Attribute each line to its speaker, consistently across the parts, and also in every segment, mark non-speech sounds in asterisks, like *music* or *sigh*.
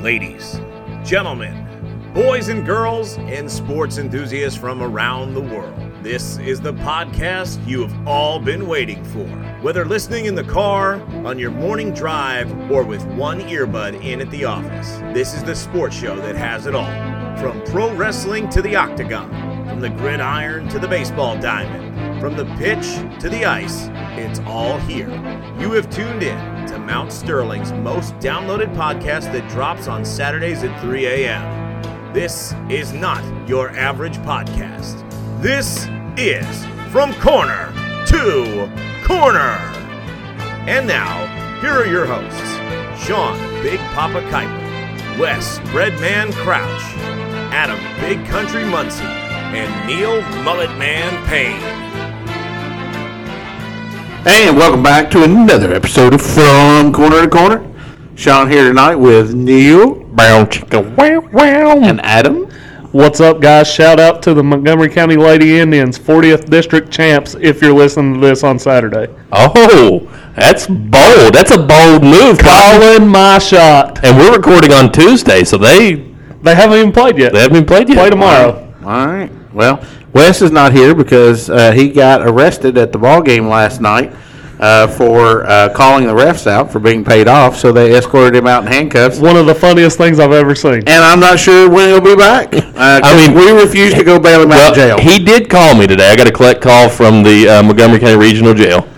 Speaker 1: Ladies, gentlemen, boys and girls, and sports enthusiasts from around the world, this is the podcast you have all been waiting for. Whether listening in the car, on your morning drive, or with one earbud in at the office, this is the sports show that has it all. From pro wrestling to the octagon, from the gridiron to the baseball diamond, from the pitch to the ice, it's all here. You have tuned in to Mount Sterling's most downloaded podcast that drops on Saturdays at 3 a.m. This is not your average podcast. This is From Corner to Corner. And now, here are your hosts Sean Big Papa Kuiper, Wes Breadman Crouch, Adam Big Country Muncie, and Neil Mulletman Payne.
Speaker 2: Hey, and welcome back to another episode of From Corner to Corner. Sean here tonight with Neil Brown Chicken Wow Wow and Adam.
Speaker 3: What's up, guys? Shout out to the Montgomery County Lady Indians, 40th District Champs, if you're listening to this on Saturday.
Speaker 4: Oh, that's bold. That's a bold move. Kyle.
Speaker 3: Calling my shot.
Speaker 4: And we're recording on Tuesday, so they
Speaker 3: They haven't even played yet.
Speaker 4: they haven't even played yet.
Speaker 3: Play tomorrow.
Speaker 2: All right. Well, Wes is not here because uh, he got arrested at the ball game last night uh, for uh, calling the refs out for being paid off. So they escorted him out in handcuffs.
Speaker 3: One of the funniest things I've ever seen.
Speaker 2: And I'm not sure when he'll be back. Uh, I mean,
Speaker 4: mean-
Speaker 2: we refuse to go bail him out
Speaker 4: Well,
Speaker 2: of jail.
Speaker 4: He did call me today. I got a collect call from the uh, Montgomery County Regional Jail,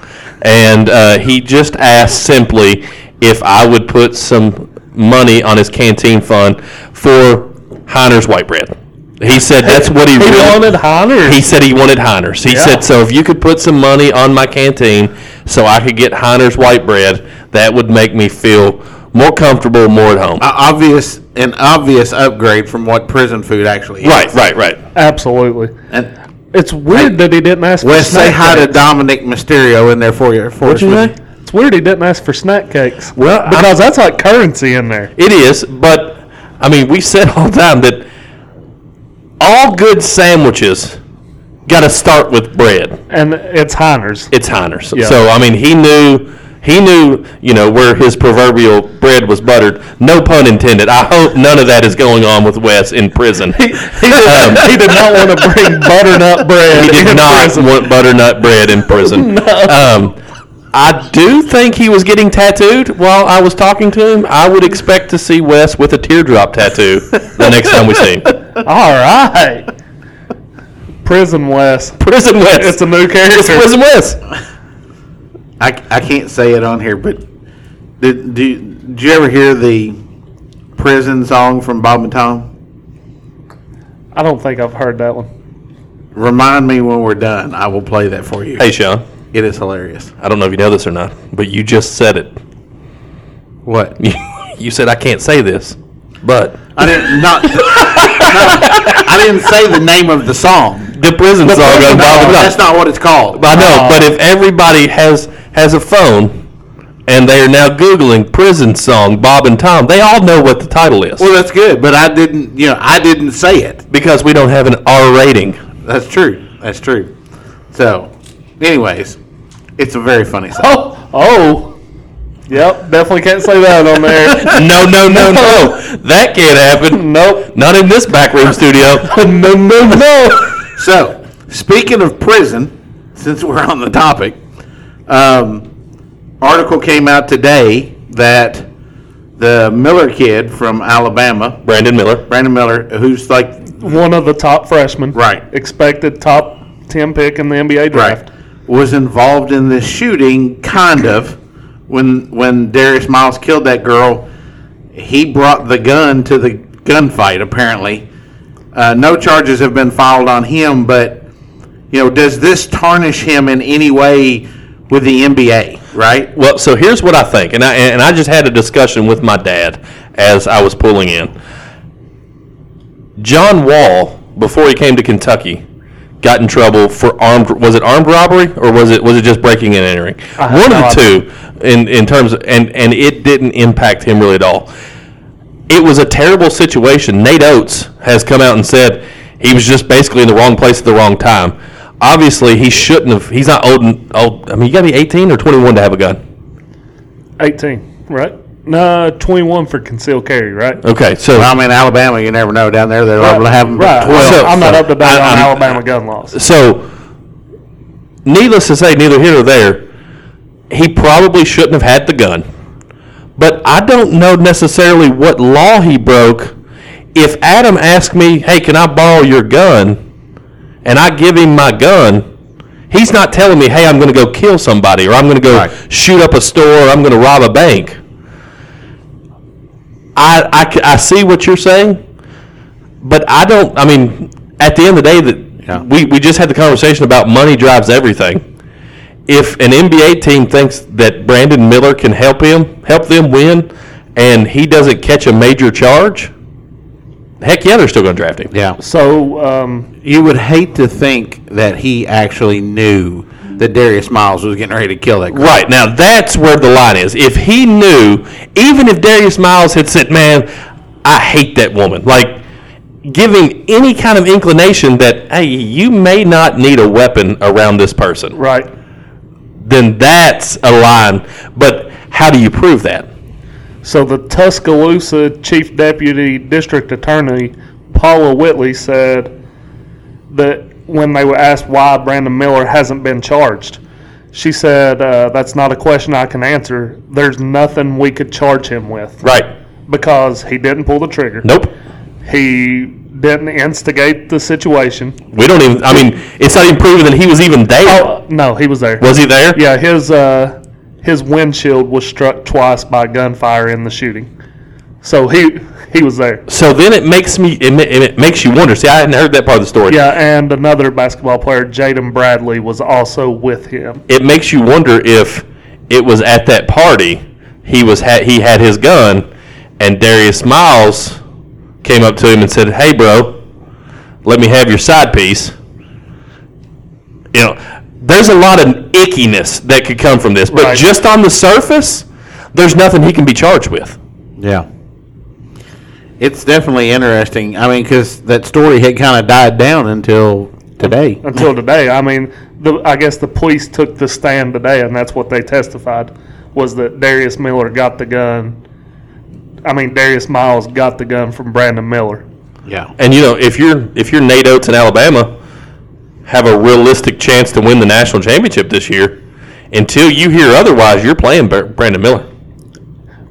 Speaker 4: and uh, he just asked simply if I would put some money on his canteen fund for Heiner's white bread. He said
Speaker 2: *laughs*
Speaker 4: that's what he,
Speaker 3: He
Speaker 4: really
Speaker 3: wanted Heiners.
Speaker 4: He said he wanted Heiner's. He said, so if you could put some money on my canteen so I could get Heiner's white bread, that would make me feel more comfortable, more at home.
Speaker 2: A obvious, an obvious upgrade from what prison food actually is.
Speaker 4: right, right, right.
Speaker 3: Absolutely.
Speaker 2: And
Speaker 3: It's weird that he didn't ask
Speaker 2: Wes,
Speaker 3: for snack
Speaker 2: say hi to
Speaker 3: cakes.
Speaker 2: Dominic Mysterio in there for you. For us, would you?
Speaker 3: It's weird he didn't ask for snack cakes.
Speaker 4: Well, I'm-
Speaker 3: because that's like currency in there.
Speaker 4: It is, but I mean, we said *laughs* all the time that all good sandwiches got to start with bread.
Speaker 3: And it's Heiners.
Speaker 4: It's Heiner's.
Speaker 3: Yeah.
Speaker 4: So I mean, he knew he knew you know where his proverbial bread was buttered. No pun intended. I hope none of that is going on with Wes
Speaker 3: *laughs*
Speaker 4: in prison.
Speaker 3: he
Speaker 4: he,
Speaker 3: did not want to
Speaker 4: *laughs*
Speaker 3: bring butternut bread.
Speaker 4: He did
Speaker 3: in
Speaker 4: not
Speaker 3: prison.
Speaker 4: want butternut bread
Speaker 3: *laughs*
Speaker 4: in prison. um, I do think he was getting tattooed while I was talking to him. I would expect to see Wes with a teardrop tattoo the next time we
Speaker 3: *laughs*
Speaker 4: see him.
Speaker 3: All
Speaker 4: *laughs*
Speaker 3: right. Prison West.
Speaker 4: Prison Wes.
Speaker 3: It's a new character.
Speaker 4: It's Prison Wes.
Speaker 2: I, I can't say it on here, but did, do, did you ever hear the prison song from Bob and Tom?
Speaker 3: I don't think I've heard that one.
Speaker 2: Remind me when we're done. I will play that for you.
Speaker 4: Hey, Sean.
Speaker 2: It is hilarious.
Speaker 4: I don't know if you know this or not, but you just said it.
Speaker 2: What?
Speaker 4: you said I can't say this, but
Speaker 2: I didn't
Speaker 4: *laughs*
Speaker 2: not. no, I didn't say the name of the song.
Speaker 4: the prison song
Speaker 2: No,
Speaker 4: goes Bob
Speaker 2: that's
Speaker 4: and Tom.
Speaker 2: not what it's called.
Speaker 4: I know, but if everybody has has a phone and they are now googling prison song Bob and Tom, they all know what the title is.
Speaker 2: Oh, Well, that's good, but I didn't. You know, I didn't say it.
Speaker 4: because we don't have an R rating.
Speaker 2: That's true. That's true. So, anyways, it's a very funny song.
Speaker 3: Oh, oh. Yep, definitely can't say that on there.
Speaker 4: No, no, no, no. That can't happen.
Speaker 3: nope.
Speaker 4: Not in this back room studio.
Speaker 3: No, no, no.
Speaker 2: So, speaking of prison, since we're on the topic, um, article came out today that the Miller kid from Alabama,
Speaker 4: Brandon Miller.
Speaker 2: Brandon Miller, who's like
Speaker 3: *laughs* One of the top freshmen.
Speaker 2: Right.
Speaker 3: Expected top 10 pick in the NBA draft.
Speaker 2: was involved in this shooting, kind of. When when Darius Miles killed that girl, he brought the gun to the gunfight. Apparently, uh, no charges have been filed on him. But you know, does this tarnish him in any way with the NBA? Right?
Speaker 4: Well, so here's what I think, and I and I just had a discussion with my dad as I was pulling in. John Wall, before he came to Kentucky, got in trouble for armed was it armed robbery or was it was it just breaking and entering?
Speaker 3: have
Speaker 4: One
Speaker 3: no
Speaker 4: of the
Speaker 3: idea.
Speaker 4: two in, in terms of, and, and it didn't impact him really at all. It was a terrible situation. Nate Oates has come out and said he was just basically in the wrong place at the wrong time. Obviously, he shouldn't have. He's not old. en- old I mean, you got to be 18 or 21 to have a gun.
Speaker 3: 18, right? No, 21 for concealed carry, right?
Speaker 4: Okay, so
Speaker 2: I mean, Alabama, you never know. Down there, they're liable to have them
Speaker 3: Right.
Speaker 2: 12.
Speaker 4: So-
Speaker 3: I'm not up to date
Speaker 4: I-
Speaker 3: on
Speaker 4: I'm-
Speaker 3: Alabama gun laws.
Speaker 4: So, needless to say, neither here nor there, he probably shouldn't have had the gun. But I don't know necessarily what law he broke. If Adam asked me, hey, can I borrow your gun? And I give him my gun. He's not telling me, hey, I'm going to go kill somebody or I'm going to go
Speaker 2: Right.
Speaker 4: shoot up a store or I'm going to rob a bank. I, I, c- I see what you're saying, but I don't, I mean, at the end of the day, that
Speaker 2: Yeah.
Speaker 4: we, we just had the conversation about money drives everything. If an NBA team thinks that Brandon Miller can help him, help them win, and he doesn't catch a major charge, heck yeah, they're still going to draft him.
Speaker 2: Yeah.
Speaker 3: So, um,
Speaker 2: You would hate to think that he actually knew that Darius Miles was getting ready to kill that girl.
Speaker 4: Right now, that's where the line is. If he knew, even if Darius Miles had said, "Man, I hate that woman," like giving any kind of inclination that, "Hey, you may not need a weapon around this person,"
Speaker 3: right.
Speaker 4: then that's a line. But how do you prove that?
Speaker 3: So the Tuscaloosa Chief Deputy District Attorney Paula Whitley said that when they were asked why Brandon Miller hasn't been charged, she said, uh, "That's not a question I can answer. There's nothing we could charge him with
Speaker 4: Right?
Speaker 3: because he didn't pull the trigger.
Speaker 4: Nope.
Speaker 3: He didn't instigate the situation.
Speaker 4: We don't even. I mean, it's not even proven that he was even there.
Speaker 3: Oh no, he was there.
Speaker 4: Was he there?
Speaker 3: Yeah, his uh, his windshield was struck twice by gunfire in the shooting, so he he was there."
Speaker 4: So then it makes me. It, ma- it makes you wonder. See, I hadn't heard that part of the story.
Speaker 3: Yeah, and another basketball player, Jaden Bradley, was also with him.
Speaker 4: it makes you wonder if it was at that party he was ha- he had his gun and Darius Miles came up to him and said, "Hey, bro, let me have your side piece." You know, there's a lot of ickiness that could come from this, but
Speaker 3: Right.
Speaker 4: just on the surface, there's nothing he can be charged with.
Speaker 2: Yeah. It's definitely interesting. I mean, because that story had kind of died down until today.
Speaker 3: Until today, I mean, the, I guess the police took the stand today, and that's what they testified was that Darius Miller got the gun. I mean, Darius Miles got the gun from Brandon Miller.
Speaker 2: *laughs* Yeah.
Speaker 4: And you know, if you're if you're Nate Oates in Alabama, have a realistic chance to win the national championship this year. Until you hear otherwise, you're playing Br- Brandon Miller.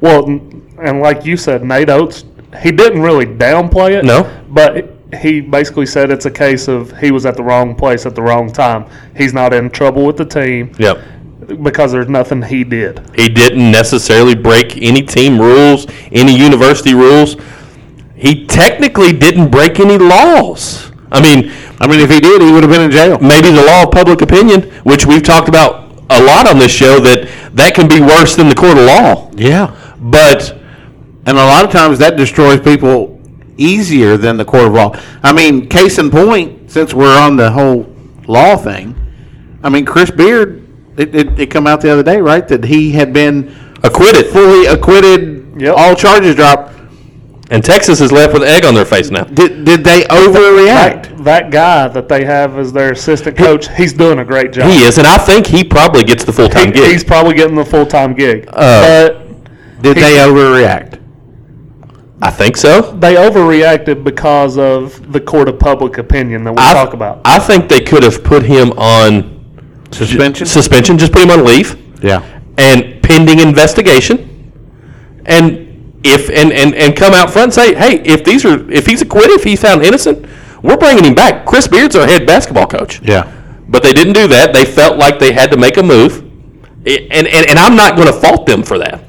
Speaker 3: Well, n- and like you said, Nate Oates, he didn't really downplay it.
Speaker 4: No.
Speaker 3: But he basically said it's a case of he was at the wrong place at the wrong time. He's not in trouble with the team
Speaker 4: Yep.
Speaker 3: because there's nothing he did.
Speaker 4: He didn't necessarily break any team rules, any university rules. He technically didn't break any laws. I mean,
Speaker 2: I mean, if he did, he would have been in jail.
Speaker 4: maybe the law of public opinion, which we've talked about a lot on this show, that that can be worse than the court of law.
Speaker 2: Yeah.
Speaker 4: But
Speaker 2: And a lot of times that destroys people easier than the court of law. I mean, case in point, since we're on the whole law thing, I mean, Chris Beard, it, it, it come out the other day, right, that he had been
Speaker 4: acquitted,
Speaker 2: fully acquitted,
Speaker 3: Yep.
Speaker 2: all charges dropped.
Speaker 4: and Texas is left with an egg on their face now.
Speaker 2: Did, did they overreact?
Speaker 3: That, that guy that they have as their assistant coach, he's doing a great job.
Speaker 4: He is, and I think he probably gets the full time
Speaker 3: He- He's
Speaker 4: gig.
Speaker 3: probably getting the full time gig.
Speaker 4: Uh,
Speaker 2: Did they overreact?
Speaker 4: I think so.
Speaker 3: they overreacted because of the court of public opinion that we
Speaker 4: I-
Speaker 3: talk about.
Speaker 4: I think they could have put him on
Speaker 2: Suspension?
Speaker 4: suspension, just put him on leave.
Speaker 2: yeah.
Speaker 4: and pending investigation and if and, and, and come out front and say hey if these are if he's acquitted if he's found innocent we're bringing him back chris beard's our head basketball coach
Speaker 2: Yeah.
Speaker 4: but they didn't do that they felt like they had to make a move I- and and, and i'm not going to fault them for that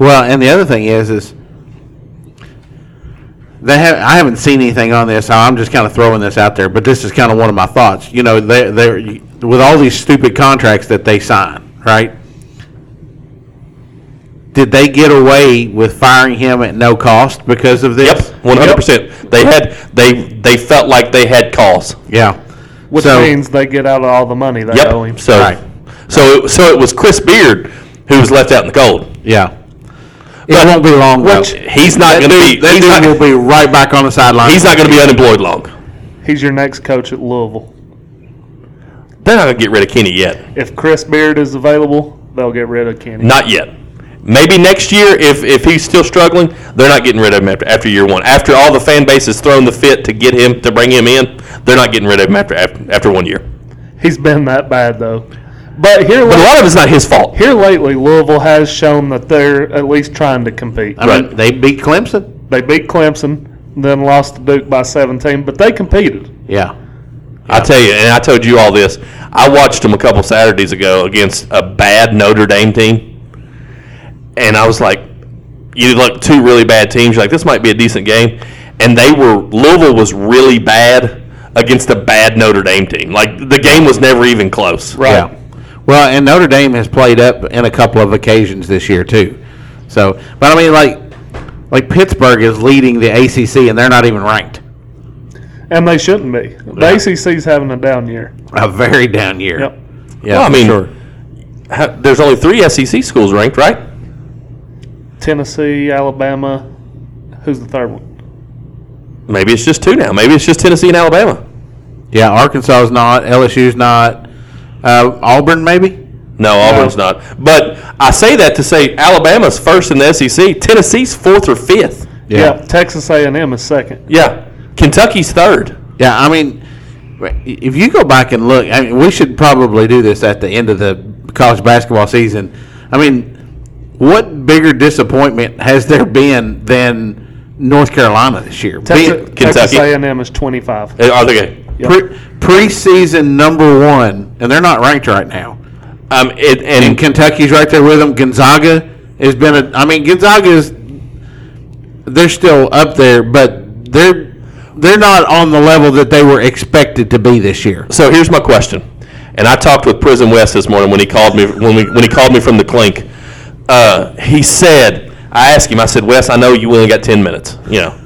Speaker 2: Well, and the other thing is, is they have. I haven't seen anything on this. So I'm just kind of throwing this out there, but this is kind of one of my thoughts. You know, they they with all these stupid contracts that they sign, right? Did they get away with firing him at no cost because of
Speaker 4: yep
Speaker 2: this?
Speaker 4: 100% they had they they felt like they had cause
Speaker 2: Yeah.
Speaker 3: Which
Speaker 2: so-
Speaker 3: means they get out of all the money they owe him.
Speaker 4: yep so
Speaker 2: Right.
Speaker 4: so so it was chris beard who was left out in the cold
Speaker 2: Yeah.
Speaker 4: But-
Speaker 2: It won't be long. though.
Speaker 4: Which- he's not
Speaker 2: That
Speaker 4: gonna
Speaker 2: dude-
Speaker 4: be-
Speaker 2: That
Speaker 4: he's
Speaker 2: dude
Speaker 4: not-
Speaker 2: will be right back on the sideline.
Speaker 4: he's not going to be unemployed long
Speaker 3: He's your next coach at Louisville.
Speaker 4: they're not going to get rid of kenny yet
Speaker 3: If Chris Beard is available, they'll get rid of Kenny.
Speaker 4: Not yet. Maybe next year, if, if he's still struggling, they're not getting rid of him after, after year one. After all the fan base has thrown the fit to get him to bring him in, they're not getting rid of him after after, after one year.
Speaker 3: He's been that bad though. But here,
Speaker 4: But a
Speaker 3: la-
Speaker 4: lot of it's not his fault.
Speaker 3: here lately, Louisville has shown that they're at least trying to compete.
Speaker 2: I mean,
Speaker 4: Right.
Speaker 2: they beat Clemson.
Speaker 3: They beat Clemson, then lost to Duke by 17, but they competed.
Speaker 2: Yeah.
Speaker 4: I tell you, and I told you all this. I watched them a couple Saturdays ago against a bad Notre Dame team, and I was like, you look two really bad teams. You're like, this might be a decent game, and they were Louisville was really bad against a bad Notre Dame team. Like the game was never even close. Right.
Speaker 2: Yeah. Well, and Notre Dame has played up in a couple of occasions this year too. So, but I mean, like, like Pittsburgh is leading the ACC and they're not even ranked.
Speaker 3: And they shouldn't be. The ACC's having a down year.
Speaker 2: A very down year.
Speaker 3: Yep.
Speaker 2: Yeah.
Speaker 4: Well, I
Speaker 2: for
Speaker 4: mean,
Speaker 2: sure.
Speaker 4: ha- there's only three SEC schools ranked, right?
Speaker 3: Tennessee, Alabama. Who's the third one?
Speaker 4: Maybe it's just two now. Maybe it's just Tennessee and Alabama.
Speaker 2: yeah. Arkansas is not. LSU's not. Uh, Auburn maybe.
Speaker 4: No, Auburn's not. But I say that to say Alabama's first in the SEC. Tennessee's fourth or fifth.
Speaker 3: Yep, Texas A&M is second.
Speaker 4: Yeah. Kentucky's third.
Speaker 2: Yeah, I mean, if you go back and look, I mean, we should probably do this at the end of the college basketball season. I mean, what bigger disappointment has there been than North Carolina this year?
Speaker 3: Texas,
Speaker 2: Being
Speaker 3: Texas
Speaker 4: Kentucky.
Speaker 3: A&M is 25.
Speaker 4: Uh, Are they?
Speaker 3: Yep.
Speaker 2: pre- preseason number one, and they're not ranked right now.
Speaker 4: Um, it,
Speaker 2: And
Speaker 4: and
Speaker 2: Kentucky's right there with them. Gonzaga has been a. I mean, Gonzaga is. They're still up there, but they're they're not on the level that they were expected to be this year.
Speaker 4: so here's my question. And I talked with Prison West this morning when he called me when, we, when he called me from the clink. Uh, he said, I asked him, I said, Wes, I know you only got 10 minutes, you know,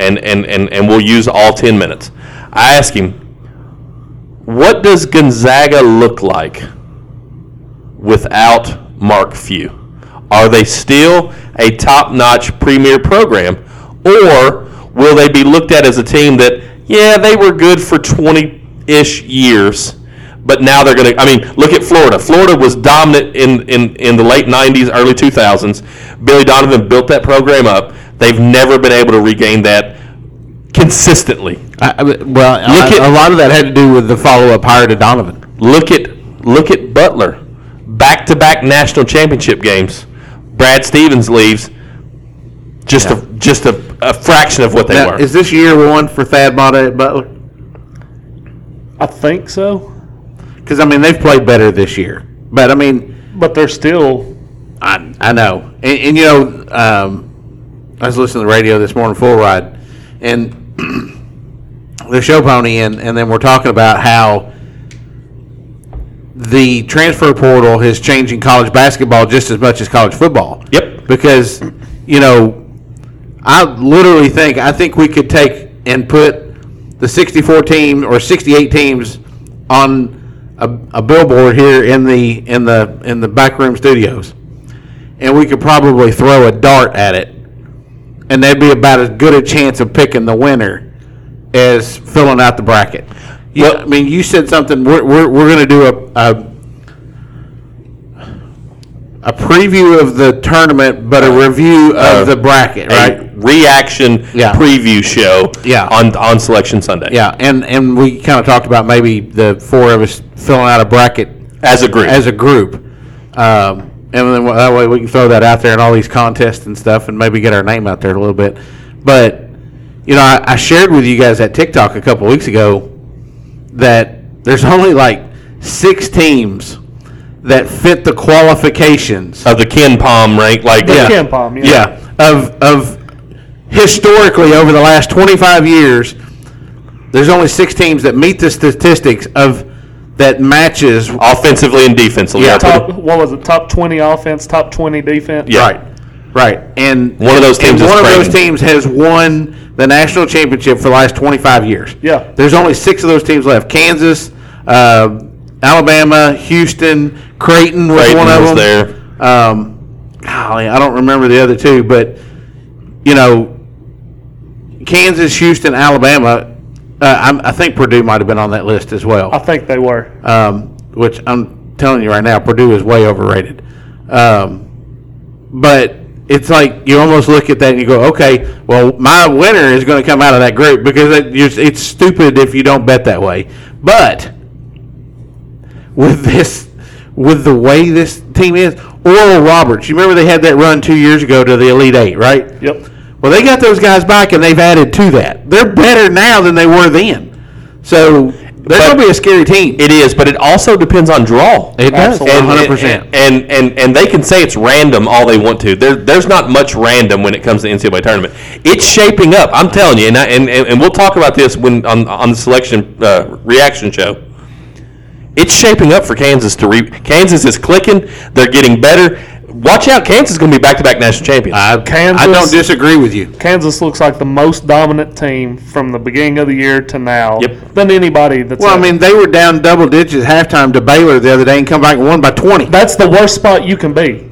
Speaker 4: and, and, and, and we'll use all 10 minutes. I asked him, what does Gonzaga look like without Mark Few? Are they still a top notch premier program, or will they be looked at as a team that, yeah, they were good for 20 ish years? But now they're going to. I mean, look at Florida. Florida was dominant in, in, in the late 90s, early 2000s. Billy Donovan built that program up. They've never been able to regain that consistently.
Speaker 2: I, I- well,
Speaker 4: Look
Speaker 2: a,
Speaker 4: at-
Speaker 2: a lot of that had to do with the follow-up hire to Donovan.
Speaker 4: Look at look at Butler, back to back national championship games. Brad Stevens leaves, just a just a, a fraction of what they
Speaker 2: Now,
Speaker 4: were.
Speaker 2: is this year one for Thad Mata at Butler?
Speaker 3: I think so,
Speaker 2: Because I mean, they've played better this year, but I mean,
Speaker 3: but they're still
Speaker 2: I I know, and, and you know, um, I was listening to the radio this morning, full ride, and *clears throat* the show pony, and and then we're talking about how the transfer portal is changing college basketball just as much as college football.
Speaker 4: yep.
Speaker 2: because you know I literally think I think we could take and put the 64 team or 68 teams on a, a billboard here in the in the in the back room studios and we could probably throw a dart at it and there'd be about as good a chance of picking the winner as filling out the bracket. You, I mean, you said something. We're, we're, we're going to do a, a a preview of the tournament, but a review of
Speaker 4: Uh,
Speaker 2: the bracket, right?
Speaker 4: A reaction
Speaker 2: Yeah.
Speaker 4: preview show
Speaker 2: Yeah.
Speaker 4: on on selection Sunday.
Speaker 2: yeah, and and we kind of talked about maybe the four of us filling out a bracket
Speaker 4: As a group.
Speaker 2: as a group. Um, and then that way we can throw that out there in all these contests and stuff and maybe get our name out there a little bit. But, you know, I, I shared with you guys at TikTok a couple weeks ago that there's *laughs* only like six teams that fit the qualifications.
Speaker 4: of the Ken Palm rank like
Speaker 2: Yeah.
Speaker 3: Ken Palm. Yeah.
Speaker 2: Yeah, of of historically over the last 25 years, there's only six teams that meet the statistics of that matches
Speaker 4: offensively and defensively.
Speaker 2: Yeah.
Speaker 4: I put
Speaker 3: Top, what was it? Top 20 offense, top 20 defense.
Speaker 4: Yeah.
Speaker 2: Right, right. And
Speaker 4: One of those
Speaker 2: and
Speaker 4: teams is
Speaker 2: one of those
Speaker 4: Creighton.
Speaker 2: teams has won the national championship for the last 25 years.
Speaker 3: Yeah.
Speaker 2: There's only six of those teams left: Kansas, uh, Alabama, Houston, Creighton was
Speaker 4: Creighton
Speaker 2: one of
Speaker 4: was
Speaker 2: them.
Speaker 4: there.
Speaker 2: Um, golly, I don't remember the other two, but you know, Kansas, Houston, Alabama. Uh, I'm, I think Purdue might have been on that list as well
Speaker 3: I think they were.
Speaker 2: um, which I'm telling you right now, Purdue is way overrated. Um, but it's like you almost look at that and you go, okay, well, my winner is going to come out of that group because it, you're- it's stupid if you don't bet that way. But with this, with the way this team is, Oral Roberts, you remember they had that run two years ago to the Elite Eight, right?
Speaker 3: Yep.
Speaker 2: Well, they got those guys back and they've added to that. They're better now than they were then. So they're
Speaker 4: But-
Speaker 2: going to be a scary team.
Speaker 4: It is, but it also depends on draw.
Speaker 2: It does.
Speaker 4: And- and-
Speaker 2: 100%.
Speaker 4: And, and and they can say it's random all they want to. There, there's not much random when it comes to the NCAA tournament. It's shaping up. I'm telling you, and I, and, and and we'll talk about this when on on the selection uh, reaction show. It's shaping up for Kansas to re. Kansas is clicking. They're getting better. Watch out, Kansas is going to be back to back national champions.
Speaker 2: I, I
Speaker 3: Kansas-
Speaker 2: don't disagree with you.
Speaker 3: Kansas looks like the most dominant team from the beginning of the year to now
Speaker 4: Yep.
Speaker 3: than anybody that's
Speaker 2: Well, I
Speaker 3: in-
Speaker 2: mean, they were down double digits halftime to Baylor the other day and come back and won by 20.
Speaker 3: that's the worst spot you can be.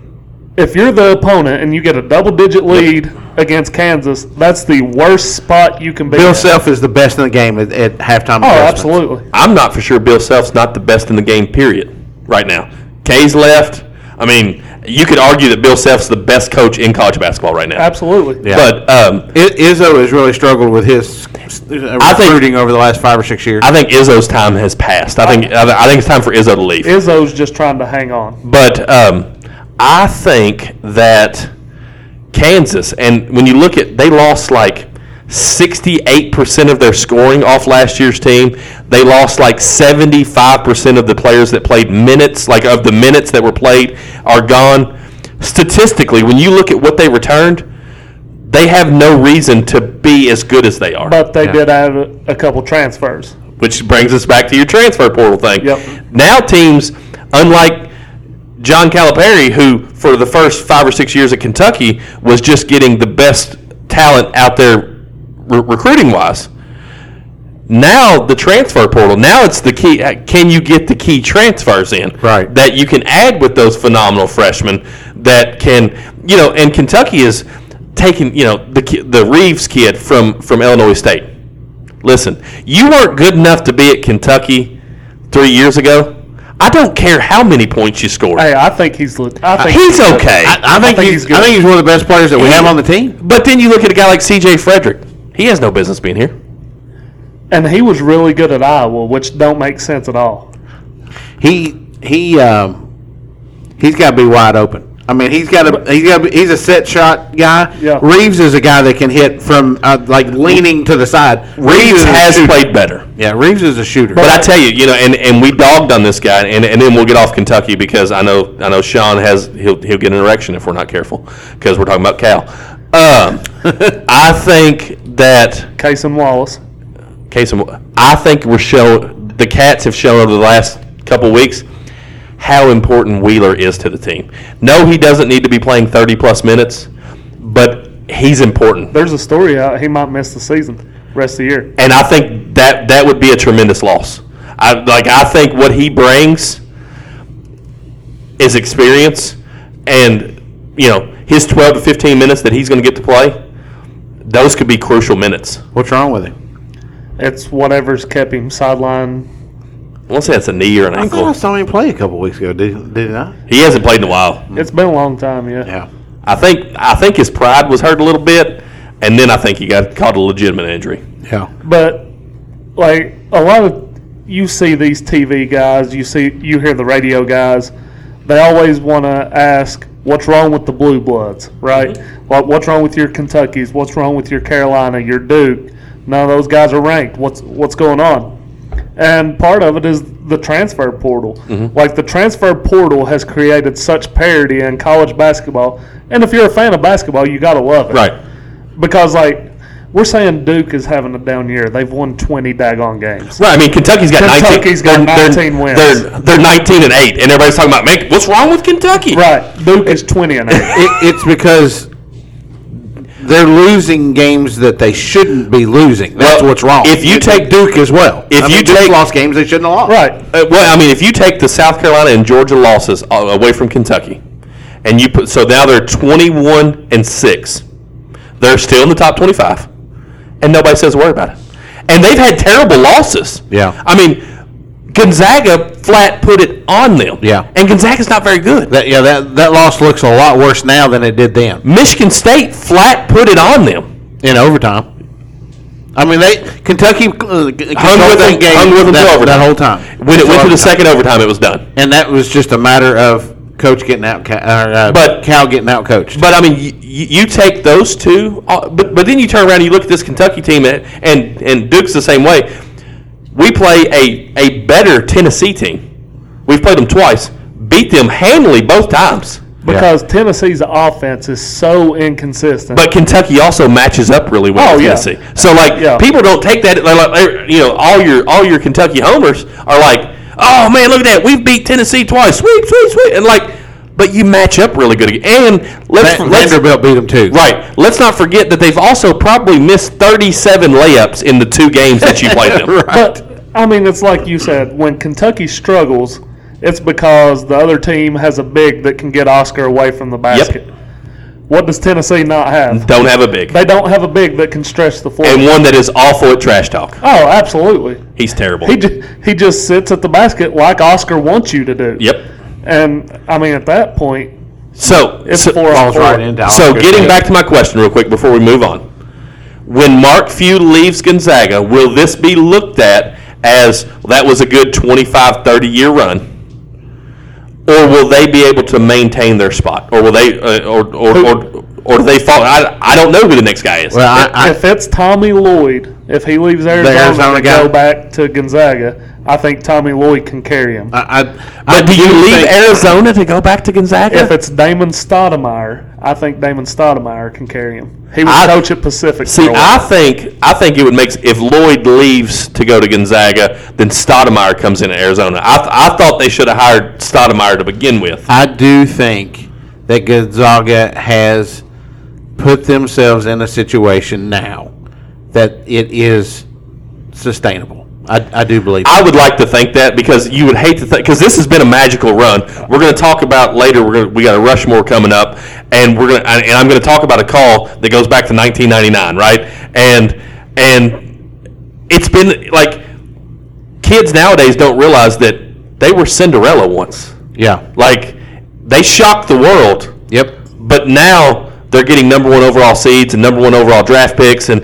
Speaker 3: If you're the opponent and you get a double digit lead against Kansas, that's the worst spot you can be.
Speaker 2: Bill
Speaker 3: in.
Speaker 2: Self is the best in the game at, at halftime.
Speaker 3: Oh,
Speaker 2: adjustments.
Speaker 3: absolutely.
Speaker 4: I'm not for sure Bill Self's not the best in the game, period, right now. K's left. I mean, you could argue that Bill Self's the best coach in college basketball right now.
Speaker 3: Absolutely.
Speaker 2: Yeah.
Speaker 4: But um,
Speaker 2: I- Izzo has really struggled with his uh,
Speaker 4: I think-
Speaker 2: recruiting over the last five or six years.
Speaker 4: I think Izzo's time has passed. I think I, I think it's time for Izzo to leave.
Speaker 3: Izzo's just trying to hang on.
Speaker 4: But um, I think that Kansas, and when you look at, they lost like 68% of their scoring off last year's team. They lost like 75% of the players that played minutes, like of the minutes that were played, are gone. Statistically, when you look at what they returned, they have no reason to be as good as they are.
Speaker 3: But they did add a, a couple transfers.
Speaker 4: which brings us back to your transfer portal thing.
Speaker 3: Yep.
Speaker 4: Now teams, unlike John Calipari, who for the first five or six years at Kentucky was just getting the best talent out there re- recruiting wise. Now the transfer portal. Now it's the key. uh, Can you get the key transfers in?
Speaker 2: Right.
Speaker 4: That you can add with those phenomenal freshmen that can, you know, and Kentucky is taking, you know, the ki- the Reeves kid from from Illinois State. Listen, you weren't good enough to be at Kentucky three years ago. I don't care how many points you scored.
Speaker 3: Hey, I think he's. le- I think
Speaker 4: Uh, He's
Speaker 3: good.
Speaker 4: okay.
Speaker 2: I think,
Speaker 3: think
Speaker 2: he's,
Speaker 3: he's good.
Speaker 2: I think he's one of the best players that we
Speaker 4: He-
Speaker 2: have on the team.
Speaker 4: But then you look at a guy like C.J. Frederick. He has no business being here.
Speaker 3: And he was really good at Iowa, which don't make sense at all.
Speaker 2: He he um, he's got to be wide open. I mean, he's got to he's got to he's a set shot guy.
Speaker 3: Yeah.
Speaker 2: Reeves is a guy that can hit from uh, like leaning to the side.
Speaker 4: Reeves
Speaker 2: is a
Speaker 4: has
Speaker 2: shooter.
Speaker 4: played better.
Speaker 2: Yeah, Reeves is a shooter.
Speaker 4: But I tell you, you know, and, and we dogged on this guy, and, and then we'll get off Kentucky because I know I know Sean has he'll he'll get an erection if we're not careful because we're talking about Cal.
Speaker 2: *laughs*
Speaker 4: Um, I think that
Speaker 3: Case and Wallace.
Speaker 4: case of, I think we're show the cats have shown over the last couple weeks how important Wheeler is to the team. No, he doesn't need to be playing 30 plus minutes, but he's important.
Speaker 3: There's a story out. He might miss the season, rest of the year.
Speaker 4: And I think that that would be a tremendous loss. I like I think what he brings is experience and you know, his 12 to 15 minutes that he's going to get to play, those could be crucial minutes.
Speaker 2: What's wrong with him?
Speaker 3: It's whatever's kept him sideline.
Speaker 4: I won't say that's a knee or an
Speaker 2: I thought I
Speaker 4: ankle.
Speaker 2: saw him play a couple weeks ago. Did did I?
Speaker 4: He hasn't played in a while.
Speaker 3: It's been a long time, yeah.
Speaker 2: Yeah.
Speaker 4: I think I think his pride was hurt a little bit, and then I think he got caught a legitimate injury.
Speaker 2: Yeah.
Speaker 3: But like a lot of you see these TV guys, you see you hear the radio guys, they always want to ask what's wrong with the blue bloods, right? Like what's wrong with your Kentuckies? What's wrong with your Carolina, your Duke? None of those guys are ranked. What's what's going on? And part of it is the transfer portal. Like the transfer portal has created such parity in college basketball. And if you're a fan of basketball, you got to love it because like we're saying Duke is having a down year. They've won twenty daggone games.
Speaker 4: right. I mean, Kentucky's got
Speaker 3: Kentucky's
Speaker 4: 19,
Speaker 3: got
Speaker 4: they're-
Speaker 3: 19
Speaker 4: they're,
Speaker 3: wins.
Speaker 4: They're, they're 19 and eight, and everybody's talking about make, what's wrong with Kentucky?
Speaker 3: Right, Duke is twenty and
Speaker 4: *laughs*
Speaker 3: eight.
Speaker 2: It, it's because they're losing games that they shouldn't be losing. That's
Speaker 4: Well,
Speaker 2: what's wrong.
Speaker 4: if you
Speaker 2: They
Speaker 4: take-
Speaker 2: took Duke as well,
Speaker 4: if
Speaker 2: I
Speaker 4: you
Speaker 2: mean, Duke
Speaker 4: take-
Speaker 2: lost games they shouldn't have lost.
Speaker 3: right,
Speaker 4: Uh, well, I mean, if you take the South Carolina and Georgia losses a- away from Kentucky, and you put so now they're 21 and six, they're still in the top 25, and nobody says a word about it. And they've had terrible losses.
Speaker 2: Yeah.
Speaker 4: I mean, Gonzaga flat put it on them.
Speaker 2: Yeah.
Speaker 4: And Gonzaga's not very good.
Speaker 2: That, yeah, that, that loss looks a lot worse now than it did then
Speaker 4: Michigan State flat put it on them.
Speaker 2: in overtime. I mean, they Kentucky uh,
Speaker 4: Hung with them,
Speaker 2: game
Speaker 4: hung with them
Speaker 2: that,
Speaker 4: to overtime.
Speaker 2: that whole time.
Speaker 4: When it went to the
Speaker 2: Overtime.
Speaker 4: second overtime, it was done.
Speaker 2: and that was just a matter of coach getting out, or, uh,
Speaker 4: But-
Speaker 2: Cal getting out coached.
Speaker 4: But I mean, you, you take those two, uh, but but then you turn around and you look at this Kentucky team, and and, and Duke's the same way. We play a a better Tennessee team. We've played them twice, beat them handily both times.
Speaker 3: because Tennessee's offense is so inconsistent.
Speaker 4: But Kentucky also matches up really well
Speaker 3: Oh,
Speaker 4: with
Speaker 3: yeah.
Speaker 4: Tennessee. So like
Speaker 3: Yeah.
Speaker 4: people don't take that they're like they're- you know all your all your Kentucky homers are like, "Oh man, look at that. We've beat Tennessee twice. Sweep, sweep, sweep." And like but you match up really good. And let's,
Speaker 2: Va-
Speaker 4: let's
Speaker 2: Vanderbilt beat them too.
Speaker 4: right, let's not forget that they've also probably missed 37 layups in the two games that
Speaker 3: *laughs*
Speaker 4: you played them.
Speaker 3: But I mean, it's like you said, when Kentucky struggles, it's because the other team has a big that can get Oscar away from the basket. What does Tennessee not have?
Speaker 4: Don't have a big.
Speaker 3: They don't have a big that can stretch the floor.
Speaker 4: And one that is awful at trash talk.
Speaker 3: oh, absolutely.
Speaker 4: He's terrible.
Speaker 3: He ju- he just sits at the basket like Oscar wants you to do.
Speaker 4: yep.
Speaker 3: And I mean, at that point,
Speaker 4: So,
Speaker 3: it's
Speaker 4: so
Speaker 3: four on
Speaker 2: Falls
Speaker 3: four.
Speaker 2: right into
Speaker 4: So,
Speaker 2: Oscar's
Speaker 4: getting
Speaker 2: head.
Speaker 4: back to my question real quick before we move on. When Mark Few leaves Gonzaga, will this be looked at as "Well, that was a good 25, 30 year run? Or will they be able to maintain their spot? Or will they, uh, or, or, or, or do they fall? I, I don't know who the next guy is.
Speaker 2: Well, I, I,
Speaker 3: if it's Tommy Lloyd, if he leaves Arizona,
Speaker 2: Arizona
Speaker 3: and
Speaker 2: guy.
Speaker 3: go back to Gonzaga, I think Tommy Lloyd can carry him.
Speaker 2: I, I, I
Speaker 4: but do you leave
Speaker 2: think-
Speaker 4: Arizona to go back to Gonzaga?
Speaker 3: If it's Damon Stoudemire, I think Damon Stoudemire can carry him. He was
Speaker 4: I-
Speaker 3: coach at Pacific.
Speaker 4: See,
Speaker 3: for a
Speaker 4: I
Speaker 3: while.
Speaker 4: think I think it would make s- if Lloyd leaves to go to Gonzaga, then Stoudemire comes in at Arizona. I, th- I thought they should have hired Stoudemire to begin with.
Speaker 2: I do think that Gonzaga has put themselves in a situation now that it is sustainable. I, I do believe.
Speaker 4: I would like to think that because you would hate to think because this has been a magical run. We're going to talk about later. We're gonna, we got a Rushmore coming up, and we're going to and I'm going to talk about a call that goes back to 1999, right? And and it's been like kids nowadays don't realize that they were Cinderella once.
Speaker 2: yeah.
Speaker 4: Like they shocked the world,
Speaker 2: Yep.
Speaker 4: but now they're getting number one overall seeds and number one overall draft picks. And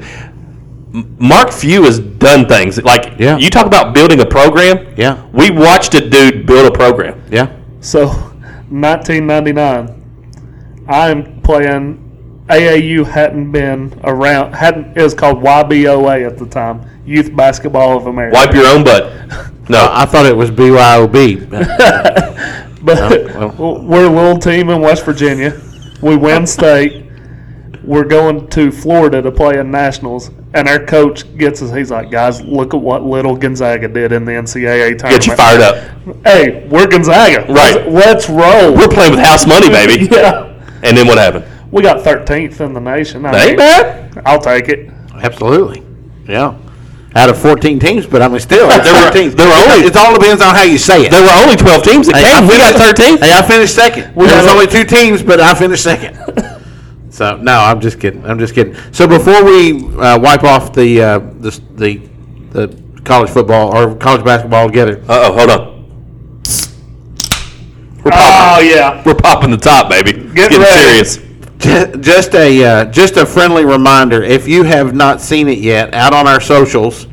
Speaker 4: M- Mark Few has done things like
Speaker 2: Yeah.
Speaker 4: you talk about building a program.
Speaker 2: Yeah.
Speaker 4: we watched a dude build a program.
Speaker 2: Yeah.
Speaker 3: so. 1999. I'm playing. AAU hadn't been around. Hadn't it was called YBOA at the time, Youth Basketball of America.
Speaker 4: Wipe your own butt.
Speaker 2: *laughs*
Speaker 4: No,
Speaker 2: I thought it was BYOB.
Speaker 3: But *laughs* we're a little team in West Virginia. We
Speaker 4: *laughs*
Speaker 3: win state. We're going to Florida to play in nationals, and our coach gets us. He's like, "Guys, look at what little Gonzaga did in the NCAA tournament."
Speaker 4: get you fired up.
Speaker 3: Hey, we're Gonzaga.
Speaker 4: Right.
Speaker 3: Let's, let's roll.
Speaker 4: We're playing with house money, baby.
Speaker 3: yeah.
Speaker 4: And then what happened?
Speaker 3: We got 13th in the nation. I
Speaker 4: That ain't
Speaker 3: mean,
Speaker 4: bad.
Speaker 3: I'll take it.
Speaker 2: Absolutely. Yeah. Out of 14 teams, but I mean, still, it's
Speaker 4: There were-
Speaker 2: 14.
Speaker 4: there were
Speaker 2: It-
Speaker 4: only-
Speaker 2: it all depends on how you say it.
Speaker 4: There were only twelve teams that
Speaker 2: I
Speaker 4: came. We got
Speaker 2: finished-
Speaker 4: thirteen.
Speaker 2: Hey, I finished second.
Speaker 3: We
Speaker 2: There was
Speaker 3: got-
Speaker 2: only two teams, but I finished
Speaker 4: *laughs*
Speaker 2: second. so no, I'm just kidding. I'm just kidding. So before we uh, wipe off the, uh, the the the college football or college basketball together,
Speaker 4: Uh oh, hold on. We're popping.
Speaker 3: Oh yeah.
Speaker 4: We're popping the top, baby.
Speaker 3: Get
Speaker 4: Getting
Speaker 3: ready.
Speaker 4: serious.
Speaker 2: ju- just a uh, just a friendly reminder. If you have not seen it yet, out on our socials.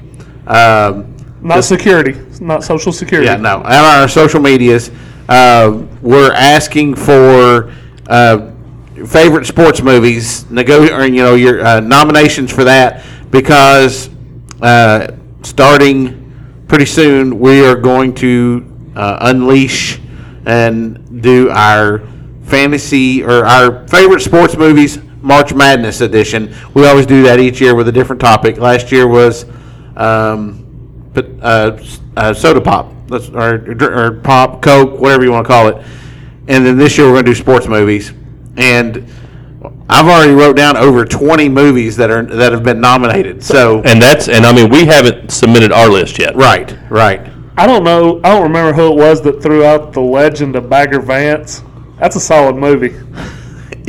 Speaker 2: Um,
Speaker 3: Not security. Not social security.
Speaker 2: Yeah, no. On our social medias, uh, we're asking for uh, favorite sports movies, nego- or, you know, your uh, nominations for that, because uh, starting pretty soon, we are going to uh, unleash and do our fantasy or our favorite sports movies March Madness edition. We always do that each year with a different topic. Last year was. Um, but uh, s- uh, soda pop, That's, or, dr- or pop, Coke, whatever you want to call it. And then this year we're going to do sports movies. And I've already wrote down over 20 movies that are that have been nominated. So
Speaker 4: And that's and I mean we haven't submitted our list yet.
Speaker 2: right, right.
Speaker 3: I don't know. I don't remember who it was that threw out the legend of Bagger Vance. That's a solid movie.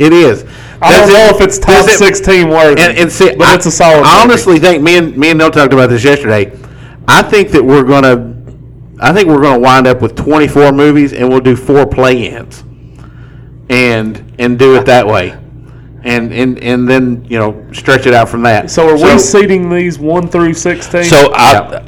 Speaker 2: It is.
Speaker 3: I
Speaker 2: Does
Speaker 3: don't
Speaker 2: it-
Speaker 3: know if it's top
Speaker 2: does it-
Speaker 3: sixteen worthy,
Speaker 2: And, and see,
Speaker 3: but
Speaker 2: I,
Speaker 3: it's a solid.
Speaker 2: I
Speaker 3: movie.
Speaker 2: honestly think me and me and Neil talked about this yesterday. I think that we're going to I think we're going to wind up with 24 movies, and we'll do four play-ins, and and do it that way, and and and then you know stretch it out from that.
Speaker 3: So are we seating these one through sixteen?
Speaker 4: So I,
Speaker 2: Yeah.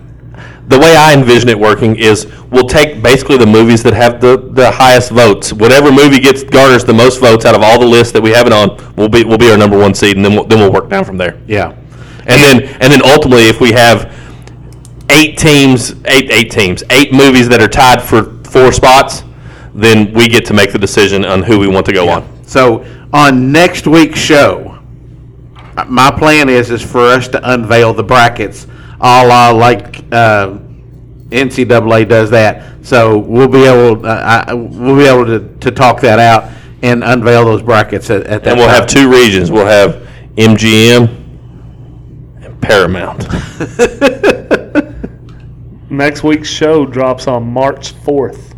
Speaker 4: the way I envision it working is we'll take basically the movies that have the, the highest votes. Whatever movie gets garners the most votes out of all the lists that we have it on will be will be our number one seed, and then we'll, then we'll work down from there.
Speaker 2: yeah,
Speaker 4: And then and then ultimately, if we have eight teams, eight eight teams, eight movies that are tied for four spots, then we get to make the decision on who we want to go on.
Speaker 2: So on next week's show, my plan is is for us to unveil the brackets, a la like uh, NCAA does that. So we'll be able uh, I, we'll be able to, to talk that out and unveil those brackets at, at that.
Speaker 4: And we'll
Speaker 2: time.
Speaker 4: have two regions. We'll have MGM and Paramount.
Speaker 3: Next week's show drops on March fourth.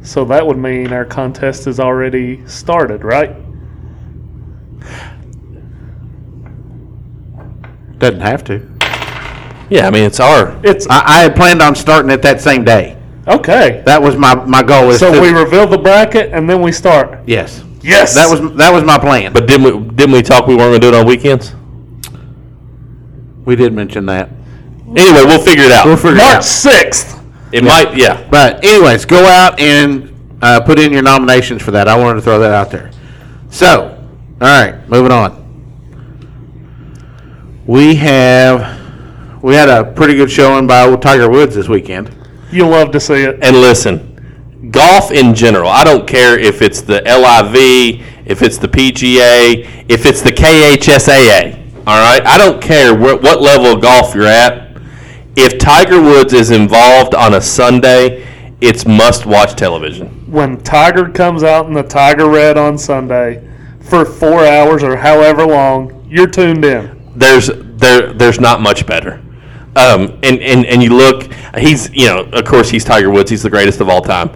Speaker 3: So that would mean our contest is already started, right?
Speaker 2: Doesn't have to.
Speaker 4: Yeah, I mean it's our
Speaker 3: It's
Speaker 2: I, I had planned on starting it that same day.
Speaker 3: okay.
Speaker 2: That was my, my goal. Is
Speaker 3: So
Speaker 2: to-
Speaker 3: we reveal the bracket and then we start.
Speaker 2: yes
Speaker 3: Yes.
Speaker 2: that was that was my plan. But
Speaker 4: But didn't we, didn't we talk we weren't going to do it on weekends?
Speaker 2: we did mention that.
Speaker 4: Anyway, we'll figure it out.
Speaker 2: We'll figure it out.
Speaker 3: March sixth.
Speaker 4: it might, yeah.
Speaker 2: But anyways, go out and uh, put in your nominations for that. I wanted to throw that out there. So, all right, moving on. We have we had a pretty good showing by old Tiger Woods this weekend.
Speaker 3: You'll love to see it.
Speaker 4: And listen, golf in general, I don't care if it's the LIV, if it's the PGA, if it's the KHSAA. All right, I don't care wh- what level of golf you're at. If Tiger Woods is involved on a Sunday, it's must-watch television.
Speaker 3: When Tiger comes out in the Tiger Red on Sunday for four hours or however long, you're tuned in.
Speaker 4: there's there there's not much better. Um, and, and and you look, he's you know, of course he's Tiger Woods, he's the greatest of all time.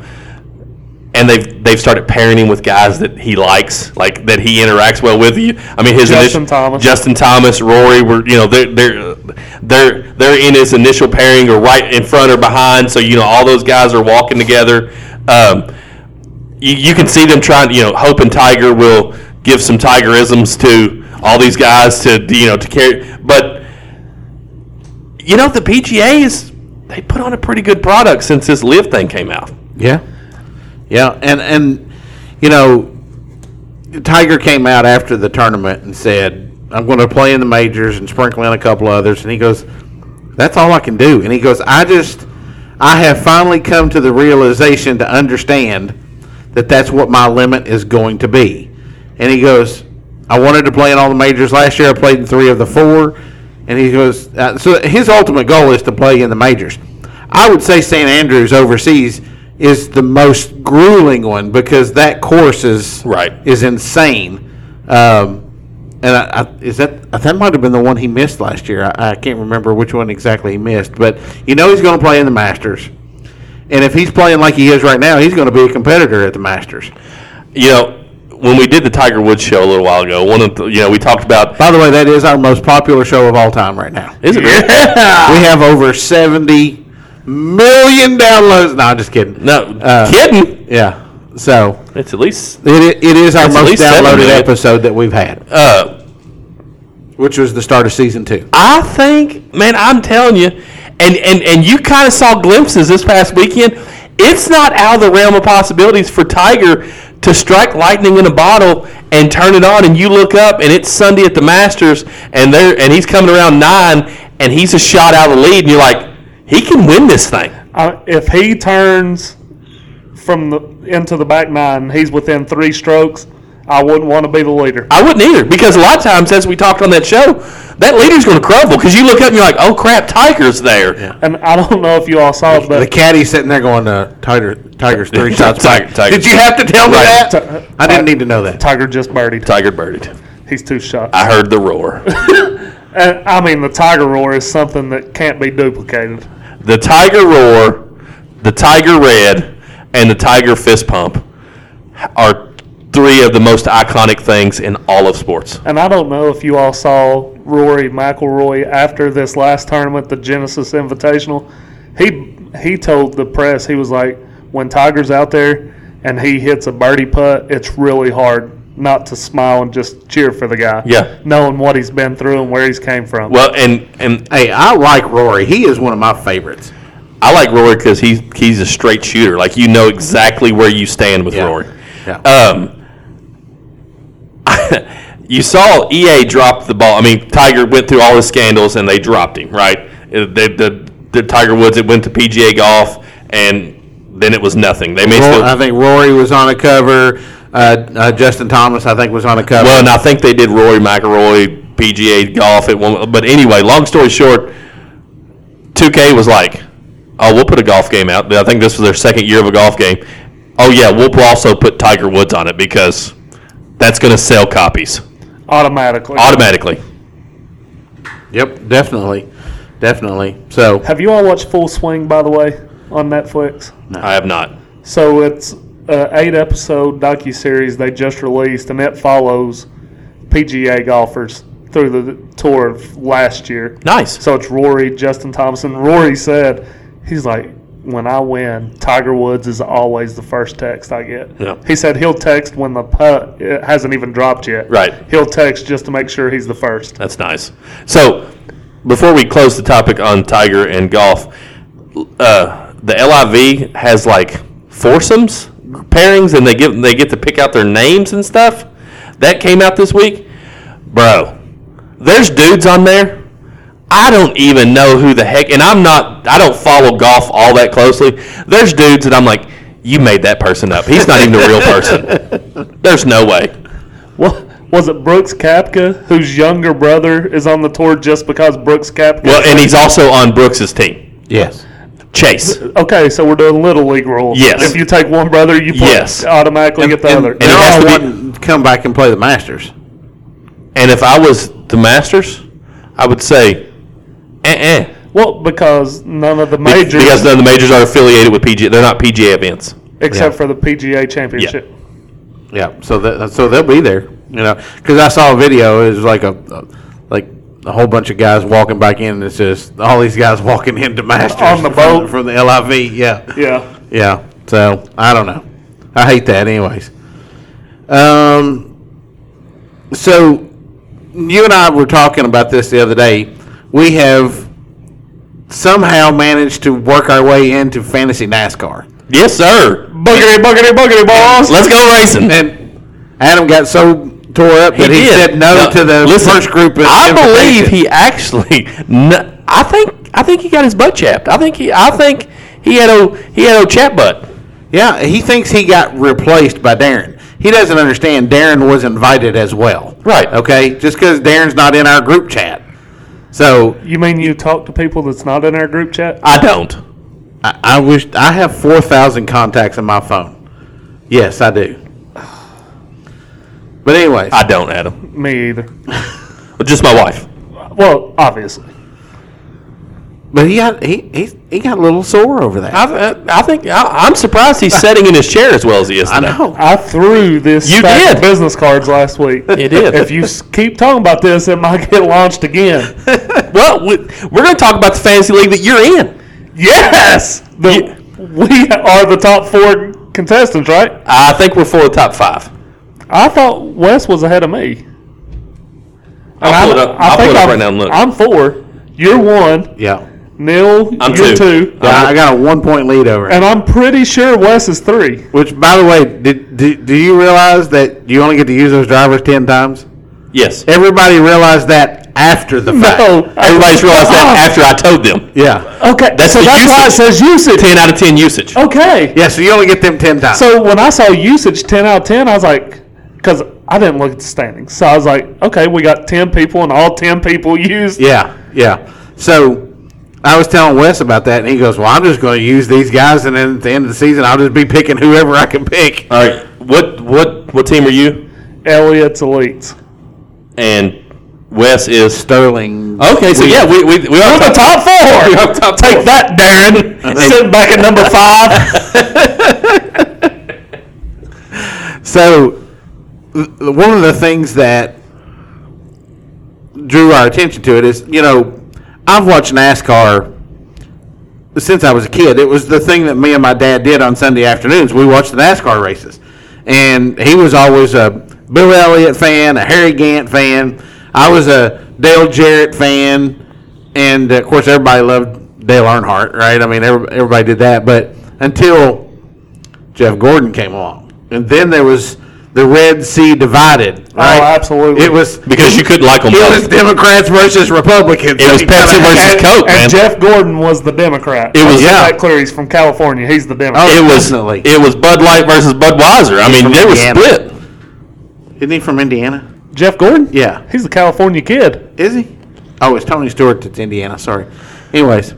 Speaker 4: And they've they've started pairing him with guys that he likes, like that he interacts well with. You, I mean, his
Speaker 3: Justin
Speaker 4: initial-
Speaker 3: Thomas.
Speaker 4: Justin Thomas, Rory were you know they're they're they're they're in his initial pairing or right in front or behind. So you know all those guys are walking together. Um, you, you can see them trying, you know, hoping Tiger will give some Tigerisms to all these guys to, you know, to carry. But, you know, the PGA is, they put on a pretty good product since this live thing came out.
Speaker 2: Yeah, yeah, and and you know, Tiger came out after the tournament and said, "I'm going to play in the majors and sprinkle in a couple others." And he goes, "That's all I can do." And he goes, "I just, I have finally come to the realization to understand that that's what my limit is going to be." And he goes, "I wanted to play in all the majors last year. I played in three of the four. And he goes, uh, "So his ultimate goal is to play in the majors." I would say St. Andrews overseas is the most grueling one because that course is
Speaker 4: Right.
Speaker 2: is insane. Um, and I, I, is that that might have been the one he missed last year? I, I can't remember which one exactly he missed, but you know he's going to play in the Masters, and if he's playing like he is right now, he's going to be a competitor at the Masters.
Speaker 4: You know, when we did the Tiger Woods show a little while ago, one of the, you know, we talked about,
Speaker 2: By the way, that is our most popular show of all time right now.
Speaker 4: is it really? Ah.
Speaker 2: We have over seventy million downloads. No, I'm just kidding.
Speaker 4: No,
Speaker 2: Uh,
Speaker 4: kidding.
Speaker 2: Yeah, so
Speaker 4: It's at least,
Speaker 2: It, it is our
Speaker 4: It's at
Speaker 2: most
Speaker 4: least seven
Speaker 2: downloaded
Speaker 4: minutes.
Speaker 2: episode that we've had,
Speaker 4: uh,
Speaker 2: which was the start of season two.
Speaker 4: I think, man, I'm telling you, and and and you kind of saw glimpses this past weekend. It's not out of the realm of possibilities for Tiger to strike lightning in a bottle and turn it on, and you look up and it's Sunday at the Masters, and there and he's coming around nine, and he's a shot out of the lead, and you're like, he can win this thing.
Speaker 3: I, if he turns from the into the back nine, he's within three strokes. I wouldn't want to be the leader.
Speaker 4: I wouldn't either because a lot of times, as we talked on that show, that leader's going to crumble because you look up and you're like, oh crap, Tiger's there.
Speaker 3: And I don't know if you all saw it,
Speaker 2: The
Speaker 3: but
Speaker 2: caddy's sitting there going, uh, "Tiger, Tiger's three shots
Speaker 4: *laughs* Tiger-
Speaker 2: back."
Speaker 4: Tiger's-
Speaker 2: Did you have to tell me
Speaker 4: Right.
Speaker 2: that? I didn't need to know that.
Speaker 3: Tiger just birdied.
Speaker 4: Tiger birdied.
Speaker 3: He's two shots.
Speaker 4: I heard the roar.
Speaker 3: And, I mean, the Tiger roar is something that can't be duplicated.
Speaker 4: the Tiger Roar, the Tiger Red, and the Tiger Fist Pump are three of the most iconic things in all of sports.
Speaker 3: And I don't know if you all saw Rory McIlroy after this last tournament, the Genesis Invitational. He he told the press he was like, when Tiger's out there and he hits a birdie putt, it's really hard not to smile and just cheer for the guy.
Speaker 4: Yeah.
Speaker 3: knowing what he's been through and where he's came from.
Speaker 4: Well, and and
Speaker 2: Hey, I like Rory. He is one of my favorites.
Speaker 4: I like Rory because he's he's a straight shooter. Like you know exactly where you stand with
Speaker 2: Yeah.
Speaker 4: Rory.
Speaker 2: Yeah.
Speaker 4: Um, *laughs* you saw EA drop the ball. I mean, Tiger went through all the scandals and they dropped him, right? Uh, The, the, the Tiger Woods, it went to PGA Golf and then it was nothing. They may
Speaker 2: Ro-
Speaker 4: still.
Speaker 2: I think Rory was on a cover. Uh, uh, Justin Thomas, I think, was on a cover.
Speaker 4: Well, and I think they did Rory McIlroy PGA golf at one. But anyway, long story short, 2K was like, "Oh, we'll put a golf game out." I think this was their second year of a golf game. Oh yeah, we'll also put Tiger Woods on it because that's going to sell copies
Speaker 3: Automatically.
Speaker 4: automatically.
Speaker 2: Yep, definitely, definitely. So
Speaker 3: Have you all watched Full Swing by the way on Netflix?
Speaker 4: I have not.
Speaker 3: So it's a eight episode docu series they just released, and it follows PGA golfers through the tour of last year.
Speaker 4: Nice.
Speaker 3: So it's Rory, Justin Thompson. Rory said, he's like, when I win, Tiger Woods is always the first text I get.
Speaker 4: Yeah.
Speaker 3: He said he'll text when the putt it hasn't even dropped yet.
Speaker 4: Right.
Speaker 3: He'll text just to make sure he's the first.
Speaker 4: That's nice. So, before we close the topic on Tiger and golf, uh, the LIV has like foursomes pairings, and they give they get to pick out their names and stuff. That came out this week, bro. There's dudes on there. I don't even know who the heck, and I'm not. I don't follow golf all that closely. There's dudes that I'm like, you made that person up. He's not even a real person. There's no way.
Speaker 3: What was it? Brooks Kapka, whose younger brother is on the tour just because Brooks Kapka.
Speaker 4: Well, and he's also on Brooks's team,
Speaker 2: yes,
Speaker 4: Chase.
Speaker 3: okay, so we're doing little league rules.
Speaker 4: Yes.
Speaker 3: If you take one brother, you put,
Speaker 4: Yes.
Speaker 3: automatically get the
Speaker 4: and-
Speaker 3: other.
Speaker 4: and it
Speaker 2: they're
Speaker 4: has
Speaker 2: all
Speaker 4: to be-
Speaker 2: wanting to come back and play the Masters.
Speaker 4: And if I was the Masters, I would say, eh, eh.
Speaker 3: well, because none of the
Speaker 4: Be-
Speaker 3: majors,
Speaker 4: Because none of the majors are affiliated with PGA. They're not PGA events.
Speaker 3: except
Speaker 2: Yeah.
Speaker 3: for the PGA Championship.
Speaker 2: Yeah, so that so they'll be there, you know. Because I saw a video. It was like a, a like a whole bunch of guys walking back in. And it's just all these guys *laughs* walking into Masters
Speaker 3: On the
Speaker 2: from-
Speaker 3: boat.
Speaker 2: from the LIV. Yeah,
Speaker 3: Yeah.
Speaker 2: yeah. So I don't know. I hate that, anyways. Um, so you and I were talking about this the other day. We have somehow managed to work our way into fantasy NASCAR.
Speaker 4: Yes, sir.
Speaker 3: Boogity, boogity, boogity, balls.
Speaker 4: Let's go racing.
Speaker 2: And Adam got so tore up that he,
Speaker 4: did.
Speaker 2: said no, to the
Speaker 4: listen,
Speaker 2: first group. of
Speaker 4: I believe
Speaker 2: invitation.
Speaker 4: he actually. n- I think. I think he got his butt chapped. I think he. I think he had a. He had a chat butt.
Speaker 2: Yeah, he thinks he got replaced by Darren. He doesn't understand Darren was invited as well.
Speaker 4: Right.
Speaker 2: Okay. Just because Darren's not in our group chat, so
Speaker 3: You mean you talk to people that's not in our group chat?
Speaker 4: I don't.
Speaker 2: I, I wish I have four thousand contacts in my phone. Yes, I do. But anyways,
Speaker 4: I don't, Adam.
Speaker 3: Me either.
Speaker 4: Just my wife.
Speaker 3: Well, obviously.
Speaker 2: but he got he, he he got a little sore over that.
Speaker 4: I, I think I, I'm surprised *laughs* he's sitting in his chair as well as he is.
Speaker 2: I
Speaker 4: today.
Speaker 2: know.
Speaker 3: I threw this
Speaker 4: You
Speaker 3: stack
Speaker 4: did.
Speaker 3: of business cards last week.
Speaker 4: *laughs* You did.
Speaker 3: If you s- keep talking about this, it might get launched
Speaker 4: *laughs*
Speaker 3: again.
Speaker 4: *laughs* Well, we, we're going to talk about the fantasy league that you're in.
Speaker 3: yes! The,
Speaker 4: You-
Speaker 3: we are the top four contestants, right?
Speaker 4: I think we're for the top five.
Speaker 3: I thought Wes was ahead of me. And
Speaker 4: I'll pull it up. I'll pull
Speaker 3: think
Speaker 4: it up
Speaker 3: I'm-
Speaker 4: right now and look.
Speaker 3: I'm four. You're one.
Speaker 2: Yeah.
Speaker 3: Neil,
Speaker 4: I'm
Speaker 3: you're
Speaker 4: two.
Speaker 3: two.
Speaker 2: I I got a one point lead over. him.
Speaker 3: And I'm pretty sure Wes is
Speaker 4: *laughs*
Speaker 3: three.
Speaker 2: Which, by the way, did, did do you realize that you only get to use those drivers ten times?
Speaker 4: Yes.
Speaker 2: Everybody realized that after the fact.
Speaker 3: No.
Speaker 4: Everybody's realized that
Speaker 3: Oh.
Speaker 4: after I told them.
Speaker 2: Yeah.
Speaker 3: uh-huh. Okay.
Speaker 4: That's
Speaker 3: so
Speaker 4: the
Speaker 3: that's why it
Speaker 4: usage.
Speaker 3: says usage.
Speaker 4: 10 out of 10 usage.
Speaker 3: Okay.
Speaker 2: Yeah. So you only get them ten times.
Speaker 3: So when I saw usage 10 out of 10, I was like, because I didn't look at the standings. So I was like, okay, we got 10 people, and all 10 people used.
Speaker 2: yeah, yeah. So I was telling Wes about that, and he goes, "Well, I'm just going to use these guys, and then at the end of the season, I'll just be picking whoever I can pick."
Speaker 4: All right. What what what team are you?
Speaker 3: Elliot's elites.
Speaker 4: And Wes is.
Speaker 2: Sterling.
Speaker 4: Okay, so yeah, we, we, we
Speaker 3: We're
Speaker 4: are
Speaker 3: the top four.
Speaker 4: *laughs* We are top
Speaker 3: Take
Speaker 4: four.
Speaker 3: that,
Speaker 4: *laughs*
Speaker 3: Darren. Sitting back at number five.
Speaker 2: So th- one of the things that drew our attention to it is, you know, I've watched NASCAR since I was a kid. It was the thing that me and my dad did on Sunday afternoons. We watched the NASCAR races, and he was always a Bill Elliott fan, a Harry Gant fan. I was a Dale Jarrett fan, and of course everybody loved Dale Earnhardt, right? I mean, every- everybody did that, but until Jeff Gordon came along, and then there was the Red Sea divided. Right?
Speaker 3: absolutely.
Speaker 2: It was
Speaker 4: because you couldn't like them
Speaker 2: it was
Speaker 4: both.
Speaker 2: Democrats versus Republicans.
Speaker 4: It was
Speaker 2: You kinda
Speaker 4: Pepsi
Speaker 2: had-
Speaker 4: versus
Speaker 3: and,
Speaker 4: Coke,
Speaker 3: and
Speaker 4: man.
Speaker 3: Jeff Gordon was the Democrat.
Speaker 4: It was-
Speaker 3: Let's get
Speaker 2: yeah.
Speaker 3: that clear. He's from California. He's the Democrat.
Speaker 2: Oh,
Speaker 4: It was
Speaker 2: definitely.
Speaker 4: it was Bud Light versus Budweiser. I mean,
Speaker 2: From
Speaker 4: they were
Speaker 2: Indiana.
Speaker 4: split.
Speaker 2: Isn't he from Indiana?
Speaker 4: Oh.
Speaker 3: Jeff Gordon?
Speaker 2: Yeah.
Speaker 3: He's a California kid.
Speaker 2: Is he? Oh, it's Tony Stewart that's Indiana. Sorry. Anyways,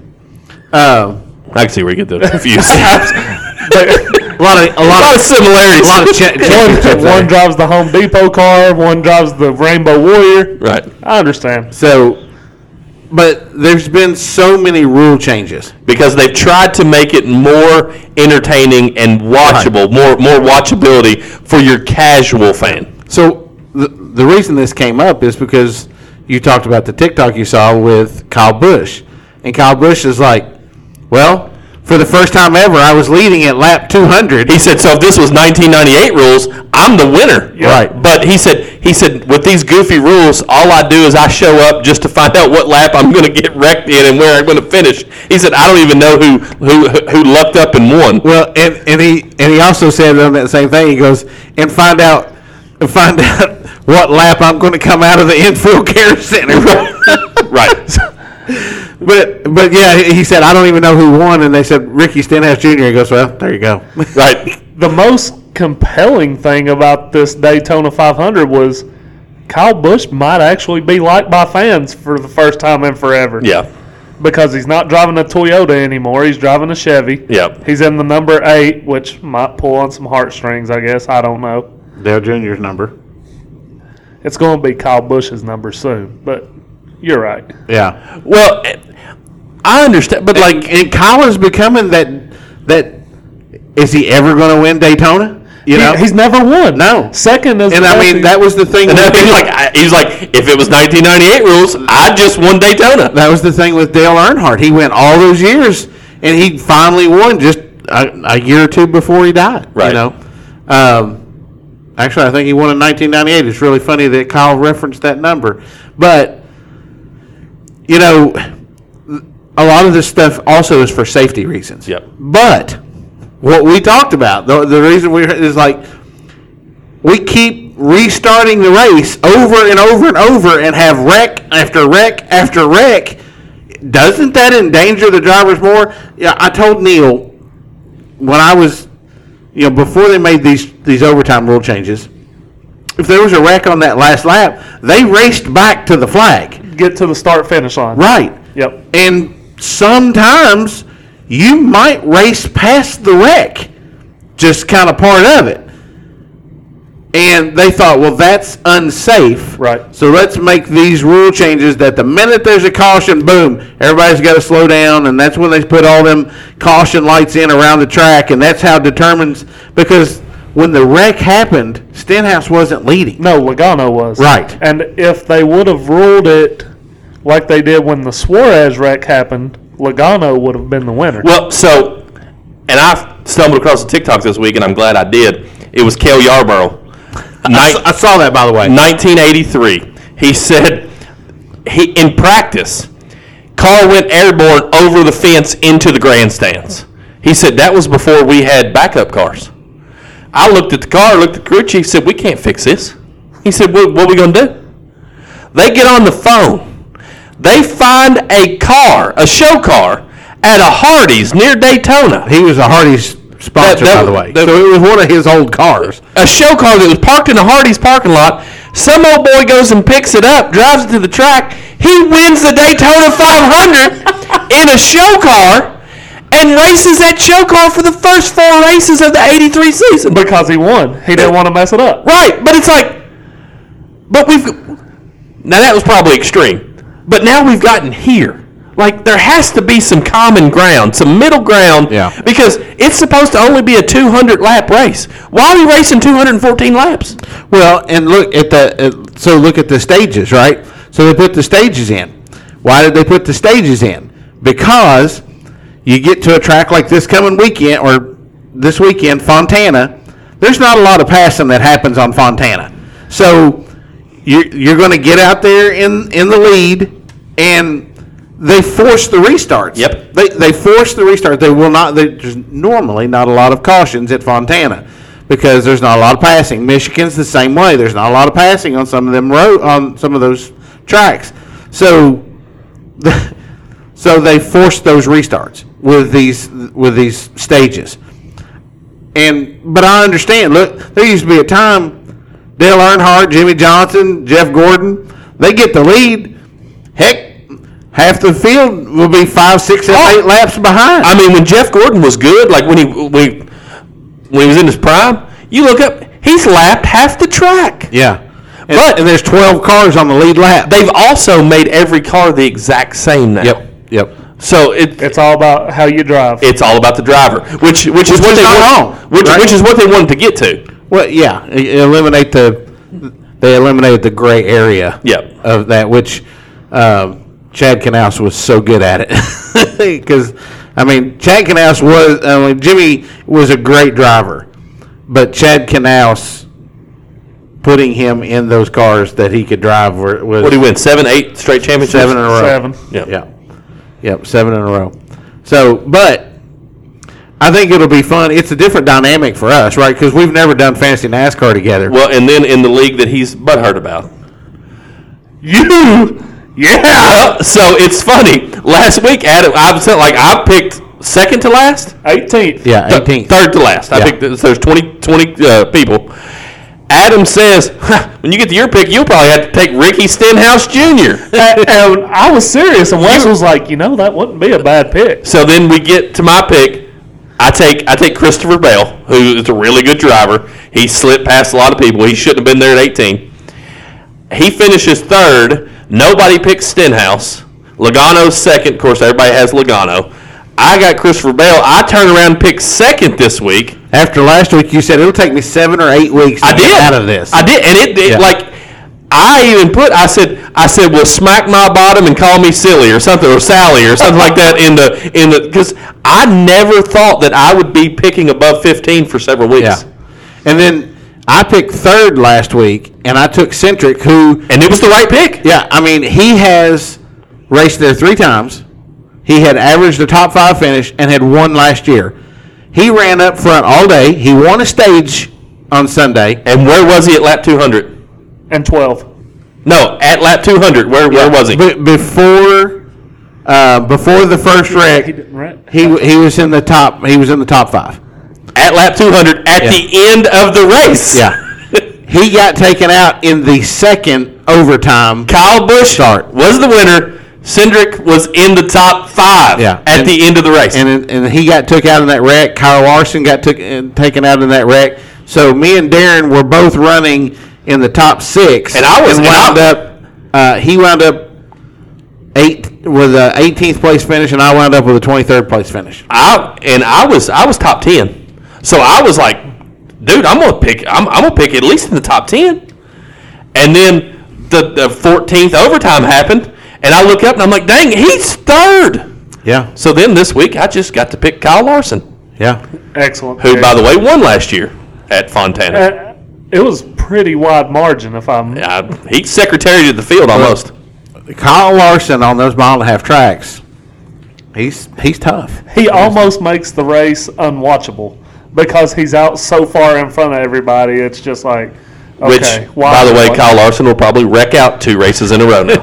Speaker 2: um,
Speaker 4: I can see where you get
Speaker 3: *laughs*
Speaker 4: the confused.
Speaker 2: a lot of a
Speaker 4: *laughs* a lot
Speaker 2: lot
Speaker 4: of
Speaker 2: of
Speaker 4: similarities.
Speaker 2: a lot of
Speaker 4: *laughs*
Speaker 2: cha- championships
Speaker 3: One, one
Speaker 2: there.
Speaker 3: drives the Home Depot car. One drives the Rainbow Warrior.
Speaker 4: right.
Speaker 3: I understand.
Speaker 2: So, but there's been so many rule changes.
Speaker 4: because they've tried to make it more entertaining and watchable, more more watchability for your casual fan.
Speaker 2: So the the reason this came up is because you talked about the TikTok you saw with Kyle Bush, and Kyle Bush is like, well, for the first time ever, I was leading at lap 200.
Speaker 4: He said, "So if this was 1998 rules, I'm the winner."
Speaker 2: Right.
Speaker 4: But he said, he said, with these goofy rules, all I do is I show up just to find out what lap I'm going to get wrecked in and where I'm going to finish. He said, I don't even know who who who lucked up and won.
Speaker 2: Well, and, and he and he also said on that same thing. He goes and find out find *laughs* out what lap I'm going to come out of the infield care center. *laughs*
Speaker 4: *laughs* right.
Speaker 2: but but yeah, he he said I don't even know who won, and they said Ricky Stenhouse Jr. He goes, well, there you go.
Speaker 4: Right.
Speaker 3: The most compelling thing about this Daytona 500 was Kyle Busch might actually be liked by fans for the first time in forever.
Speaker 4: Yeah.
Speaker 3: because he's not driving a Toyota anymore. He's driving a Chevy.
Speaker 4: Yep.
Speaker 3: He's in the number eight, which might pull on some heartstrings, I guess. I don't know.
Speaker 2: Dale Jr.'s number.
Speaker 3: It's going to be Kyle Bush's number soon, but you're right.
Speaker 2: Yeah,
Speaker 4: Well, I understand, but like
Speaker 2: like and Kyle is becoming that that. Is he ever going to win Daytona? You know,
Speaker 3: He- he's never won.
Speaker 2: No.
Speaker 3: Second is
Speaker 2: and I mean that was the thing.
Speaker 4: And
Speaker 2: with
Speaker 4: then he's
Speaker 2: Dale-
Speaker 4: like, I- he's like, if it was 1998 rules, I just won Daytona.
Speaker 2: That was the thing with Dale Earnhardt. He went all those years, and he finally won just a, a year or two before he died.
Speaker 4: Right.
Speaker 2: You know, um, actually, I think he won in 1998. It's really funny that Kyle referenced that number, but you know, a lot of this stuff also is for safety reasons.
Speaker 4: Yep.
Speaker 2: But what we talked about, the, the reason we is like we keep restarting the race over and over and over and have wreck after wreck after wreck. Doesn't that endanger the drivers more? Yeah, I told Neil when I was, you know, before they made these these overtime rule changes, if there was a wreck on that last lap, they raced back to the flag.
Speaker 3: get to the start finish line.
Speaker 2: Right.
Speaker 3: Yep.
Speaker 2: And sometimes you might race past the wreck, just kind of part of it. And they thought, well, that's unsafe.
Speaker 3: Right.
Speaker 2: So let's make these rule changes that the minute there's a caution, boom, everybody's got to slow down. And that's when they put all them caution lights in around the track. And that's how it determines, because when the wreck happened, Stenhouse wasn't leading.
Speaker 3: No, Logano was.
Speaker 2: Right.
Speaker 3: And if they would have ruled it like they did when the Suarez wreck happened, Logano would have been the winner.
Speaker 4: Well, so, and I stumbled across a TikTok this week, and I'm glad I did. It was Kel Yarborough,
Speaker 2: I, I saw that, by the way.
Speaker 4: 1983. He said, he in practice, car went airborne over the fence into the grandstands. He said that was before we had backup cars. I looked at the car, looked at the crew chief, said, "We can't fix this." He said, "What, what are we gonna do?" They get on the phone. They find a car, a show car, at a Hardee's near Daytona.
Speaker 2: He was a Hardy's sponsor,
Speaker 4: that-
Speaker 2: by the way.
Speaker 4: that-
Speaker 2: so it was one of his old cars.
Speaker 4: a show car that was parked in the Hardy's parking lot. Some old boy goes and picks it up, drives it to the track. He wins the Daytona 500 in a show car and races that show car for the first four races of the 83 season. But,
Speaker 3: because he won. He didn't want to mess it up.
Speaker 4: right, but it's like, but we've, now that was probably extreme, but now we've gotten here. Like, there has to be some common ground, some middle ground,
Speaker 2: Yeah.
Speaker 4: because it's supposed to only be a 200 lap race. Why are we racing 214 laps?
Speaker 2: Well, and look at the uh, so look at the stages, right? So they put the stages in. Why did they put the stages in? Because you get to a track like this coming weekend or this weekend, Fontana, there's not a lot of passing that happens on Fontana. So you're, you're going to get out there in, in the lead, and they force the restarts.
Speaker 4: Yep.
Speaker 2: They, they force the restart. They will not, there's normally not a lot of cautions at Fontana because there's not a lot of passing. Michigan's the same way. There's not a lot of passing on some of them road, on some of those tracks. So *laughs* so they forced those restarts with these with these stages. And but I understand. Look, there used to be a time Dale Earnhardt, Jimmy Johnson, Jeff Gordon, they get the lead. Heck, half the field will be five, six, seven, eight laps behind.
Speaker 4: I mean, when Jeff Gordon was good, like when he when he, when he was in his prime, you look up, he's lapped half the track.
Speaker 2: yeah, and,
Speaker 4: But-
Speaker 2: and there's twelve cars on the lead lap.
Speaker 4: They've also made every car the exact same now.
Speaker 2: yep.
Speaker 4: So it,
Speaker 3: It's all about how you drive.
Speaker 4: it's all about the driver, which which, is
Speaker 2: Which
Speaker 4: what
Speaker 2: is
Speaker 4: they
Speaker 2: not
Speaker 4: want,
Speaker 2: wrong,
Speaker 4: which
Speaker 2: right?
Speaker 4: which is what they wanted to get to.
Speaker 2: Well, yeah, e- eliminate the they eliminated the gray area.
Speaker 4: Yep.
Speaker 2: Of that, which um, Chad Knaus was so good at it, *laughs* because I mean Chad Knaus was I mean, Jimmy was a great driver, but Chad Knaus putting him in those cars that he could drive were, was
Speaker 4: What did he win? Seven, eight straight championships.
Speaker 2: seven in a row.
Speaker 3: Seven.
Speaker 4: Yeah.
Speaker 2: Yeah. Yep, seven in a row. So, but I think it'll be fun. It's a different dynamic for us, right? Because we've never done fantasy NASCAR together.
Speaker 4: Well, and then in the league that he's butthurt about.
Speaker 3: You, yeah,
Speaker 4: Well, so it's funny. Last week, Adam, I was like, I picked second to last.
Speaker 3: eighteenth.
Speaker 2: yeah,
Speaker 4: Th-
Speaker 2: 18th.
Speaker 4: Third to last. I
Speaker 2: Uh, Yeah.
Speaker 4: picked, so there's 20, 20 uh, people. Adam says, *laughs* "Huh, when you get to your pick, you'll probably have to take Ricky Stenhouse Jr.
Speaker 3: and I was serious, and Wes was like, you know, that wouldn't be a bad pick.
Speaker 4: so then we get to my pick. I take I take Christopher Bell, who is a really good driver. He slipped past a lot of people. He shouldn't have been there at 18. He finishes third. Nobody picks Stenhouse. Logano's second. Of course, everybody has Logano. I got Christopher Bell. I turn around and pick second this week.
Speaker 2: After last week, you said it'll take me seven or eight weeks to
Speaker 4: I
Speaker 2: get
Speaker 4: did
Speaker 2: out of this.
Speaker 4: I did, and it, it
Speaker 2: Yeah.
Speaker 4: like I even put. I said, I said, well, smack my bottom and call me silly or something, or Sally or something like that. In the in the because I never thought that I would be picking above fifteen for several weeks.
Speaker 2: Yeah. And then I picked third last week, and I took Centric, who,
Speaker 4: And it was the right pick.
Speaker 2: yeah, I mean, he has raced there three times. He had averaged a top five finish and had won last year. He ran up front all day. He won a stage on Sunday.
Speaker 4: And where was he at lap two hundred?
Speaker 3: And twelve.
Speaker 4: No, at lap two hundred. Where where was he?
Speaker 2: Be- before, uh, before the first wreck,
Speaker 3: He didn't rent.
Speaker 2: he he was in the top. He was in the top five.
Speaker 4: At lap two hundred. At
Speaker 2: Yeah.
Speaker 4: the end of the race.
Speaker 2: he got taken out in the second overtime.
Speaker 4: *laughs* Kyle Busch
Speaker 2: Start.
Speaker 4: was the winner. Cindric was in the top five
Speaker 2: Yeah.
Speaker 4: at
Speaker 2: And-
Speaker 4: the end of the race.
Speaker 2: and and he got took out in that wreck. Kyle Larson got took and taken out in that wreck. So me and Darren were both running in the top six,
Speaker 4: And I was- and I-
Speaker 2: wound up. Uh, he wound up eight with a 18th place finish, and I wound up with a 23rd place finish.
Speaker 4: I and I was I was top ten, so I was like, dude, I'm gonna pick I'm, I'm gonna pick at least in the top ten, and then the the fourteenth overtime happened, and I look up and I'm like, dang, he's third.
Speaker 2: Yeah,
Speaker 4: So then this week I just got to pick Kyle Larson,
Speaker 2: yeah,
Speaker 3: Excellent.
Speaker 4: who
Speaker 3: pick.
Speaker 4: by the way won last year at Fontana.
Speaker 3: Uh, it was pretty wide margin, if I'm.
Speaker 4: Uh, he's secretary to the field almost.
Speaker 2: Kyle Larson on those mile and a half tracks. He's he's tough.
Speaker 3: He almost makes the race unwatchable because he's out so far in front of everybody. It's just like,
Speaker 4: Which,
Speaker 3: okay.
Speaker 4: by
Speaker 3: why-
Speaker 4: the way,
Speaker 3: why-
Speaker 4: Kyle Larson will probably wreck out two races in a
Speaker 3: *laughs*
Speaker 4: row now.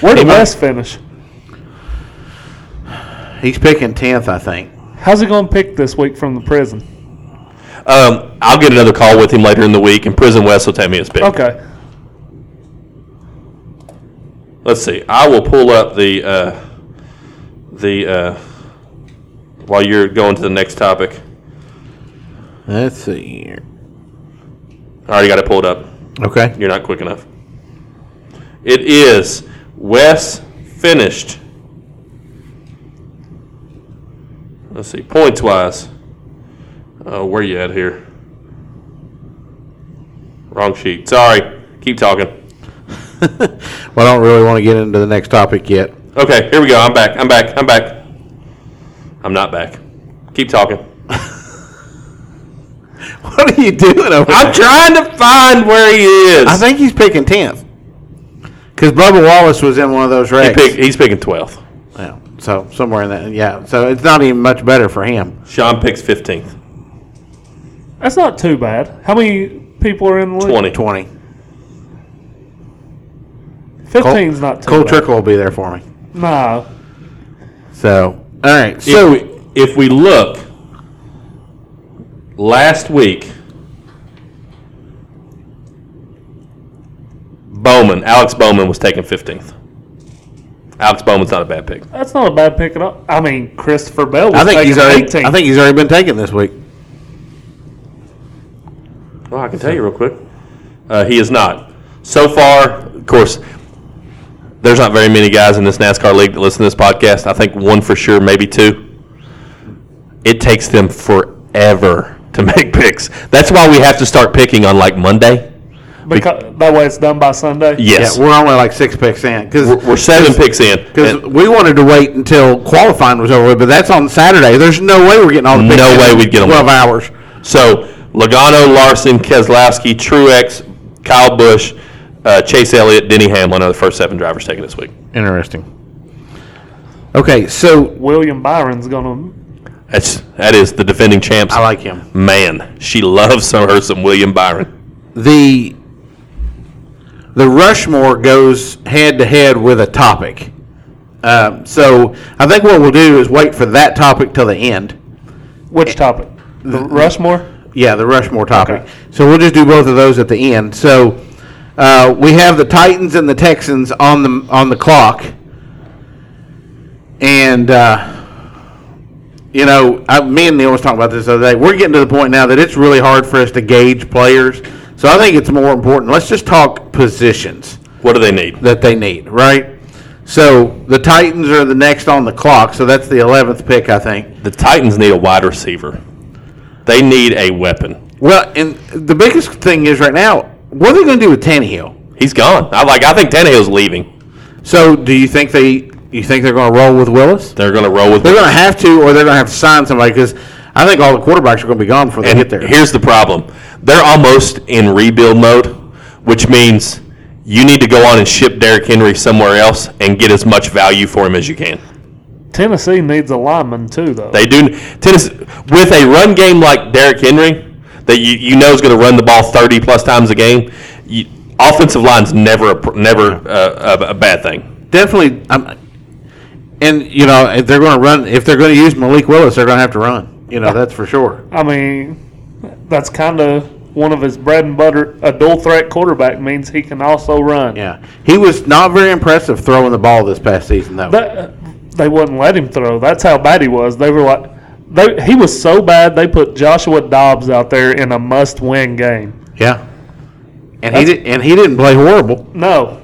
Speaker 3: where did Wes finish?
Speaker 2: He's picking 10th, I think.
Speaker 3: How's he going to pick this week from the prison?
Speaker 4: um, I'll get another call with him later in the week, and Prison West will tell me his pick.
Speaker 3: Okay.
Speaker 4: let's see. I will pull up the uh, the uh, while you're going to the next topic.
Speaker 2: Let's see here.
Speaker 4: I already got it pulled up.
Speaker 2: Okay.
Speaker 4: You're not quick enough. It is Wes finished. Let's see points wise. Uh, where you at here? Wrong sheet. Sorry. Keep talking.
Speaker 2: Well, I don't really want to get into the next topic yet. *laughs*
Speaker 4: Okay, here we go. I'm back. I'm back. I'm back. I'm not back. Keep talking.
Speaker 2: What are you doing over
Speaker 4: I'm
Speaker 2: there?
Speaker 4: trying to find where he is.
Speaker 2: I think he's picking tenth. Because Bubba Wallace was in one of those
Speaker 4: he
Speaker 2: wrecks.
Speaker 4: pick, he's picking 12th.
Speaker 2: Yeah, so somewhere in that, yeah. So it's not even much better for him.
Speaker 4: Sean picks 15th.
Speaker 3: That's not too bad. How many people are in the league?
Speaker 4: 20.
Speaker 2: Twenty.
Speaker 3: Fifteen's not too
Speaker 2: Cole
Speaker 3: bad.
Speaker 2: Trickle will be there for me.
Speaker 3: No.
Speaker 2: So all right. So
Speaker 4: If we, if we look last week, Bowman, Alex Bowman was taken 15th. Alex Bowman's not a bad pick.
Speaker 3: That's not a bad pick at all. I mean, Christopher Bell was
Speaker 2: I think he's
Speaker 3: taking
Speaker 2: already.
Speaker 3: 18.
Speaker 2: I think he's already been taken this week.
Speaker 4: Well, I can tell you real quick. Uh, he is not. So far, of course, there's not very many guys in this NASCAR league that listen to this podcast. I think one for sure, maybe two. It takes them forever to *laughs* make picks. That's why we have to start picking on like Monday.
Speaker 3: Because, that way it's done by Sunday.
Speaker 4: Yes.
Speaker 2: Yeah, we're only like six picks in because
Speaker 4: we're, we're seven picks in.
Speaker 2: Because
Speaker 4: And
Speaker 2: we wanted to wait until qualifying was over, with, but that's on Saturday. There's no way we're getting all the
Speaker 4: No
Speaker 2: picks in
Speaker 4: way we'd get 'em.
Speaker 2: twelve hours.
Speaker 4: So Logano, Larson, Keselowski, Truex, Kyle Busch, uh, Chase Elliott, Denny Hamlin are the first seven drivers taken this week.
Speaker 2: Interesting. Okay, so
Speaker 3: William Byron's gonna.
Speaker 4: That's that is the defending champs.
Speaker 2: I like him.
Speaker 4: Man, she loves some, her some William Byron.
Speaker 2: the the Rushmore goes head to head with a topic. Um, so I think what we'll do is wait for that topic till the end.
Speaker 3: Which topic? The Rushmore.
Speaker 2: Yeah, the Rushmore topic.
Speaker 3: Okay.
Speaker 2: So we'll just do both of those at the end. So uh, we have the Titans and the Texans on the on the clock, and uh, you know, I, me and Neil was talking about this the other day. We're getting to the point now that it's really hard for us to gauge players. So I think it's more important. Let's just talk positions
Speaker 4: What do they need?
Speaker 2: that they need, right? So the Titans are the next on the clock. So that's the eleventh pick, I think.
Speaker 4: The Titans need a wide receiver. They need a weapon.
Speaker 2: Well, and the biggest thing is right now, what are they going to do with Tannehill?
Speaker 4: He's gone. I like. I think Tannehill's leaving.
Speaker 2: So, do you think they you think they're going to roll with Willis?
Speaker 4: They're going to roll with.
Speaker 2: They're going to have to, or they're going to have to sign somebody because I think all the quarterbacks are going to be gone before they
Speaker 4: And
Speaker 2: get there.
Speaker 4: here's the problem: they're almost in rebuild mode, which means you need to go on and ship Derrick Henry somewhere else and get as much value for him as you can.
Speaker 3: Tennessee needs a lineman too, though.
Speaker 4: They do Tennessee with a run game like Derrick Henry that you, you know is going to run the ball thirty plus times a game. You, offensive line's never a, pr- never uh, a, a bad thing.
Speaker 2: Definitely, i and you know if they're going to run, if they're going to use Malik Willis, they're going to have to run. You know that's for sure.
Speaker 3: I mean, that's kind of one of his bread and butter. A dual threat quarterback means he can also run.
Speaker 2: Yeah, he was not very impressive throwing the ball this past season though.
Speaker 3: That, they wouldn't let him throw. That's how bad he was. They were like, they, he was so bad they put Joshua Dobbs out there in a must-win game.
Speaker 2: yeah, and he did, and he didn't play horrible.
Speaker 3: No,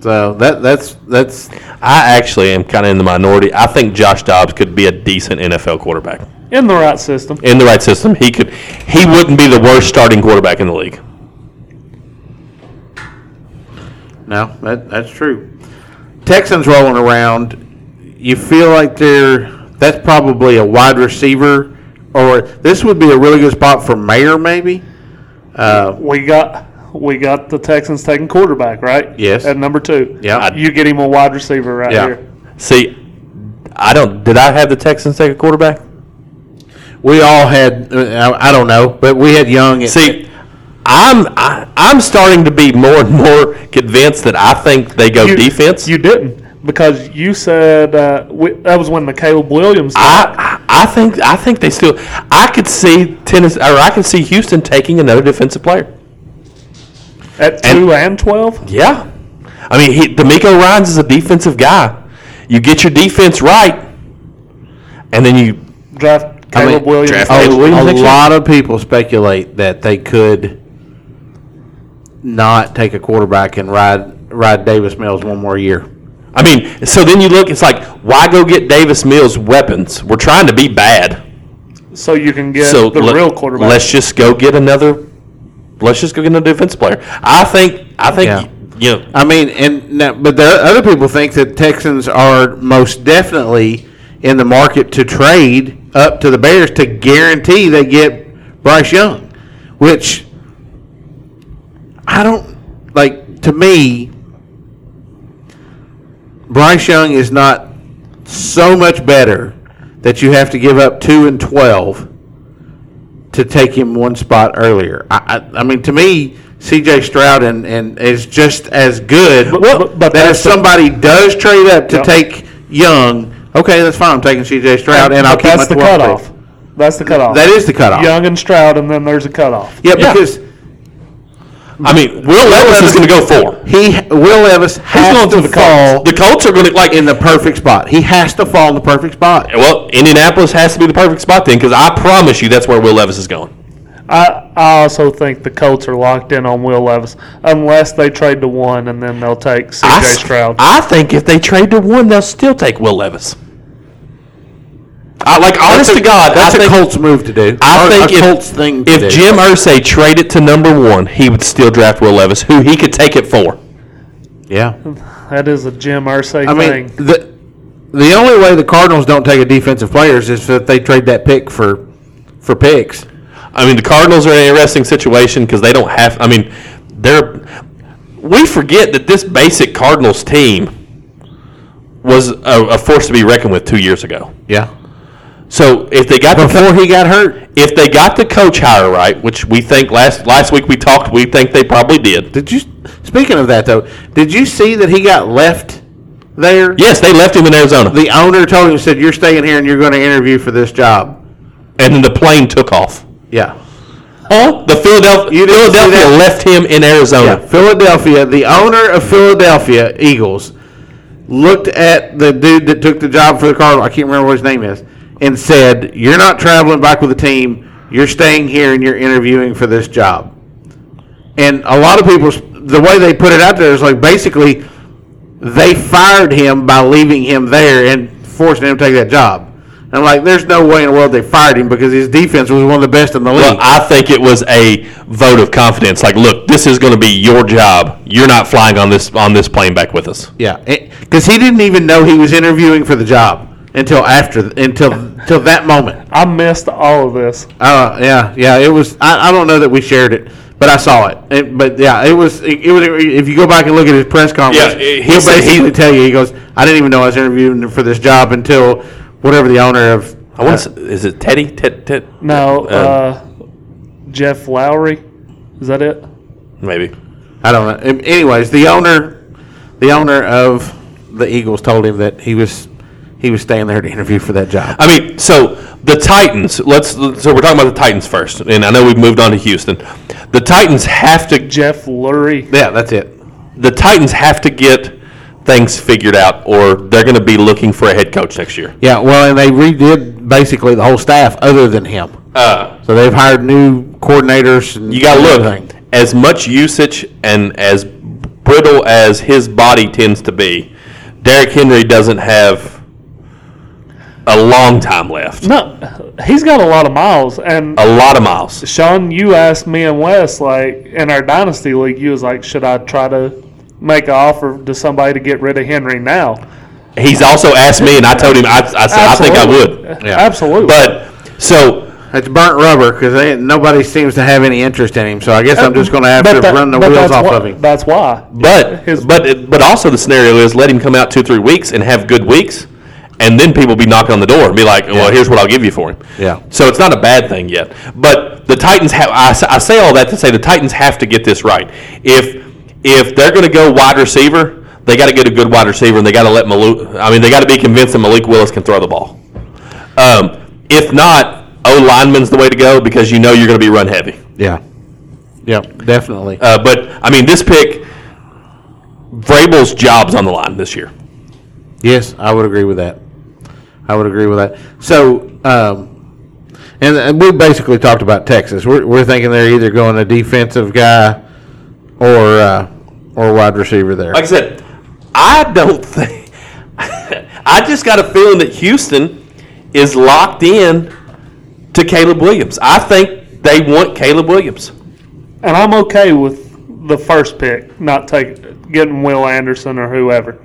Speaker 2: So that that's that's
Speaker 4: I actually am kind of in the minority. I think Josh Dobbs could be a decent NFL quarterback
Speaker 3: in the right system.
Speaker 4: in the right system. He could he wouldn't be the worst starting quarterback in the league.
Speaker 2: No, that, that's true. Texans rolling around. You feel like they're that's probably a wide receiver, or this would be a really good spot for Mayer, maybe. Uh,
Speaker 3: We got. We got the Texans taking quarterback, right?
Speaker 2: Yes.
Speaker 3: At number two.
Speaker 2: Yeah.
Speaker 4: I-
Speaker 3: You get him a wide receiver right
Speaker 2: Yeah.
Speaker 3: here.
Speaker 4: See, I don't. Did I have the Texans take a quarterback?
Speaker 2: we all had uh, I I don't know, but we had Young. At,
Speaker 4: See, I'm I, I'm starting to be more and more convinced that I think they go
Speaker 3: You-
Speaker 4: defense.
Speaker 3: You didn't because you said uh, we, that was when the Caleb Williams.
Speaker 4: I I I think I think they still. I could see Tennessee or I could see Houston taking another defensive player.
Speaker 3: at two and twelve.
Speaker 4: Yeah, I mean he, D'Amico Ryan's is a defensive guy. You get your defense right, and then you
Speaker 3: Draft
Speaker 2: I
Speaker 3: Caleb
Speaker 2: mean,
Speaker 3: Williams.
Speaker 4: draft
Speaker 2: a,
Speaker 4: Caleb Williams
Speaker 2: a
Speaker 4: next year?
Speaker 2: lot of people speculate that they could not take a quarterback and ride ride Davis Mills one more year.
Speaker 4: I mean, so then you look. It's like why go get Davis Mills weapons? We're trying to be bad.
Speaker 3: so you can get
Speaker 4: so
Speaker 3: the
Speaker 4: let-
Speaker 3: real quarterback.
Speaker 4: Let's just go get another. Let's just go get another defensive player. I think. I think.
Speaker 2: Yeah.
Speaker 4: You know,
Speaker 2: I mean, and now, but the other people think that Texans are most definitely in the market to trade up to the Bears to guarantee they get Bryce Young, which I don't like. To me, Bryce Young is not so much better that you have to give up two and twelve to take him one spot earlier. I, I, I mean, to me, C.J. Stroud and, and is just as good.
Speaker 3: But- but- but
Speaker 2: that if
Speaker 3: that's the-
Speaker 2: somebody does trade up to
Speaker 3: Yeah.
Speaker 2: take Young, okay, that's fine. I'm taking C.J. Stroud, and I'll
Speaker 3: But
Speaker 2: keep
Speaker 3: that's
Speaker 2: my
Speaker 3: the
Speaker 2: 12 pick.
Speaker 3: cutoff. That's the cutoff.
Speaker 2: That is the cutoff.
Speaker 3: Young and Stroud, and then there's a cutoff.
Speaker 2: Yeah,
Speaker 4: Yeah.
Speaker 2: because
Speaker 4: I mean, Will Levis is going to go four.
Speaker 2: he Will Levis
Speaker 4: He's
Speaker 2: has
Speaker 4: going
Speaker 2: to
Speaker 4: to the
Speaker 2: fall
Speaker 4: Colts. The Colts are going to like
Speaker 2: in the perfect spot. He has to fall in the perfect spot.
Speaker 4: Well, Indianapolis has to be the perfect spot then, because I promise you that's where Will Levis is going.
Speaker 3: I, I also think the Colts are locked in on Will Levis unless they trade to one, and then they'll take
Speaker 4: I
Speaker 3: C.J.
Speaker 4: s-
Speaker 3: Stroud.
Speaker 4: I think if they trade to one, they'll still take Will Levis. I, like honest
Speaker 2: a-
Speaker 4: to God,
Speaker 2: that's
Speaker 4: I
Speaker 2: a
Speaker 4: think,
Speaker 2: Colts move to do.
Speaker 4: I
Speaker 2: Or
Speaker 4: think
Speaker 2: a
Speaker 4: if,
Speaker 2: Colts thing. to
Speaker 4: if
Speaker 2: do.
Speaker 4: Jim Ursay traded to number one, he would still draft Will Levis, who he could take it for.
Speaker 2: yeah,
Speaker 3: that is a Jim Irsay
Speaker 2: I mean
Speaker 3: thing.
Speaker 2: the the only way the Cardinals don't take a defensive players is if they trade that pick for for picks.
Speaker 4: I mean, the Cardinals are in an interesting situation because they don't have. I mean, they're. We forget that this basic Cardinals team was a, a force to be reckoned with two years ago.
Speaker 2: Yeah,
Speaker 4: So if they got the
Speaker 2: before he got hurt,
Speaker 4: if they got the coach hire right, which we think last last week we talked, we think they probably did.
Speaker 2: did you? Speaking of that though, did you see that he got left there?
Speaker 4: Yes, they left him in Arizona,
Speaker 2: The owner told him said you're staying here and you're going to interview for this job.
Speaker 4: and then the plane took off.
Speaker 2: Yeah.
Speaker 4: Huh? The Philadelphia
Speaker 2: You didn't see
Speaker 4: Philadelphia
Speaker 2: that?
Speaker 4: left him in
Speaker 2: Yeah,
Speaker 4: Arizona.
Speaker 2: Philadelphia, the owner of Philadelphia Eagles, looked at the dude that took the job for the Cardinals, I can't remember what his name is, and said, You're not traveling back with the team. You're staying here and you're interviewing for this job. And a lot of people, the way they put it out there is like basically they fired him by leaving him there and forcing him to take that job. And like, there's no way in the world they fired him because his defense was one of the best in the league.
Speaker 4: Well, I think it was a vote of confidence. Like, look, this is going to be your job. You're not flying on this on this plane back with us.
Speaker 2: Yeah, because he didn't even know he was interviewing for the job until after until until that moment.
Speaker 3: I missed all of this.
Speaker 2: Uh, yeah, yeah, it was. I, I don't know that we shared it, but I saw it. It- but yeah, it was. It, it was. If you go back and look at his press conference,
Speaker 4: Yeah, he
Speaker 2: he'll
Speaker 4: said he-
Speaker 2: basically tell you he goes, "I didn't even know I was interviewing for this job until whatever the owner of."
Speaker 4: I want to. Is it Teddy? Ted? Ted?
Speaker 3: No,
Speaker 4: Um,
Speaker 3: uh, Jeff Lowry, is that it?
Speaker 4: Maybe.
Speaker 2: I don't know. An- Anyways, the owner, the owner of the Eagles told him that he was he was staying there to interview for that job.
Speaker 4: I mean, so the Titans. Let's. So we're talking about the Titans first, and I know we've moved on to Houston. The Titans have to
Speaker 3: Jeff Lurie.
Speaker 2: Yeah, that's it.
Speaker 4: the Titans have to get things figured out, or they're going to be looking for a head coach next year.
Speaker 2: Yeah, well, and they redid basically the whole staff other than him.
Speaker 4: Uh,
Speaker 2: So they've hired new coordinators. And
Speaker 4: you got to
Speaker 2: everything.
Speaker 4: look as much usage and as brittle as his body tends to be. Derrick Henry doesn't have a long time left,
Speaker 3: No, he's got a lot of miles. And
Speaker 4: a lot of miles.
Speaker 3: Sean, you asked me and Wes, like in our dynasty league, you was like, should I try to make an offer to somebody to get rid of Henry now?
Speaker 4: He's also asked me, and I told him I, I said I think I would,
Speaker 2: Yeah.
Speaker 3: Absolutely.
Speaker 4: but so.
Speaker 2: It's burnt rubber because nobody seems to have any interest in him. So I guess I'm just going to have to
Speaker 3: that-
Speaker 2: run the
Speaker 3: but
Speaker 2: wheels
Speaker 3: that's
Speaker 2: off
Speaker 3: why,
Speaker 2: of him.
Speaker 3: That's why.
Speaker 4: But
Speaker 3: His-
Speaker 4: but but also the scenario is let him come out two three weeks and have good weeks, and then people be knocking on the door and be like, well, here's what I'll give you for him.
Speaker 2: Yeah.
Speaker 4: So it's not a bad thing yet. But the Titans have. I, s- I say all that to say the Titans have to get this right. If if they're going to go wide receiver, they got to get a good wide receiver, and they got to let Malik. I mean, they got to be convinced that Malik Willis can throw the ball. Um, if not, O lineman's the way to go because you know you're going to be run heavy.
Speaker 2: Yeah. Yeah, definitely.
Speaker 4: Uh, but I mean, this pick, Vrabel's job's on the line this year.
Speaker 2: Yes, I would agree with that. I would agree with that. So, um, and, and we basically talked about Texas. We're, we're thinking they're either going a defensive guy or uh, or wide receiver there.
Speaker 4: Like I said, I don't think. *laughs* I just got a feeling that Houston is locked in to Caleb Williams. I think they want Caleb Williams.
Speaker 3: and I'm okay with the first pick, not take getting Will Anderson or whoever.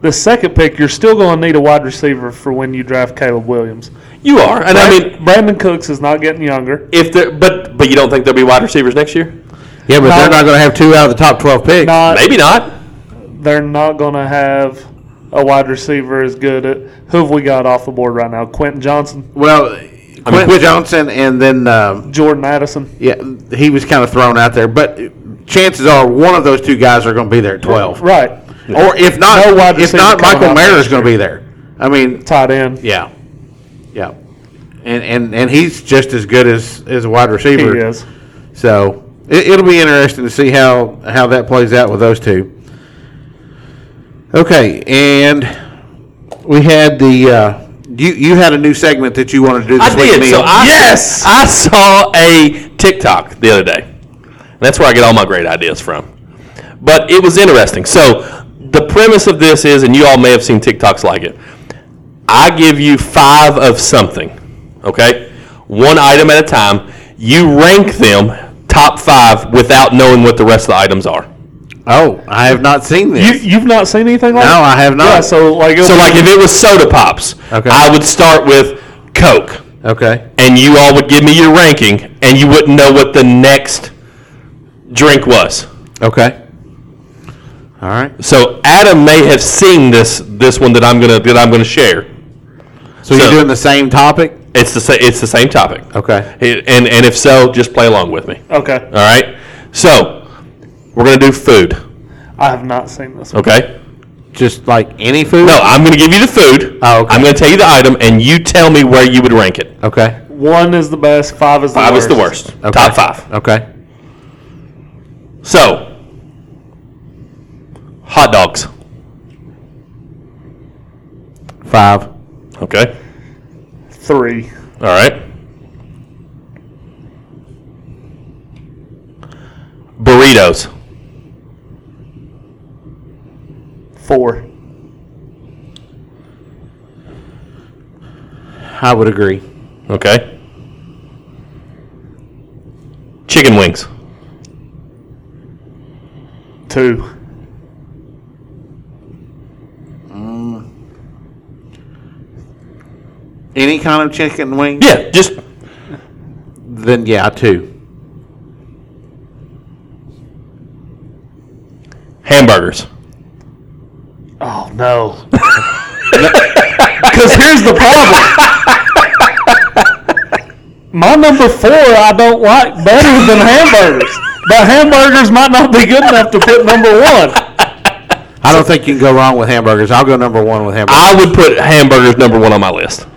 Speaker 3: The second pick, you're still going to need a wide receiver for when you draft Caleb Williams.
Speaker 4: You are, and I mean,
Speaker 3: Brandon Cooks is not getting younger.
Speaker 4: if there, but but you don't think there'll be wide receivers next year?
Speaker 5: Yeah, but they're
Speaker 3: No.
Speaker 5: not going to have two out of the top 12 picks.
Speaker 3: Not
Speaker 4: Maybe not.
Speaker 3: they're not going to have a wide receiver as good at who have we got off the board right now? Quentin Johnson,
Speaker 2: Well, Quentin Johnson, and then um,
Speaker 3: Jordan Addison.
Speaker 2: yeah, he was kind of thrown out there. But chances are, one of those two guys are going to be there at twelve,
Speaker 3: Right.
Speaker 2: or if not,
Speaker 3: No wide
Speaker 2: if
Speaker 3: receiver
Speaker 2: not,
Speaker 3: coming
Speaker 2: Michael
Speaker 3: out
Speaker 2: Mayer is
Speaker 3: next
Speaker 2: going to
Speaker 3: year.
Speaker 2: be there. I mean,
Speaker 3: Tight end.
Speaker 2: yeah, yeah, and and and he's just as good as as a wide
Speaker 3: He
Speaker 2: receiver.
Speaker 3: is.
Speaker 2: So it, it'll be interesting to see how how that plays out with those two. Okay, and we had the uh, you you had a new segment that you wanted to do this
Speaker 4: I
Speaker 2: week,
Speaker 4: did.
Speaker 2: Neil.
Speaker 4: So I
Speaker 5: Yes!
Speaker 4: I saw a TikTok the other day. And that's where I get all my great ideas from. But it was interesting. So the premise of this is, and you all may have seen TikToks like it. I give you five of something, okay? One item at a time. You rank them top five without knowing what the rest of the items are.
Speaker 2: oh, I have not seen
Speaker 3: You,
Speaker 2: this.
Speaker 3: you've not seen anything like
Speaker 2: no,
Speaker 3: that?
Speaker 2: I have not.
Speaker 3: Yeah, so like, it'll
Speaker 4: So,
Speaker 3: be-
Speaker 4: like, if it was soda pops,
Speaker 2: Okay.
Speaker 4: I would start with Coke.
Speaker 2: okay,
Speaker 4: and you all would give me your ranking, and you wouldn't know what the next drink was.
Speaker 2: okay, all right.
Speaker 4: So Adam may have seen this this one that I'm gonna that I'm gonna share.
Speaker 2: So, you're
Speaker 4: So-
Speaker 2: doing the same topic?
Speaker 4: It's the same it's the same topic.
Speaker 2: Okay,
Speaker 4: It- And and if so, just play along with me.
Speaker 3: okay,
Speaker 4: All right. So we're gonna do food.
Speaker 3: I have not seen this. one.
Speaker 4: Okay.
Speaker 2: just like any food.
Speaker 4: No, I'm gonna give you the food.
Speaker 2: Oh, okay.
Speaker 4: I'm gonna tell you the item, and you tell me where you would rank it.
Speaker 2: Okay,
Speaker 3: One is the best. Five is the
Speaker 4: Five
Speaker 3: worst.
Speaker 4: is the worst.
Speaker 2: okay.
Speaker 4: Top five.
Speaker 2: Okay,
Speaker 4: So, hot dogs.
Speaker 2: five.
Speaker 4: Okay.
Speaker 3: Three.
Speaker 4: All right. Burritos.
Speaker 3: Four.
Speaker 2: I would agree.
Speaker 4: Okay. Chicken wings.
Speaker 3: Two.
Speaker 2: Any kind of chicken wing?
Speaker 4: Yeah, just
Speaker 2: Then yeah, two.
Speaker 4: hamburgers.
Speaker 3: Oh, no.
Speaker 2: Because here's the problem.
Speaker 3: My number four, I don't like better than hamburgers. But hamburgers might not be good enough to put number one.
Speaker 2: I don't think you can go wrong with hamburgers. I'll go number one with hamburgers.
Speaker 4: I would put hamburgers number one on my list.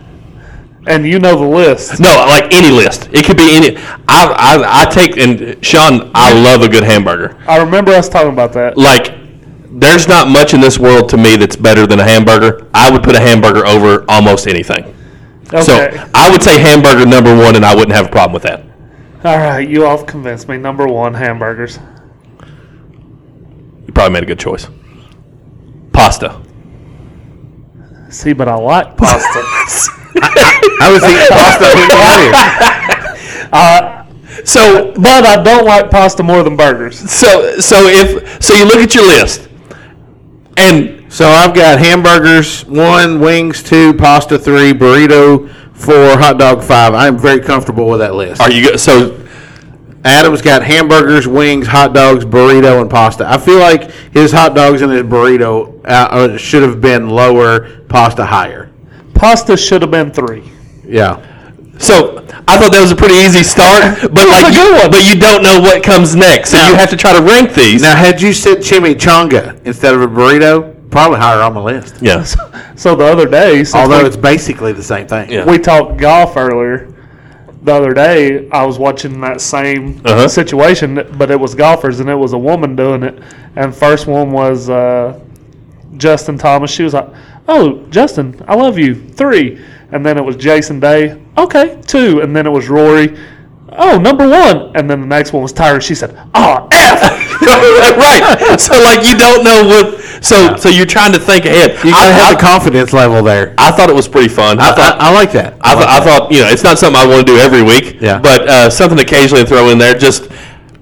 Speaker 3: And you know the list.
Speaker 4: No, like any list. It could be any. I, I, I take and Sean. I love a good hamburger.
Speaker 3: I remember us talking about that.
Speaker 4: Like, there's not much in this world to me that's better than a hamburger. I would put a hamburger over almost anything.
Speaker 3: Okay.
Speaker 4: So I would say hamburger number one, and I wouldn't have a problem with that.
Speaker 3: All right, you all have convinced me. Number one, hamburgers.
Speaker 4: You probably made a good choice. Pasta.
Speaker 3: See, but I like pasta.
Speaker 2: I was
Speaker 4: *laughs*
Speaker 2: eating pasta when you got here.
Speaker 4: Uh, So,
Speaker 3: but I don't like pasta more than burgers.
Speaker 4: so, so if so, you look at your list, and
Speaker 2: So I've got hamburgers one, wings two, pasta three, burrito four, hot dog five. I'm very comfortable with that list.
Speaker 4: are you go- so?
Speaker 2: Adam's got hamburgers, wings, hot dogs, burrito, and pasta. I feel like his hot dogs and his burrito uh, uh, should have been lower, pasta higher.
Speaker 3: Pasta should have been three.
Speaker 2: Yeah.
Speaker 4: So I thought that was a pretty
Speaker 2: *laughs*
Speaker 4: easy start, but like, you, but you don't know what comes next, so you
Speaker 2: Now-
Speaker 4: have to try to rank these.
Speaker 2: Now, had you said chimichanga instead of a burrito, probably higher on the list.
Speaker 4: yes.
Speaker 3: So the other day, since
Speaker 2: Although
Speaker 3: we-
Speaker 2: it's basically the same thing.
Speaker 4: Yeah.
Speaker 3: we talked golf earlier. The other day, I was watching that same
Speaker 4: Uh-huh.
Speaker 3: situation, but it was golfers and it was a woman doing it. And first one was uh, Justin Thomas. She was like, "Oh, Justin, I love you." Three, and then it was Jason Day. Okay, two, and then it was Rory. Oh, number one, and then the next one was Tyra. She said, "Oh, f."
Speaker 4: *laughs* right. So like, you don't know what. So so you're trying to think ahead.
Speaker 2: You
Speaker 4: I,
Speaker 2: gotta have
Speaker 4: I,
Speaker 2: the confidence level there.
Speaker 4: I thought it was pretty fun. I,
Speaker 2: I,
Speaker 4: thought.
Speaker 2: I, I like that.
Speaker 4: I, th- I thought you know it's not something I want to do every week,
Speaker 2: Yeah.
Speaker 4: but uh, something occasionally throw in there just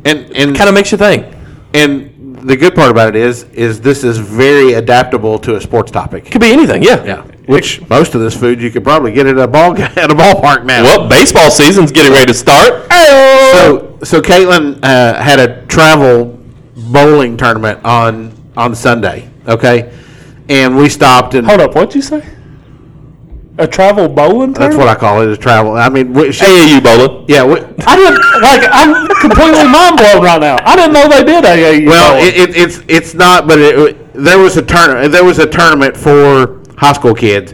Speaker 2: and and
Speaker 4: kind of makes you think.
Speaker 2: and the good part about it is, is this is very adaptable to a sports topic.
Speaker 4: Could be anything, yeah. Yeah.
Speaker 2: Which most of this food you could probably get at a ball *laughs* ga- at a ballpark now.
Speaker 4: Well, baseball season's getting ready to start.
Speaker 2: So, so Caitlin uh, had a travel bowling tournament on on Sunday. Okay, and we stopped and
Speaker 3: Hold up, what'd you say? A travel bowling
Speaker 2: that's what
Speaker 3: tournament?
Speaker 2: I call it is travel. I mean, we, she,
Speaker 4: AAU bowling.
Speaker 2: yeah, we,
Speaker 3: I didn't like. I'm completely mind blown right now. I didn't know they did AAU.
Speaker 2: well,
Speaker 3: bowling.
Speaker 2: it, it, it's it's not, but it, there was a tournament. There was a tournament for high school kids,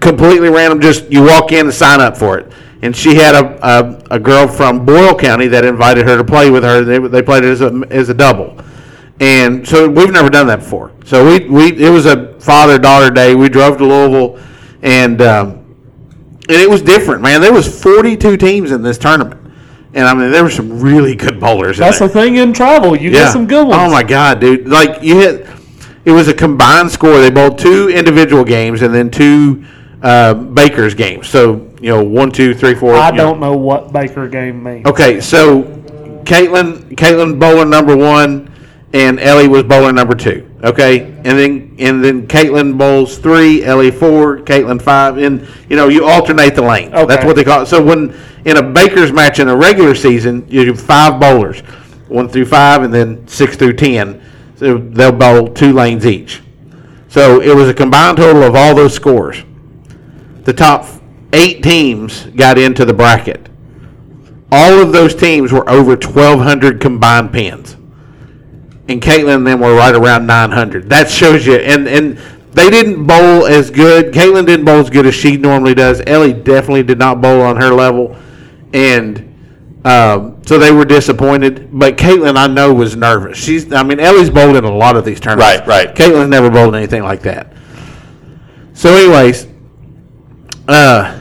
Speaker 2: completely random. Just you walk in and sign up for it. And she had a, a, a girl from Boyle County that invited her to play with her. They, they played it as a, as a double. And so we've never done that before. So we, we it was a father daughter day. We drove to Louisville, and um, and it was different, man. There was forty two teams in this tournament, and I mean there were some really good bowlers. in
Speaker 3: that's
Speaker 2: there.
Speaker 3: the thing in travel. You get some good ones.
Speaker 2: Oh my god, dude! Like you hit, it was a combined score. They bowled two individual games and then two uh, Baker's games. So you know, one, two, three, four.
Speaker 3: I
Speaker 2: you know.
Speaker 3: don't know what Baker game means.
Speaker 2: Okay, so Caitlin, Caitlin bowler number one, and Ellie was bowler number two. Okay, and then and then Caitlin bowls three, Ellie four, Caitlin five, and you know you alternate the lane. That's
Speaker 3: Okay.
Speaker 2: what they call it. So when in a Baker's match in a regular season, you have five bowlers, one through five, and then six through ten. So they'll bowl two lanes each. So it was a combined total of all those scores. The top eight teams got into the bracket all of those teams were over 1,200 combined pins. And Caitlin and them were right around 900. That shows you. And, and they didn't bowl as good. Caitlin didn't bowl as good as she normally does. Ellie definitely did not bowl on her level. And um, so they were disappointed. But Caitlin, I know, was nervous. She's, I mean, Ellie's bowled in a lot of these tournaments.
Speaker 4: Right, right.
Speaker 2: Caitlin's never bowled anything like that. So, anyways, uh,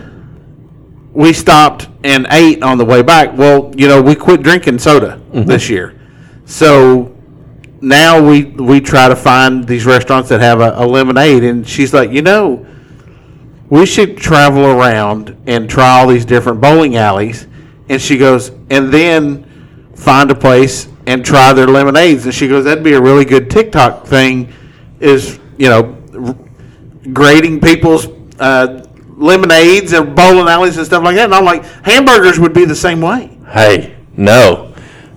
Speaker 2: we stopped and ate on the way back. Well, you know, we quit drinking soda
Speaker 4: Mm-hmm.
Speaker 2: this year, so now we we try to find these restaurants that have a, a lemonade. And she's like, you know, we should travel around and try all these different bowling alleys. And she goes, and then find a place and try their lemonades. And she goes, that'd be a really good TikTok thing, is you know, grading people's uh, lemonades and bowling alleys and stuff like that. And I'm like, hamburgers would be the same way.
Speaker 4: Hey, no.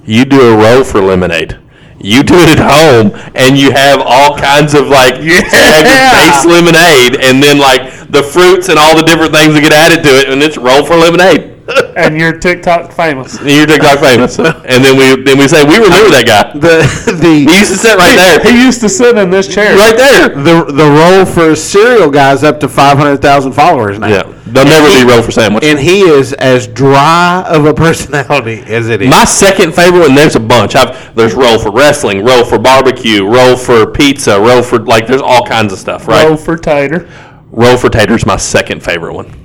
Speaker 4: You do a roll for lemonade. You do it at home, and you have all kinds of like standard base lemonade, and then like the fruits and all the different things that get added to it, and it's roll for lemonade. and
Speaker 3: And you're TikTok famous.
Speaker 4: you're TikTok famous, and then we then we say we remember that *laughs* guy.
Speaker 2: The
Speaker 4: He
Speaker 2: the
Speaker 4: used to sit right there,
Speaker 3: He used to sit in this chair.
Speaker 4: right there.
Speaker 2: the the role for cereal guys up to five hundred thousand followers now.
Speaker 4: Yeah, they'll never be roll for sandwich.
Speaker 2: And he is as dry of a *laughs* personality as it is.
Speaker 4: My second favorite, and there's a bunch. I've there's roll for wrestling, roll for barbecue, roll for pizza, roll for like there's all kinds of stuff, right?
Speaker 3: Roll for Tater.
Speaker 4: Roll for Tater's my second favorite one.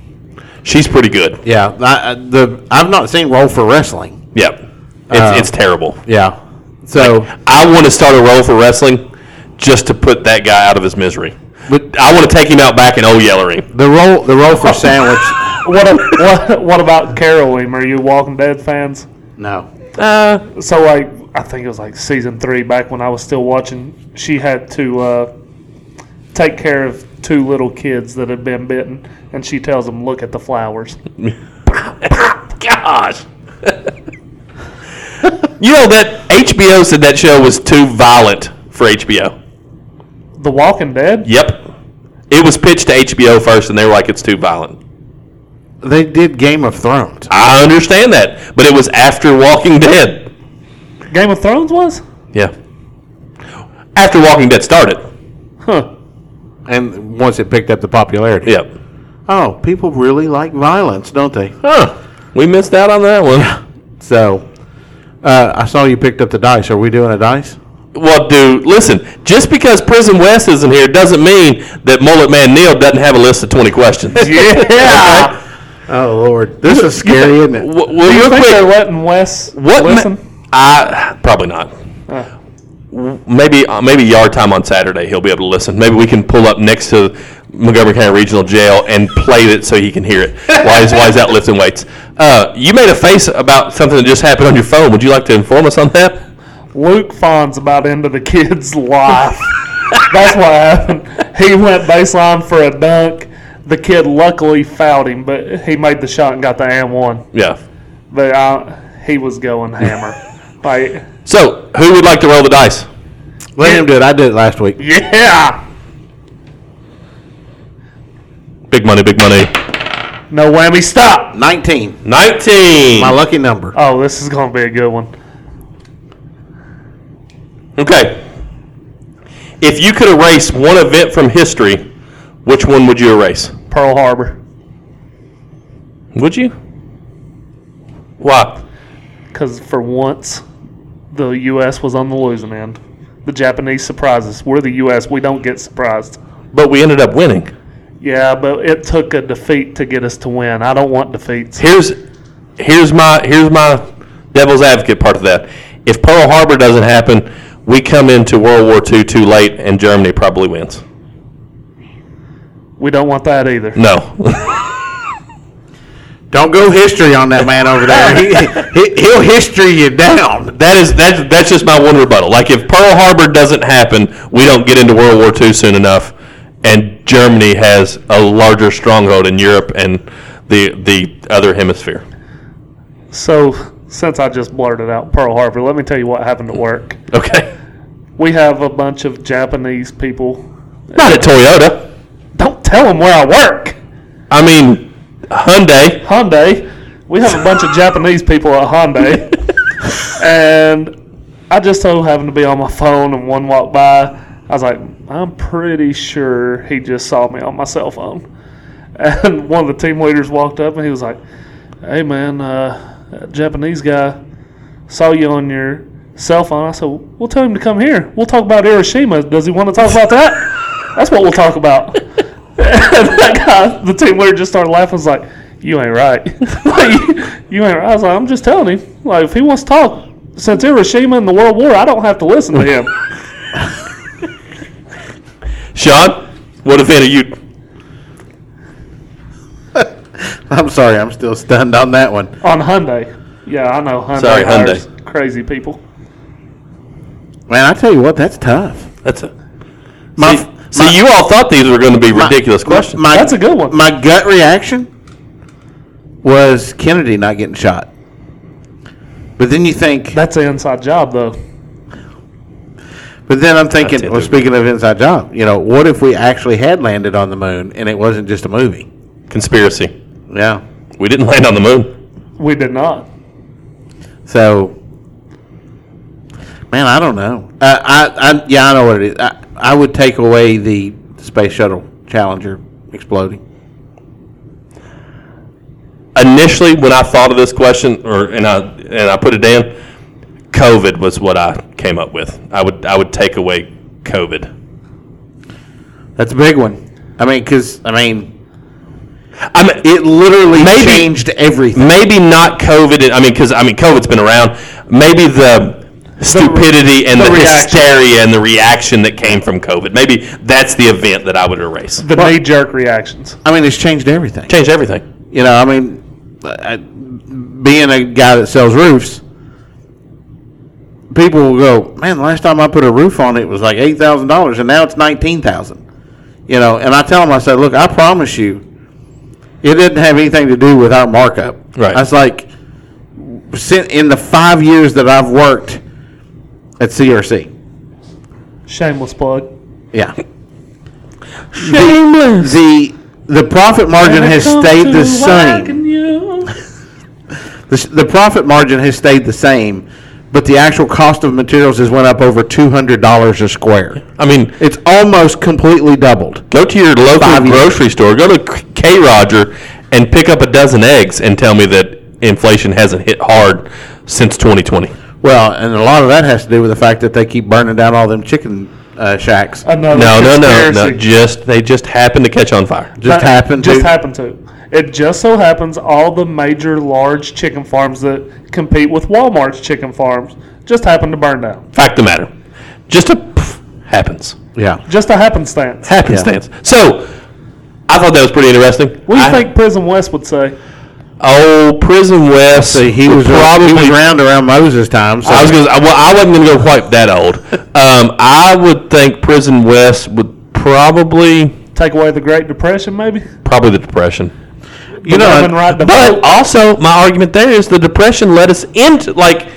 Speaker 4: She's pretty good.
Speaker 2: yeah, I, I- the I've not seen roll for wrestling.
Speaker 4: Yep. It's,
Speaker 2: Uh,
Speaker 4: it's terrible.
Speaker 2: Yeah, so
Speaker 4: I want to start a roll for wrestling just to put that guy out of his misery.
Speaker 2: But- uh,
Speaker 4: I want to take him out back and old yeller him.
Speaker 2: the roll the roll for sandwich.
Speaker 3: What, a, what what about Caroline? Are you Walking Dead fans?
Speaker 2: No,
Speaker 4: Uh,
Speaker 3: So like I think it was like season three back when I was still watching. She had to uh, take care of two little kids that had been bitten, and she tells them, "Look at the flowers."
Speaker 4: *laughs* gosh. you know that HBO said that show was too violent for HBO.
Speaker 3: The Walking Dead.
Speaker 4: Yep. It was pitched to HBO first, and they were like, "It's too violent."
Speaker 2: they did Game of Thrones.
Speaker 4: I understand that, but it was after Walking Dead.
Speaker 3: Game of Thrones was?
Speaker 4: Yeah. After Walking Dead started.
Speaker 3: Huh.
Speaker 2: And once it picked up the popularity.
Speaker 4: Yep.
Speaker 2: Oh, people really like violence, don't they?
Speaker 4: Huh. We missed out on that one.
Speaker 2: So, uh, I saw you picked up the dice. Are we doing a dice?
Speaker 4: Well, dude, listen. Just because Prison West isn't here doesn't mean that Mullet Man Neil doesn't have a list of twenty questions. *laughs*
Speaker 2: Yeah. oh Lord, this is scary, isn't it?
Speaker 4: W- will
Speaker 3: You
Speaker 4: you
Speaker 3: think they're
Speaker 4: quit?
Speaker 3: letting Wes
Speaker 4: What? ma-
Speaker 3: listen?
Speaker 4: I probably not. W- Maybe uh, maybe yard time on Saturday he'll be able to listen. Maybe we can pull up next to Montgomery County Regional Jail and play it so he can hear it while he's, while he's out lifting weights. Uh, you made a face about something that just happened on your phone. Would you like to inform us on that?
Speaker 3: Luke Fon's about into the kid's *laughs* life. That's what happened. He went baseline for a dunk. The kid luckily fouled him, but he made the shot and got the and one.
Speaker 4: Yeah.
Speaker 3: But I, he was going hammer. like,
Speaker 4: So, who would like to roll the dice?
Speaker 5: Let him do it. I did it last week.
Speaker 3: yeah.
Speaker 4: Big money, big money.
Speaker 3: No whammy, stop.
Speaker 2: 19.
Speaker 4: 19.
Speaker 5: My lucky number.
Speaker 3: Oh, this is going to be a good one.
Speaker 4: Okay. If you could erase one event from history, which one would you erase?
Speaker 3: Pearl Harbor.
Speaker 4: Would you? Why?
Speaker 3: Because for once, the U.S. was on the losing end. The Japanese surprised us. We're the U.S., we don't get surprised.
Speaker 4: But we ended up winning.
Speaker 3: Yeah, but it took a defeat to get us to win. I don't want defeats.
Speaker 4: Here's here's my here's my devil's advocate part of that. If Pearl Harbor doesn't happen, we come into World War II too late, and Germany probably wins.
Speaker 3: We don't want that either.
Speaker 4: No, *laughs*
Speaker 2: Don't go history on that man over there. He, he, he'll history you down. *laughs*
Speaker 4: that is that's that's just my one rebuttal. Like if Pearl Harbor doesn't happen, we don't get into World War II soon enough, and Germany has a larger stronghold in Europe and the the other hemisphere.
Speaker 3: So, since I just blurted out Pearl Harbor, let me tell you what happened at work.
Speaker 4: Okay,
Speaker 3: We have a bunch of Japanese people.
Speaker 4: not at Toyota.
Speaker 3: Don't tell them where I work!
Speaker 4: I mean Hyundai.
Speaker 3: Hyundai. We have a bunch of Japanese people at Hyundai. and I just so happened to be on my phone and one walked by. I was like, I'm pretty sure he just saw me on my cell phone. *laughs* And one of the team leaders walked up and he was like, Hey man, uh, that Japanese guy saw you on your cell phone. I said, We'll tell him to come here. We'll talk about Hiroshima. Does he want to talk about that? That's what we'll talk about. And that guy, the team leader just started laughing. Was like, "You ain't right. *laughs* like, you, you ain't right." I was like, "I'm just telling him. Like, if he wants to talk, since Hiroshima and the World War, I don't have to listen to
Speaker 4: *laughs*
Speaker 3: him."
Speaker 4: Sean, what event are you?
Speaker 2: I'm sorry, I'm still stunned on that one.
Speaker 3: On Hyundai, yeah, I know Hyundai.
Speaker 4: Sorry,
Speaker 3: hires
Speaker 4: Hyundai.
Speaker 3: Crazy people.
Speaker 2: Man, I tell you what, that's tough.
Speaker 4: That's a
Speaker 2: My,
Speaker 4: See, see, you all thought these were going to be ridiculous questions.
Speaker 2: My,
Speaker 3: That's a good one.
Speaker 2: My gut reaction was Kennedy not getting shot. But then you think,
Speaker 3: That's an inside job, though.
Speaker 2: but then I'm
Speaker 4: That's
Speaker 2: thinking,
Speaker 4: it,
Speaker 2: well,
Speaker 4: dude.
Speaker 2: speaking of Inside Job, you know, what if we actually had landed on the moon and it wasn't just a movie?
Speaker 4: Conspiracy.
Speaker 2: Yeah.
Speaker 4: We didn't land on the moon.
Speaker 3: We did not.
Speaker 2: So, man, I don't know. Uh, I, I, yeah, I know what it is. I, I would take away the space shuttle Challenger exploding.
Speaker 4: Initially, when I thought of this question, or and I and I put it down, COVID was what I came up with. I would I would take away COVID.
Speaker 2: That's a big one. I mean, because I mean,
Speaker 4: I mean,
Speaker 2: it literally
Speaker 4: Maybe-
Speaker 2: changed everything.
Speaker 4: maybe not COVID. I mean, because I mean, COVID's been around. Maybe the stupidity and
Speaker 3: the
Speaker 4: the,
Speaker 3: reaction.
Speaker 4: hysteria and the reaction that came from COVID. Maybe that's the event that I would erase.
Speaker 3: The knee-jerk reactions.
Speaker 2: I mean, it's changed everything.
Speaker 4: Change everything.
Speaker 2: You know, I mean, I, being a guy that sells roofs, people will go, "Man, the last time I put a roof on, it was like eight thousand dollars, and now it's nineteen thousand. You know, and I tell them, I say, "Look, I promise you, it didn't have anything to do with our markup."
Speaker 4: Right.
Speaker 2: I was like, "Sin- in the five years that I've worked at CRC,
Speaker 3: Shameless plug.
Speaker 2: yeah,
Speaker 4: Shameless.
Speaker 2: the the profit margin has stayed the same." The, the profit margin has stayed the same, but the actual cost of materials has went up over two hundred dollars a square.
Speaker 4: I mean,
Speaker 2: It's almost completely doubled.
Speaker 4: Go to your local
Speaker 2: Five years.
Speaker 4: grocery store. Go to K Roger and pick up a dozen eggs and tell me that inflation hasn't hit hard since 2020.
Speaker 2: Well, and a lot of that has to do with the fact that they keep burning down all them chicken uh, shacks.
Speaker 3: Another
Speaker 4: No, no, no, no.
Speaker 3: conspiracy.
Speaker 4: Just they just happened to catch on fire.
Speaker 2: just
Speaker 3: That
Speaker 2: happened.
Speaker 3: Just
Speaker 2: to,
Speaker 3: happened to. It just so happens all the major large chicken farms that compete with Walmart's chicken farms just happen to burn down.
Speaker 4: Fact of the matter, just a pff, happens.
Speaker 2: Yeah.
Speaker 3: Just a happenstance.
Speaker 4: Happenstance. So I thought that was pretty interesting.
Speaker 3: What do you
Speaker 4: I-
Speaker 3: think Prison West would say?
Speaker 4: Oh, Prison West.
Speaker 2: So he was
Speaker 4: probably
Speaker 2: he was around around Moses' time. So
Speaker 4: I was gonna. Well, I wasn't gonna go quite that old. Um, I would think Prison West would probably
Speaker 3: Take away the Great Depression, maybe.
Speaker 4: probably the Depression.
Speaker 3: You
Speaker 4: know,
Speaker 3: right to
Speaker 4: But
Speaker 3: vote.
Speaker 4: also, my argument there is the Depression led us into like,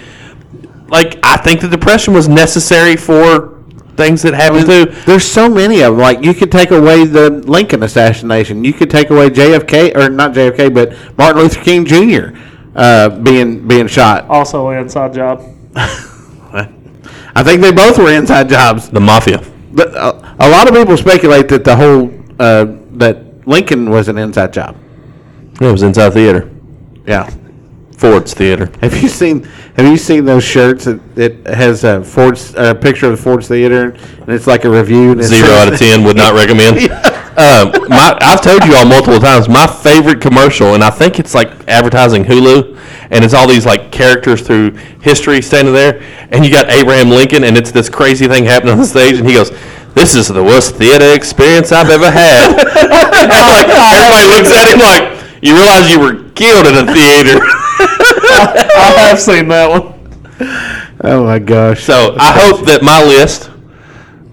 Speaker 4: like I think the Depression was necessary for things that happened to.
Speaker 2: There's so many of them. Like you could take away the Lincoln assassination. You could take away JFK or not JFK, but Martin Luther King Jr. Uh, being being shot.
Speaker 3: also an inside job.
Speaker 2: I think they both were inside jobs.
Speaker 4: The mafia.
Speaker 2: But uh, a lot of people speculate that the whole uh, that Lincoln was an inside job.
Speaker 4: It was inside theater.
Speaker 2: Yeah.
Speaker 4: Ford's theater.
Speaker 2: Have you seen Have you seen those shirts that, that has a Ford's a picture of the Ford's Theater and it's like a review? And it
Speaker 4: Zero
Speaker 2: says-
Speaker 4: out of ten would not recommend. Um, my, I've told you all multiple times. My favorite commercial, and I think it's like advertising Hulu, and it's all these like characters through history standing there, and you got Abraham Lincoln, and it's this crazy thing happening on the stage, and he goes, "This is the worst theater experience I've ever had." *laughs* and like everybody looks at him like, "You realize you were killed in a theater." *laughs*
Speaker 3: I have seen that one.
Speaker 2: Oh my gosh!
Speaker 4: So I hope that my list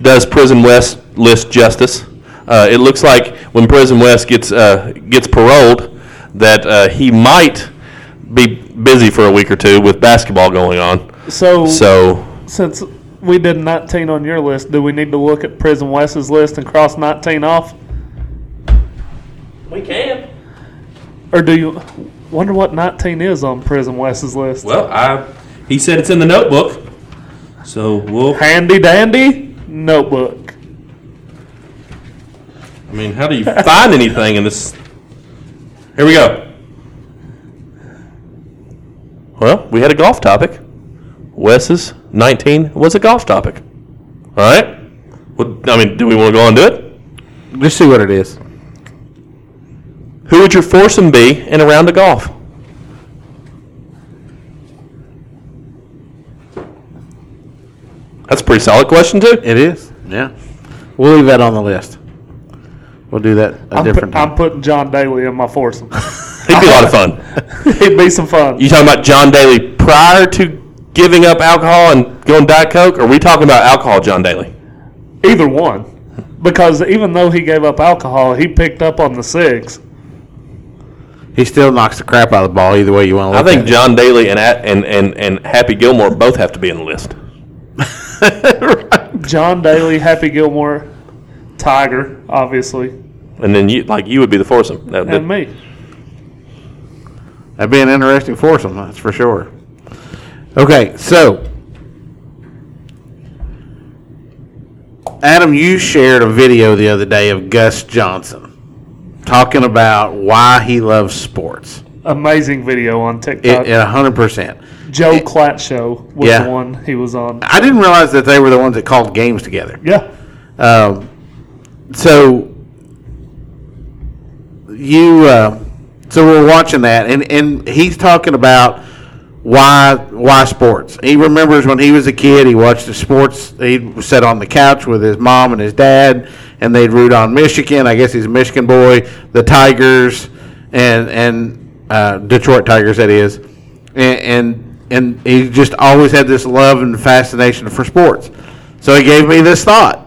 Speaker 4: does Prison West list justice. Uh, it looks like when Prison West gets uh, gets paroled, that uh, he might be busy for a week or two with basketball going on.
Speaker 3: So,
Speaker 4: So
Speaker 3: since we did 19 on your list, do we need to look at Prison West's list and cross 19 off?
Speaker 4: we can.
Speaker 3: Or do you wonder what 19 is on Prison West's list?
Speaker 4: Well, I he said it's in the notebook. So we'll.
Speaker 3: Handy dandy notebook.
Speaker 4: I mean, how do you find anything in this? Here we go. Well, we had a golf topic. Wes's 19 was a golf topic. All right. What, I mean, do we want to go on to it?
Speaker 2: Just see what it is.
Speaker 4: Who would your foursome be in a round of golf? That's a pretty solid question, too.
Speaker 2: It is. Yeah. We'll leave that on the list. We'll do that a
Speaker 3: I'm, put-
Speaker 2: different
Speaker 3: I'm
Speaker 2: time.
Speaker 3: putting John Daly in my foursome.
Speaker 4: He'd be a lot of fun.
Speaker 3: It'd be some fun.
Speaker 4: You talking about John Daly prior to giving up alcohol and going Diet Coke? Or are we talking about alcohol, John Daly?
Speaker 3: Either one. Because even though he gave up alcohol, he picked up on the six.
Speaker 2: He still knocks the crap out of the ball either way you want to
Speaker 4: I
Speaker 2: look
Speaker 4: think John Daly and at- and, and and Happy Gilmore both have to be on the list.
Speaker 3: John Daly, Happy Gilmore, Tiger, obviously,
Speaker 4: And then you like you would be the foursome. That- that-
Speaker 3: and me.
Speaker 2: That'd be an interesting foursome, that's for sure. Okay, so Adam, you shared a video the other day of Gus Johnson talking about why he loves sports.
Speaker 3: Amazing video on TikTok.
Speaker 2: It, it 100%.
Speaker 3: Joe Klatt show was
Speaker 2: Yeah.
Speaker 3: the one he was on.
Speaker 2: I didn't realize that they were the ones that called games together.
Speaker 3: Yeah.
Speaker 2: Um, so you, uh, so we're watching that, and, and he's talking about why why sports. He remembers when he was a kid, he watched the sports. He sat on the couch with his mom and his dad, and they'd root on Michigan. I guess he's a Michigan boy, the Tigers, and and uh, Detroit Tigers. That is, and. and and he just always had this love and fascination for sports. So he gave me this thought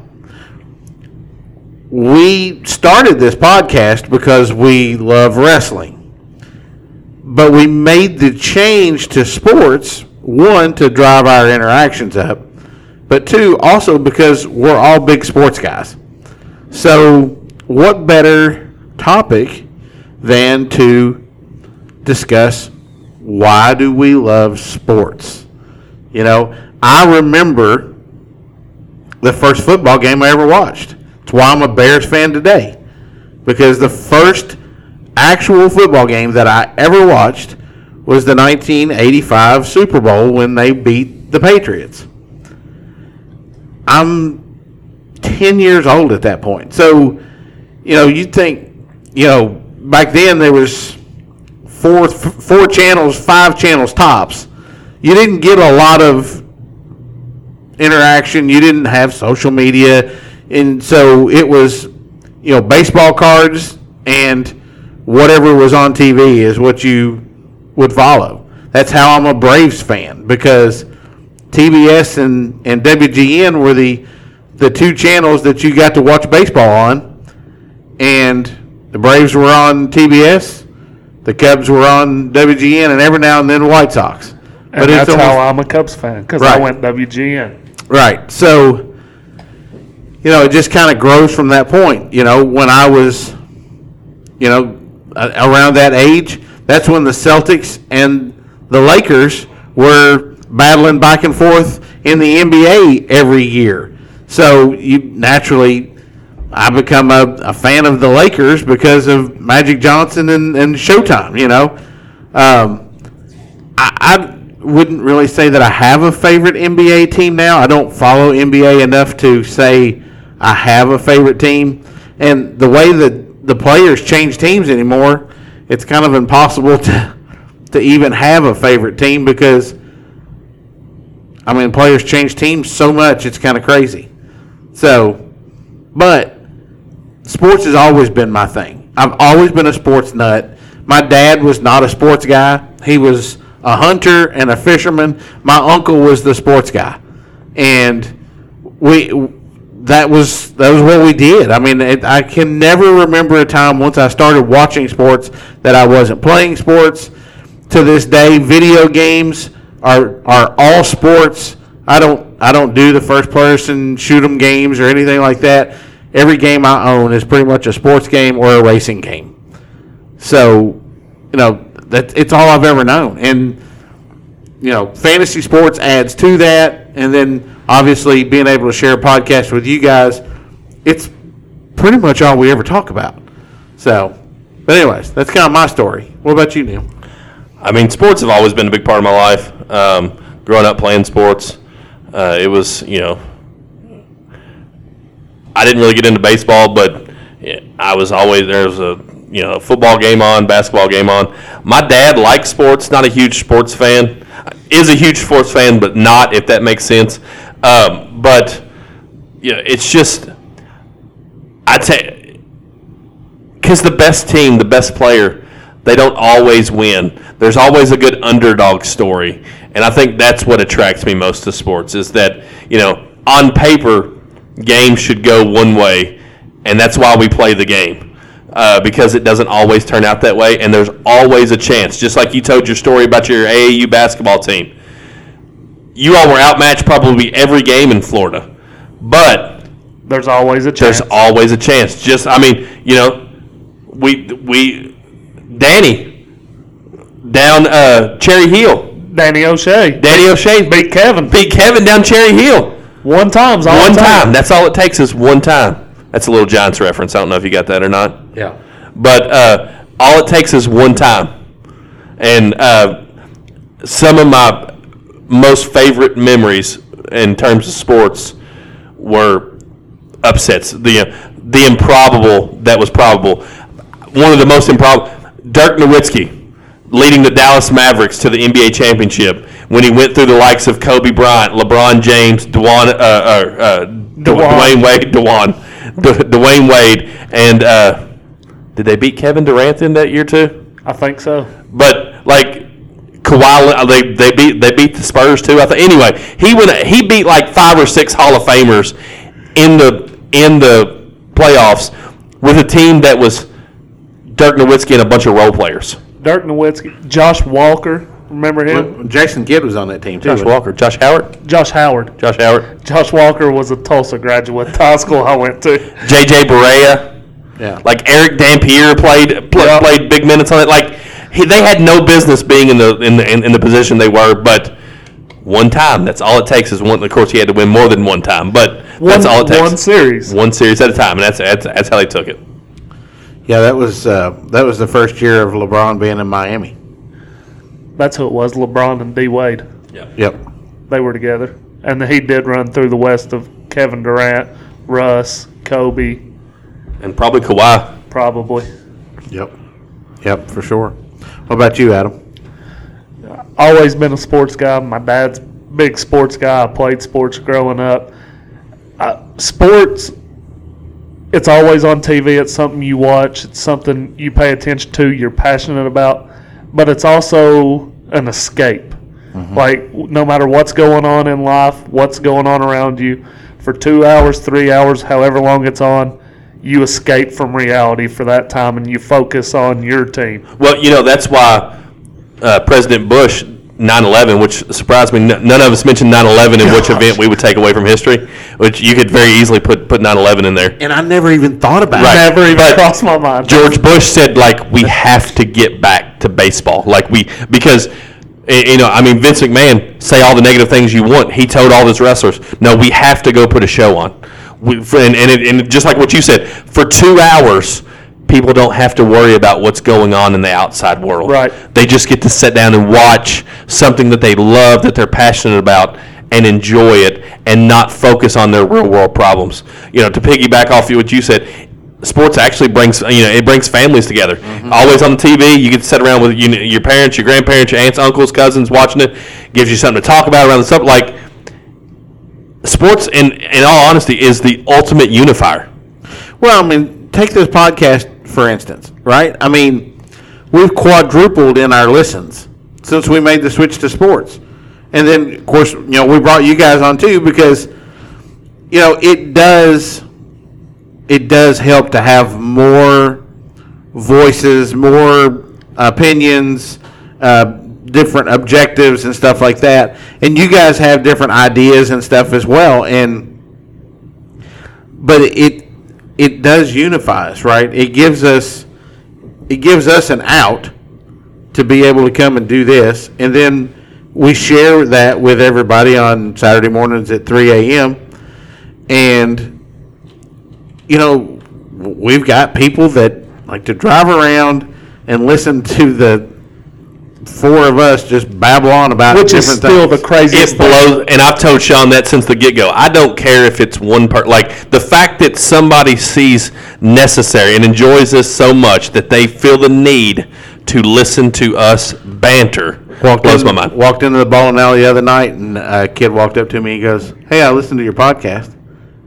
Speaker 2: we started this podcast because we love wrestling. But we made the change to sports, one, to drive our interactions up, but two, also because we're all big sports guys. So, what better topic than to discuss why do we love sports? You know, I remember the first football game I ever watched. It's why I'm a Bears fan today. Because the first actual football game that I ever watched was the 1985 Super Bowl when they beat the Patriots. I'm 10 years old at that point. So, you know, you think, you know, back then there was four four channels, five channels tops. You didn't get a lot of interaction. You didn't have social media, and so it was, you know, baseball cards and whatever was on TV is what you would follow. That's how I'm a Braves fan because TBS and, and WGN were the the two channels that you got to watch baseball on, and the Braves were on TBS, the Cubs were on WGN, and every now and then the White Sox.
Speaker 3: And that's
Speaker 2: almost-
Speaker 3: how I'm a Cubs fan because I
Speaker 2: Right.
Speaker 3: went WGN.
Speaker 2: Right. So, you know, it just kind of grows from that point. You know, when I was, you know, a- around that age, that's when the Celtics and the Lakers were battling back and forth in the NBA every year. So you naturally, I become a, a fan of the Lakers because of Magic Johnson and, and Showtime. You know, um, I, I wouldn't really say that I have a favorite NBA team now. I don't follow NBA enough to say I have a favorite team. And the way that the players change teams anymore, it's kind of impossible *laughs* to to even have a favorite team because I mean players change teams so much it's kind of crazy. So, but sports has always been my thing. I've always been a sports nut. My dad was not a sports guy. He was a hunter and a fisherman. My uncle was the sports guy, and we that was that was what we did. I mean, it, I can never remember a time once I started watching sports that I wasn't playing sports. To this day, video games are are all sports. I don't I don't do the first person shoot 'em games or anything like that. Every game I own is pretty much a sports game or a racing game. So, you know, that it's all I've ever known. And you know, fantasy sports adds to that and then obviously being able to share a podcast with you guys, it's pretty much all we ever talk about. So, but anyways, that's kind of my story. What about you, Neil?
Speaker 4: I mean, sports have always been a big part of my life. Um, growing up playing sports, uh, it was you know, I didn't really get into baseball, but yeah, I was always there was a you know football game on, basketball game on. My dad likes sports, not a huge sports fan, is a huge sports fan, but not if that makes sense. Um, but you know, it's just I take because the best team, the best player, they don't always win. There's always a good underdog story, and I think that's what attracts me most to sports. Is that you know on paper, games should go one way, and that's why we play the game uh, because it doesn't always turn out that way, and there's always a chance. Just like you told your story about your AAU basketball team, you all were outmatched probably every game in Florida, but
Speaker 3: There's always a chance.
Speaker 4: there's always a chance. Just I mean, you know, we we Danny down uh, Cherry Hill.
Speaker 3: Danny O'Shea
Speaker 4: Danny O'Shea beat,
Speaker 3: beat Kevin
Speaker 4: beat Kevin down Cherry Hill
Speaker 3: one time's all
Speaker 4: one
Speaker 3: the
Speaker 4: time. That's all it takes is one time. That's a little Giants reference. I don't know if you got that or not.
Speaker 2: Yeah.
Speaker 4: But uh, all it takes is one time. And uh, some of my most favorite memories in terms of sports were upsets. The the improbable that was probable. One of the most improbable. Dirk Nowitzki leading the Dallas Mavericks to the NBA championship when he went through the likes of Kobe Bryant, LeBron James, Dwan, uh, uh, uh,
Speaker 3: Dwan.
Speaker 4: Dwayne *laughs* Wade, Dwan, D- Dwayne Wade, and uh, did they beat Kevin Durant in that year too?
Speaker 3: I think so.
Speaker 4: But like Kawhi, Le- they, they beat they beat the Spurs too. I think anyway, he went he beat like five or six Hall of Famers in the in the playoffs with a team that was Dirk Nowitzki and a bunch of role players.
Speaker 3: Dirk Nowitzki, Josh Walker, remember him?
Speaker 2: Jason Kidd was on that team too.
Speaker 4: Josh Walker, Josh Howard,
Speaker 3: Josh Howard.
Speaker 4: Josh Howard,
Speaker 3: Josh Walker was a Tulsa graduate, the high school I went to.
Speaker 4: JJ Barea,
Speaker 2: Yeah.
Speaker 4: like Eric Dampier played pl-
Speaker 3: Yeah.
Speaker 4: played big minutes on it. Like he, they had no business being in the in the in, in the position they were, but. One time. That's all it takes is one. Of course, he had to win more than one time, but *laughs* that's
Speaker 3: One-
Speaker 4: all it takes.
Speaker 3: One series.
Speaker 4: one series at a time, and that's that's, that's how they took it.
Speaker 2: Yeah, that was uh, that was the first year of LeBron being in Miami.
Speaker 3: That's who it was. LeBron and D Wade.
Speaker 2: Yep.
Speaker 3: They were together, and he did run through the West of Kevin Durant, Russ, Kobe,
Speaker 4: And probably Kawhi.
Speaker 3: probably.
Speaker 2: Yep. Yep, for sure. What about you, Adam?
Speaker 3: always been a sports guy. My dad's a big sports guy. I played sports growing up. I, sports Uh, it's always on TV. It's something you watch. It's something you pay attention to. You're passionate about, but it's also an escape.
Speaker 4: Mm-hmm.
Speaker 3: Like no matter what's going on in life, what's going on around you, for two hours, three hours, however long it's on, you escape from reality for that time and you focus on your team.
Speaker 4: Well, you know, that's why uh, President Bush, 9 11, which surprised me, n- none of us mentioned 9 11 and which event we would take away from history, which you could very easily put, put 9 11 in there.
Speaker 2: And I never even thought about
Speaker 4: Right.
Speaker 2: it.
Speaker 3: Never even
Speaker 4: But-
Speaker 3: crossed my mind.
Speaker 4: George Bush said, like, we have to get back to baseball. Like, we, because, y- you know, I mean, Vince McMahon, say all the negative things you want. He told all his wrestlers, no, we have to go put a show on. We, for- and, and, it, and just like what you said, for two hours, people don't have to worry about what's going on in the outside world.
Speaker 3: Right.
Speaker 4: They just get to sit down and watch something that they love, that they're passionate about, and enjoy it, and not focus on their real world problems. You know, to piggyback off you what you said, sports actually brings you know it brings families together. Always on the TV, you get to sit around with you, your parents, your grandparents, your aunts, uncles, cousins, watching it. Gives you something to talk about around the stuff like. Sports, in, in all honesty, is the ultimate unifier.
Speaker 2: Well, I mean, take this podcast for instance, right? I mean, we've quadrupled in our listens since we made the switch to sports. And then, of course, you know, we brought you guys on too because, you know, it does, it does help to have more voices, more opinions, uh, different objectives and stuff like that. And you guys have different ideas and stuff as well. And but it it does unify us, right? It gives us it gives us an out to be able to come and do this, and then we share that with everybody on Saturday mornings at three a.m. And you know, we've got people that like to drive around and listen to the four of us just babble on about
Speaker 3: Which is
Speaker 2: different
Speaker 3: still
Speaker 2: things.
Speaker 3: the craziest
Speaker 4: it blows and i've told sean that since the get-go i don't care if it's one part like the fact that somebody sees necessary and enjoys this so much that they feel the need to listen to us banter
Speaker 2: Walked
Speaker 4: blows
Speaker 2: in-
Speaker 4: my mind
Speaker 2: Walked into the bowling alley the other night, and a kid walked up to me. He goes, "Hey, I listened to your podcast."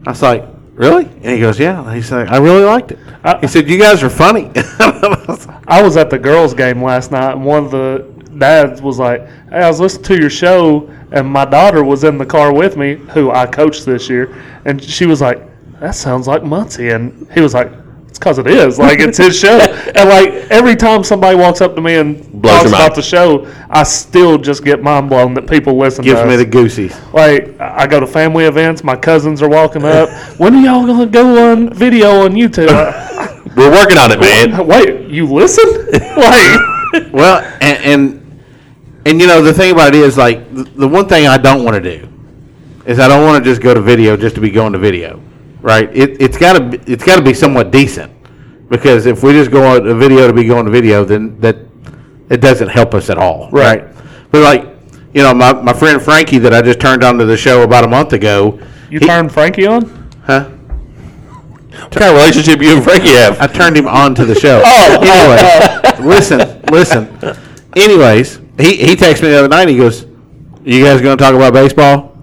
Speaker 2: I was like, "Really?" And he goes, "Yeah." He's like, "I really liked it."
Speaker 4: Uh,
Speaker 3: I-
Speaker 2: he said, "You guys are funny." *laughs* I was like,
Speaker 3: I was at the girls' game last night, and one of the dads was like, "Hey, I was listening to your show, and my daughter was in the car with me, who I coached this year, and she was like, that sounds like Muncie,' and he was like." "It's 'cause it is like it's his show, and like every time somebody walks up to me and
Speaker 4: Blows
Speaker 3: talks
Speaker 4: your mind.
Speaker 3: about the show, I still just get mind blown that people listen.
Speaker 2: Gives
Speaker 3: to
Speaker 2: me
Speaker 3: us.
Speaker 2: the goosies.
Speaker 3: Like I I go to family events, my cousins are walking up. when are y'all gonna go on video on YouTube? I-
Speaker 4: we're working on it
Speaker 3: *laughs*
Speaker 4: man
Speaker 3: Wait, you listen? like
Speaker 2: Well, and, and and you know the thing about it is like the, the one thing I don't want to do is I don't want to just go to video just to be going to video, right? It it's got to it's got to be somewhat decent because if we just go on to video to be going to video, then that it doesn't help us at all, right? But like you know my, my friend Frankie that I just turned onto the show about a month ago,
Speaker 3: you
Speaker 2: he-
Speaker 3: turned Frankie on?
Speaker 2: huh?
Speaker 4: what kind of relationship you and frankie have
Speaker 2: I turned him on to the
Speaker 4: *laughs*
Speaker 2: show.
Speaker 4: Oh,
Speaker 2: anyway, listen, listen. Anyways, he, he texted me the other night. He goes, "You guys going to talk about baseball?"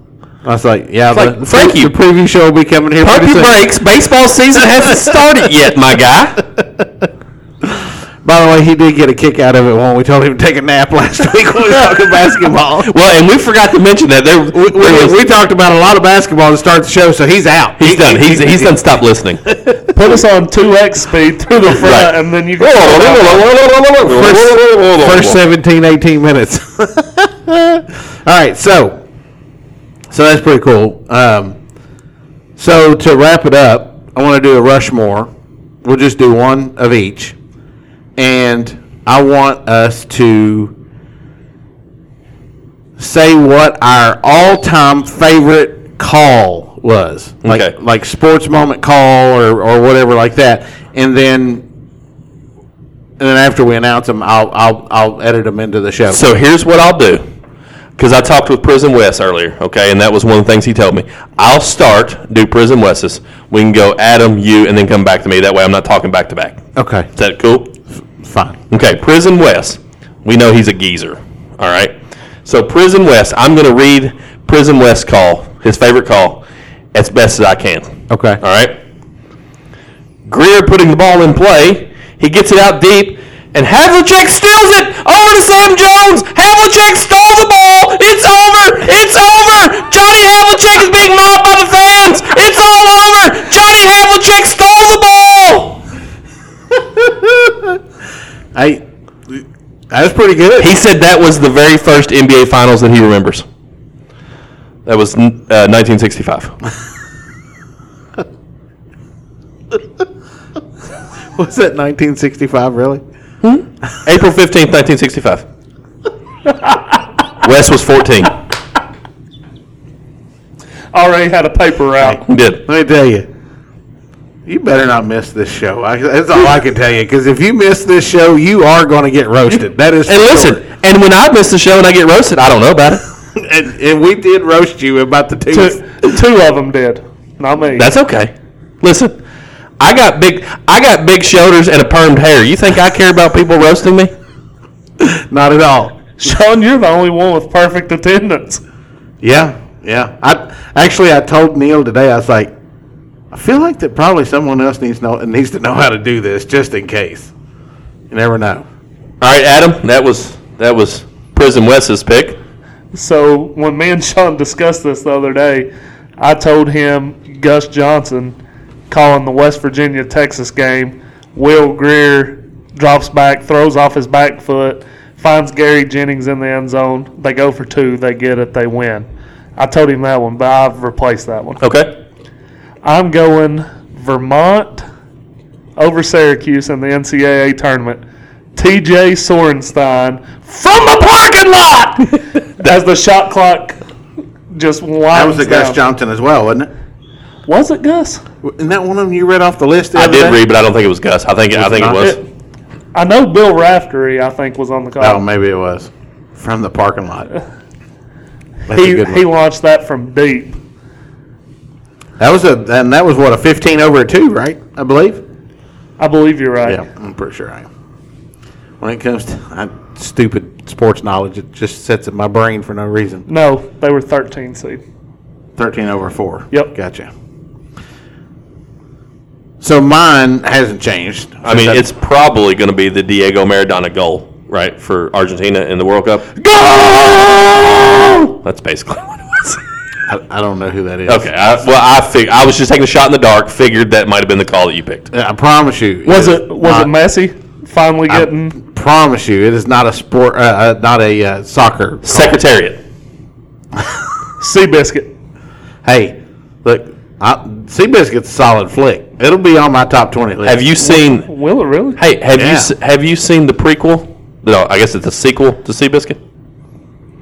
Speaker 2: I was like, "Yeah."
Speaker 4: like,
Speaker 2: the,
Speaker 4: Frank,
Speaker 2: the
Speaker 4: you-
Speaker 2: preview show will be coming here.
Speaker 4: pump
Speaker 2: pretty
Speaker 4: your
Speaker 2: soon."
Speaker 4: brakes baseball season hasn't started yet my guy
Speaker 2: By the way, he did get a kick out of it when we told him to take a nap *laughs* last week when we were talking basketball.
Speaker 4: *laughs* well and we forgot to mention that there,
Speaker 2: We,
Speaker 4: there
Speaker 2: we,
Speaker 4: was-
Speaker 2: we talked about a lot of basketball to start the show, so he's out.
Speaker 4: he's done he's, he's done stop listening
Speaker 3: Put us on two X speed through the front,
Speaker 4: Right.
Speaker 3: and then you.
Speaker 2: *laughs* first 17, 18 minutes. *laughs* All right, so so that's pretty cool. Um, so to wrap it up, I want to do a Rushmore. We'll just do one of each, and I want us to say what our all-time favorite call was, like
Speaker 4: Okay.
Speaker 2: like sports moment call or or whatever like that, and then and then after we announce them, I'll I'll I'll edit them into the show.
Speaker 4: So here's what I'll do. Because I talked with Prison Wes earlier, okay, and that was one of the things he told me. I'll start, do Prison Wes's. We can go Adam, you, and then come back to me. That way I'm not talking back to back. Is
Speaker 2: okay,
Speaker 4: that cool?
Speaker 2: fine.
Speaker 4: Okay, Prison Wes. We know he's a geezer, all right? So, Prison Wes, I'm going to read Prison Wes' call, his favorite call, as best as I can.
Speaker 2: Okay.
Speaker 4: All right. Greer putting the ball in play. He gets it out deep, and Havlicek steals it over to Sam Jones. Havlicek stole the ball. It's over. It's over. Johnny Havlicek is being mobbed by the fans. It's all over. Johnny Havlicek stole the ball.
Speaker 2: Hey, that was pretty good.
Speaker 4: He said that was the very first NBA Finals that he remembers. That was uh, 1965.
Speaker 2: Was that 1965 really?
Speaker 4: April 15th, 1965. *laughs* Wes was 14.
Speaker 3: Already had a paper route.
Speaker 4: He did.
Speaker 2: Let me tell you. You better not miss this show. I, that's all I can tell you. Because if you miss this show, you are going to get roasted. That is. for
Speaker 4: And listen,
Speaker 2: sure.
Speaker 4: and when I miss the show and I get roasted, I don't know about it.
Speaker 2: and, and we did roast you about the two.
Speaker 3: Two, two of them did, not me.
Speaker 4: That's okay. Listen, I got big, I got big shoulders and a permed hair. You think I care about people roasting me?
Speaker 2: Not at all.
Speaker 3: Sean, you're the only one with perfect attendance.
Speaker 2: Yeah, yeah. I actually I told Neil today. I was like, I feel like that probably someone else needs know needs to know how to do this just in case. You never know.
Speaker 4: All right, Adam, that was that was Prison Wes's pick.
Speaker 3: So when me and Sean discussed this the other day, I told him Gus Johnson calling the West Virginia Texas game. Will Greer drops back, throws off his back foot, finds Gary Jennings in the end zone. They go for two, they get it, they win. I told him that one, but I've replaced that one.
Speaker 4: Okay,
Speaker 3: I'm going Vermont over Syracuse in the NCAA tournament. TJ Sorenstein from the parking *laughs* lot as the shot clock just winds
Speaker 2: That was the Gus
Speaker 3: down.
Speaker 2: Johnson as well, wasn't it?
Speaker 3: Was it Gus?
Speaker 2: Isn't that one of them you read off the list? the
Speaker 4: I
Speaker 2: other
Speaker 4: did
Speaker 2: day?
Speaker 4: read, but I don't think it was Gus. I think I think it
Speaker 2: not.
Speaker 4: was.
Speaker 3: It- I know Bill Raftery, I think, was on the
Speaker 2: Oh,
Speaker 3: call.
Speaker 2: maybe it was from the parking lot. That's a
Speaker 3: he
Speaker 2: good
Speaker 3: he
Speaker 2: one.
Speaker 3: launched that from deep.
Speaker 2: That was a and that was what a fifteen over a two, right? I believe.
Speaker 3: I believe you're right.
Speaker 2: Yeah, I'm pretty sure I am. When it comes to I, stupid sports knowledge, it just sets in my brain for no reason.
Speaker 3: No, they were 13 seed.
Speaker 2: 13 over 4.
Speaker 3: Yep.
Speaker 2: Gotcha. So mine hasn't changed.
Speaker 4: I mean, it's probably going to be the Diego Maradona goal, right, for Argentina in the World Cup. Goal! That's basically *laughs* what it was.
Speaker 2: I, I don't know who that is.
Speaker 4: Okay, I, well, I fig- I was just taking a shot in the dark. Figured that might have been the call that you picked.
Speaker 2: I promise you.
Speaker 3: Was
Speaker 2: is
Speaker 3: it was
Speaker 2: not-
Speaker 3: it Messi finally getting
Speaker 2: Promise you, it is not a sport, uh, uh, not a uh, soccer.
Speaker 4: Secretariat.
Speaker 3: Seabiscuit?
Speaker 2: Hey, look, I, Seabiscuit's a solid flick. It'll be on my top twenty list.
Speaker 4: Have you seen
Speaker 3: Will it really?
Speaker 4: Hey, have you
Speaker 2: Yeah.
Speaker 4: you have you seen the prequel? No, I guess it's a sequel to Seabiscuit.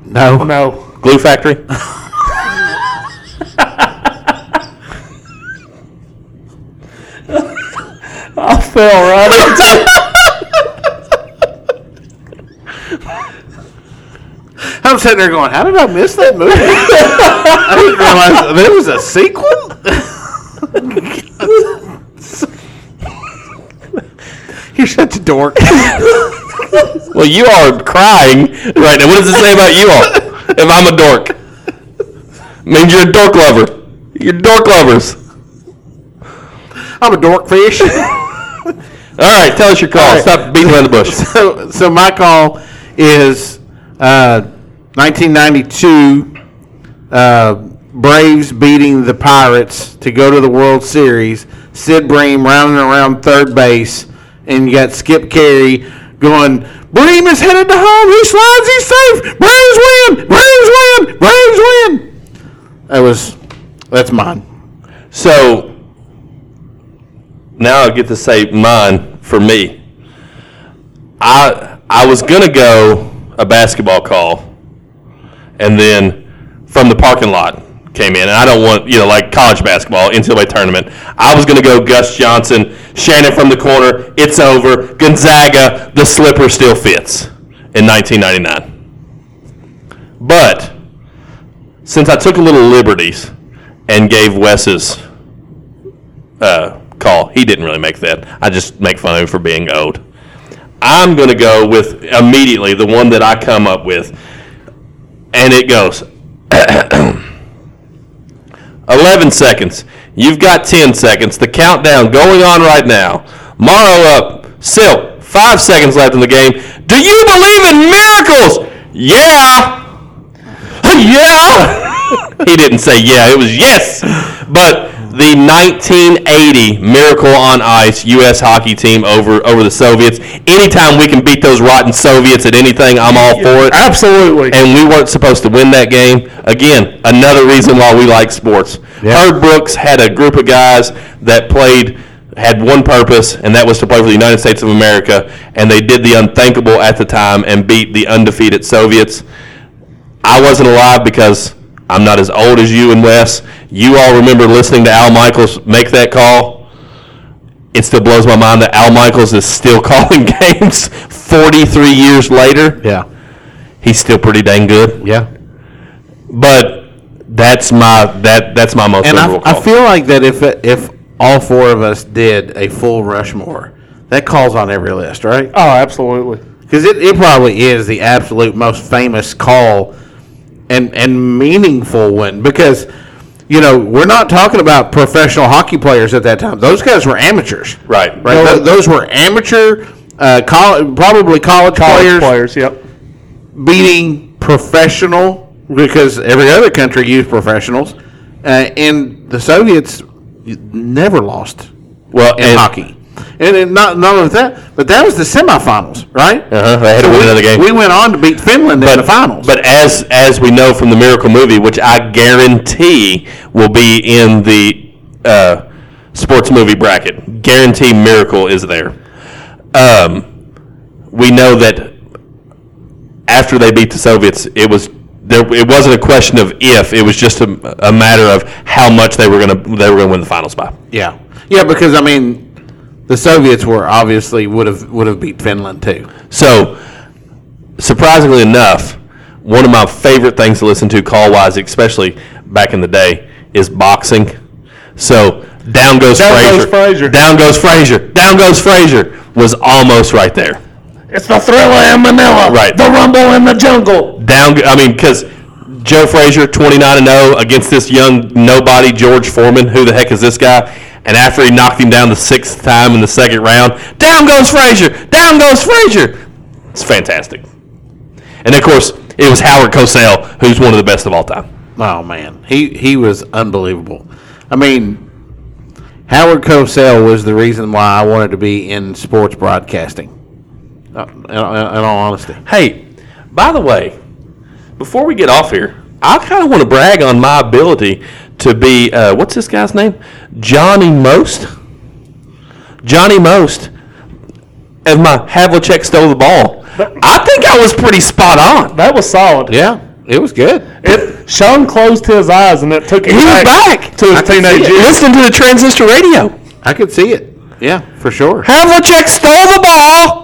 Speaker 2: No,
Speaker 3: No.
Speaker 4: Glue Factory.
Speaker 3: I fell right into
Speaker 2: I'm sitting there going, "How did I miss that movie? I didn't realize there was a sequel." You're such a dork.
Speaker 4: well, you are crying right now. What does it say about you all? If I'm a dork, means you're a dork lover. You're dork lovers.
Speaker 2: I'm a dork fish.
Speaker 4: All right, tell us your call.
Speaker 2: All right.
Speaker 4: Stop beating around the bush.
Speaker 2: so, *laughs* so my call is uh, 1992 uh, Braves beating the Pirates to go to the World Series. Sid Bream rounding around third base, and you got Skip Carey going. Bream is headed to home. He slides. He's safe. Braves win. Braves win. Braves win. That was that's mine.
Speaker 4: So now I get to say mine for me. I I was gonna go a basketball call, and then from the parking lot came in, and I don't want you know like college basketball NCAA tournament. I was gonna go Gus Johnson, Shannon from the corner. It's over. Gonzaga, the slipper still fits in 1999. But since I took a little liberties and gave Wes's uh, call. He didn't really make that. I just make fun of him for being old. I'm going to go with immediately the one that I come *clears throat* up with, and it goes. 11 seconds. You've got 10 seconds. The countdown going on right now. Morrow up. Silk, five seconds left in the game. Do you believe in miracles? Yeah. *laughs* Yeah. *laughs* he didn't say yeah, it was yes. But the 1980 Miracle on Ice U.S. hockey team over over the Soviets. Anytime we can beat those rotten Soviets at anything, I'm all for it
Speaker 3: Absolutely.
Speaker 4: and we weren't supposed to win that game. Again, another reason why we like sports. Herb Brooks had a group of guys that played had one purpose, and that was to play for the United States of America, and they did the unthinkable at the time and beat the undefeated Soviets. I wasn't alive because I'm not as old as you and Wes. You all remember listening to Al Michaels make that call. It still blows my mind that Al Michaels is still *laughs* calling games 43 years later
Speaker 2: Yeah.
Speaker 4: he's still pretty dang good.
Speaker 2: Yeah.
Speaker 4: But that's my that that's my most
Speaker 2: And I,
Speaker 4: memorable
Speaker 2: I
Speaker 4: call.
Speaker 2: feel like that if if all four of us did a full Rushmore, that calls on every list, right?
Speaker 3: Oh, absolutely.
Speaker 2: Because it, it probably is the absolute most famous call and and meaningful one. Because you know we're not talking about professional hockey players at that time; those guys were amateurs,
Speaker 4: Right.
Speaker 2: Right. Tho- those were amateur, uh, col- probably college, players,
Speaker 3: College players, yep.
Speaker 2: beating professional because every other country used professionals, uh, and the Soviets never lost
Speaker 4: well,
Speaker 2: in hockey. And then not not only that, but that was the semifinals, right?
Speaker 4: Uh-huh, they had to win
Speaker 2: we,
Speaker 4: another game.
Speaker 2: We went on to beat Finland in the finals.
Speaker 4: But as as we know from the Miracle movie, which I guarantee will be in the uh, sports movie bracket, guarantee Miracle is there. Um, we know that after they beat the Soviets, it was there. It wasn't a question of if; it was just a, a matter of how much they were going to they were going to win the finals by.
Speaker 2: yeah, yeah, because I mean, the Soviets were obviously would have would have beat Finland too.
Speaker 4: So, surprisingly enough, one of my favorite things to listen to call wise, especially back in the day, is boxing. So, down goes
Speaker 3: Down
Speaker 4: Frazier.
Speaker 3: goes Frazier.
Speaker 4: Down goes Frazier. Down goes Frazier was almost right there.
Speaker 3: It's the thriller in Manila.
Speaker 4: Right.
Speaker 3: uh, The rumble in the jungle.
Speaker 4: Down. I mean, because Joe Frazier, twenty nine and zero against this young nobody George Foreman. Who the heck is this guy? And after he knocked him down the sixth time in the second round, down goes Frazier. Down goes Frazier. It's fantastic. And of course, it was Howard Cosell, who's one of the best of all time.
Speaker 2: Oh man, he he was unbelievable. I mean, Howard Cosell was the reason why I wanted to be in sports broadcasting. Uh, In, in all honesty,
Speaker 4: Hey, by the way, before we get off here, I kind of want to brag on my ability to be uh, what's this guy's name? Johnny Most. Johnny Most. As my Havlicek stole the ball, I think I was pretty spot on.
Speaker 3: That was solid.
Speaker 2: yeah, it was good.
Speaker 3: It, Sean closed his eyes and it took him
Speaker 4: He was back
Speaker 3: to his teenage years.
Speaker 4: Listen to the transistor radio.
Speaker 2: I could see it. Yeah, for sure.
Speaker 4: Havlicek stole the
Speaker 2: *laughs*
Speaker 4: ball.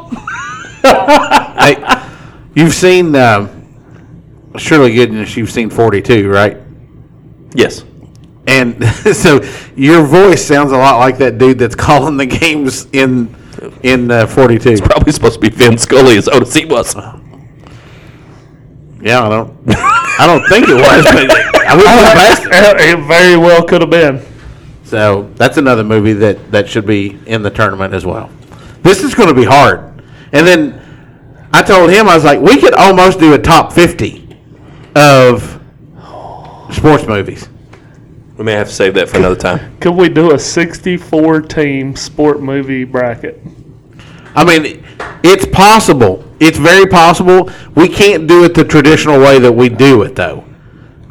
Speaker 2: I, you've seen um, Shirley Goodness. You've seen Forty Two, right?
Speaker 4: Yes.
Speaker 2: And *laughs* so your voice sounds a lot like that dude that's *laughs* calling the games in in uh, Forty Two.
Speaker 4: Probably supposed to be Vin Scully as Otis he was.
Speaker 2: Yeah, I don't. *laughs* I don't think it was, but *laughs* I wouldn't put
Speaker 3: *laughs*
Speaker 2: it past it.
Speaker 3: It very well could have been.
Speaker 2: So that's another movie that that should be in the tournament as well. This is going to be hard. And then I told him I was like, we could almost do a top fifty of sports movies.
Speaker 4: We may have to save that for another time.
Speaker 3: Could we do a 64 team sport movie bracket?
Speaker 2: I mean, it's possible. It's very possible. We can't do it the traditional way that we do it, though.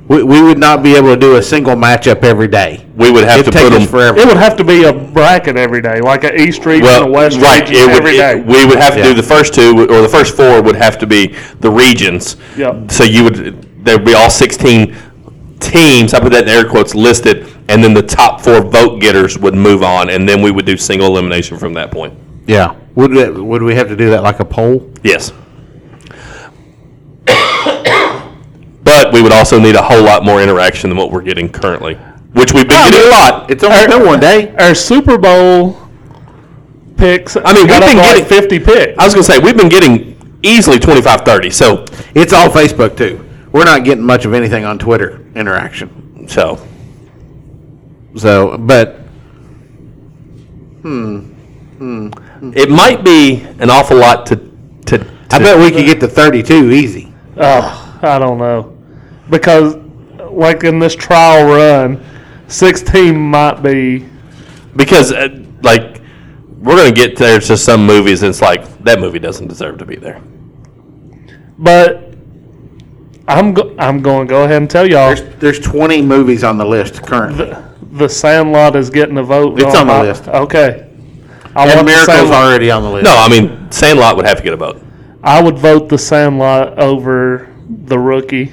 Speaker 2: We, we would not be able to do a single matchup every day.
Speaker 4: We would have
Speaker 2: It'd
Speaker 4: to
Speaker 2: take
Speaker 4: put
Speaker 2: us
Speaker 4: them
Speaker 2: forever.
Speaker 3: It would have to be a bracket every day, like an East region, a West
Speaker 4: right.
Speaker 3: region
Speaker 4: It would,
Speaker 3: every
Speaker 4: it-
Speaker 3: day.
Speaker 4: we would have to
Speaker 2: Yeah.
Speaker 4: do the first two, or the first four would have to be the regions.
Speaker 3: Yep.
Speaker 4: So you would, there'd be all 16 teams, I put that in air quotes, listed, and then the top four vote getters would move on, and then we would do single elimination from that point.
Speaker 2: yeah. Would it, would we have to do that like a poll?
Speaker 4: Yes. *coughs* but we would also need a whole lot more interaction than what we're getting currently, which we've been getting a lot.
Speaker 2: It's only been one day.
Speaker 3: Our Super Bowl picks. I
Speaker 4: mean, we've
Speaker 3: got up
Speaker 4: been
Speaker 3: to
Speaker 4: getting-
Speaker 3: like 50 picks.
Speaker 4: I was going to say, we've been getting easily 25, 30, so,
Speaker 2: It's all Facebook too. We're not getting much of anything on Twitter interaction.
Speaker 4: so.
Speaker 2: So, but
Speaker 4: It might be an awful lot to to. to
Speaker 2: I bet we could get to 32 easy.
Speaker 3: Oh, I don't know. Because, like in this trial run, 16 might be.
Speaker 4: because uh, like we're gonna get there to some movies and it's like that movie doesn't deserve to be there.
Speaker 3: But I'm, go- I'm going to go ahead and tell y'all
Speaker 2: There's there's 20 movies on the list *laughs* currently.
Speaker 3: the Sandlot is getting a vote.
Speaker 2: It's
Speaker 3: No,
Speaker 2: on the
Speaker 3: I-
Speaker 2: list.
Speaker 3: Okay. I
Speaker 2: And
Speaker 3: want the
Speaker 2: Miracle's
Speaker 3: Sandlot-
Speaker 2: already on the list.
Speaker 4: No, I mean Sandlot would have to get a vote.
Speaker 3: I would vote the Sandlot over the rookie.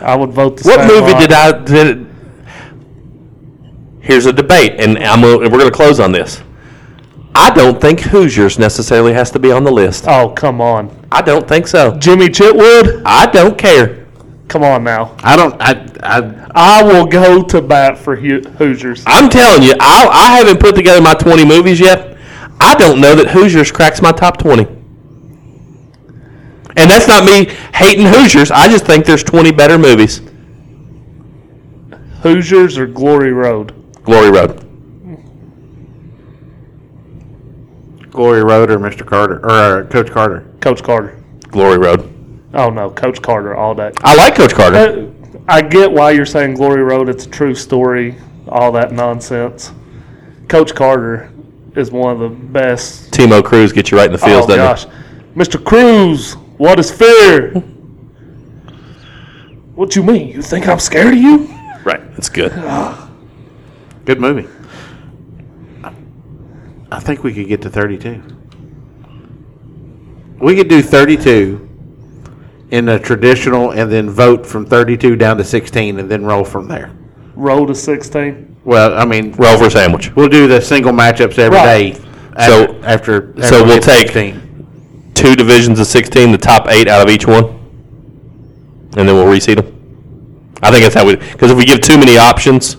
Speaker 3: I would vote the
Speaker 4: What
Speaker 3: Sandlot.
Speaker 4: movie did I did? It, here's a debate, and I'm gonna- and we're gonna close on this. I don't think Hoosiers necessarily has to be on the list.
Speaker 3: Oh, come on.
Speaker 4: I don't think so.
Speaker 3: Jimmy Chitwood?
Speaker 4: I don't care.
Speaker 3: Come on now.
Speaker 2: I don't. I, I
Speaker 3: I will go to bat for Hu- Hoosiers.
Speaker 4: I'm telling you, I, I haven't put together my 20 movies yet. I don't know that Hoosiers cracks my top 20. And that's not me hating Hoosiers. I just think there's 20 better movies.
Speaker 3: Hoosiers or Glory Road?
Speaker 4: Glory Road.
Speaker 2: Glory Road or Mr. Carter or uh, Coach Carter.
Speaker 3: Coach Carter.
Speaker 4: Glory Road.
Speaker 3: Oh, no. Coach Carter all day.
Speaker 4: I like Coach Carter.
Speaker 3: Uh, I get why you're saying Glory Road. It's a true story, all that nonsense. Coach Carter is one of the best
Speaker 4: Timo Cruz gets you right in the feels,
Speaker 3: oh
Speaker 4: doesn't
Speaker 3: gosh, Mr. Cruz, what is fear? what you mean? You think I'm scared of you?
Speaker 4: he? Right. It's good.
Speaker 2: Good movie. I think we could get to 32. We could do 32 in a traditional and then vote from 32 down to 16 and then roll from there.
Speaker 3: Roll to sixteen.
Speaker 2: Well, I mean,
Speaker 4: Roll for sandwich.
Speaker 2: we'll do the single matchups every day.
Speaker 3: Right.
Speaker 2: after-
Speaker 4: So-
Speaker 2: after, after,
Speaker 4: so
Speaker 2: we
Speaker 4: we'll
Speaker 2: get to
Speaker 4: take-
Speaker 2: 16.
Speaker 4: Two divisions of 16, the top eight out of each one. And then we'll reseed them. I think that's how we, because if we give too many options,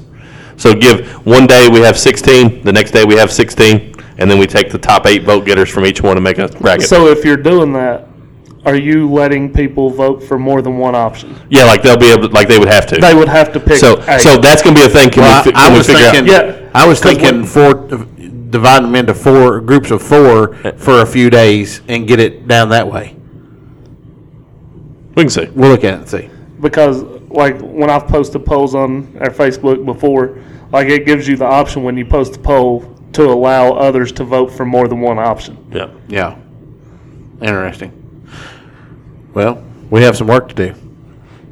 Speaker 4: so give one day we have 16, the next day we have 16, and then we take the top eight vote getters from each one and make a bracket.
Speaker 3: So if you're doing that, are you letting people vote for more than one option?
Speaker 4: yeah, like they'll be able, like they would have to.
Speaker 3: They would have to pick.
Speaker 4: so,
Speaker 3: eight.
Speaker 4: so that's going to be a thing. Can
Speaker 2: Well,
Speaker 4: we, fi-
Speaker 2: I,
Speaker 4: can
Speaker 2: I
Speaker 4: we
Speaker 2: was
Speaker 4: figure out?
Speaker 2: thinking,
Speaker 3: Yeah.
Speaker 2: I was
Speaker 3: 'Cause
Speaker 2: thinking four, divide them into four groups of four for a few days and get it down that way.
Speaker 4: We can see.
Speaker 2: We'll look at it and see.
Speaker 3: because like when I've posted polls on our Facebook before, like it gives you the option when you post a poll to allow others to vote for more than one option.
Speaker 4: Yeah.
Speaker 2: Yeah. Interesting. Well, we have some work to do.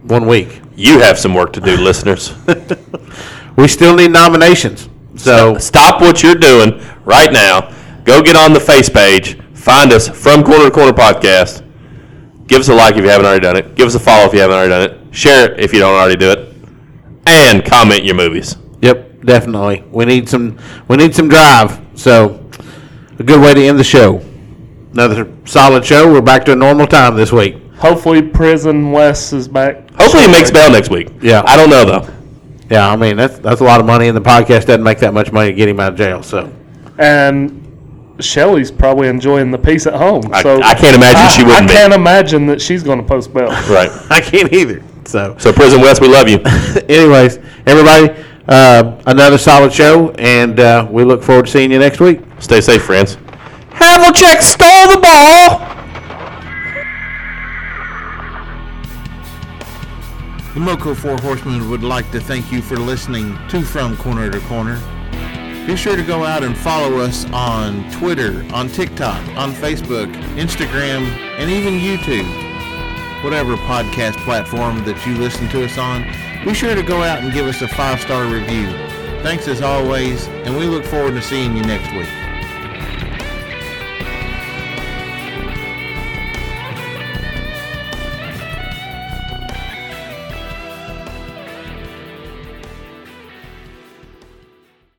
Speaker 2: One week.
Speaker 4: You have some work to do, listeners.
Speaker 2: We still need nominations. So
Speaker 4: Stop what you're doing right now. Go get on the face page. Find us from Corner to Corner Podcast. Give us a like if you haven't already done it. Give us a follow if you haven't already done it. Share it if you don't already do it. And comment your movies.
Speaker 2: yep, definitely. We need some we need some drive. So a good way to end the show. Another solid show. We're back to a normal time this week.
Speaker 3: Hopefully, Prison West is back.
Speaker 4: Hopefully he makes bail next week.
Speaker 2: Yeah.
Speaker 4: I don't know though.
Speaker 2: Yeah, I mean that's that's a lot of money and the podcast doesn't make that much money to get him out of jail, so *laughs*
Speaker 3: and Shelly's probably enjoying the peace at home.
Speaker 4: I,
Speaker 3: so
Speaker 4: I can't imagine she
Speaker 3: I-
Speaker 4: wouldn't
Speaker 3: I can't imagine that she's going to post bail.
Speaker 4: be. Right.
Speaker 2: I can't either. So *laughs*
Speaker 4: So Prison West, we love you.
Speaker 2: anyways, everybody, uh, another solid show and uh, we look forward to seeing you next week.
Speaker 4: Stay safe, friends.
Speaker 6: Havlicek stole the ball.
Speaker 2: The Moco Four Horsemen would like to thank you for listening to From Corner to Corner. Be sure to go out and follow us on Twitter, on TikTok, on Facebook, Instagram, and even YouTube. Whatever podcast platform that you listen to us on, be sure to go out and give us a five-star review. Thanks as always, and we look forward to seeing you next week.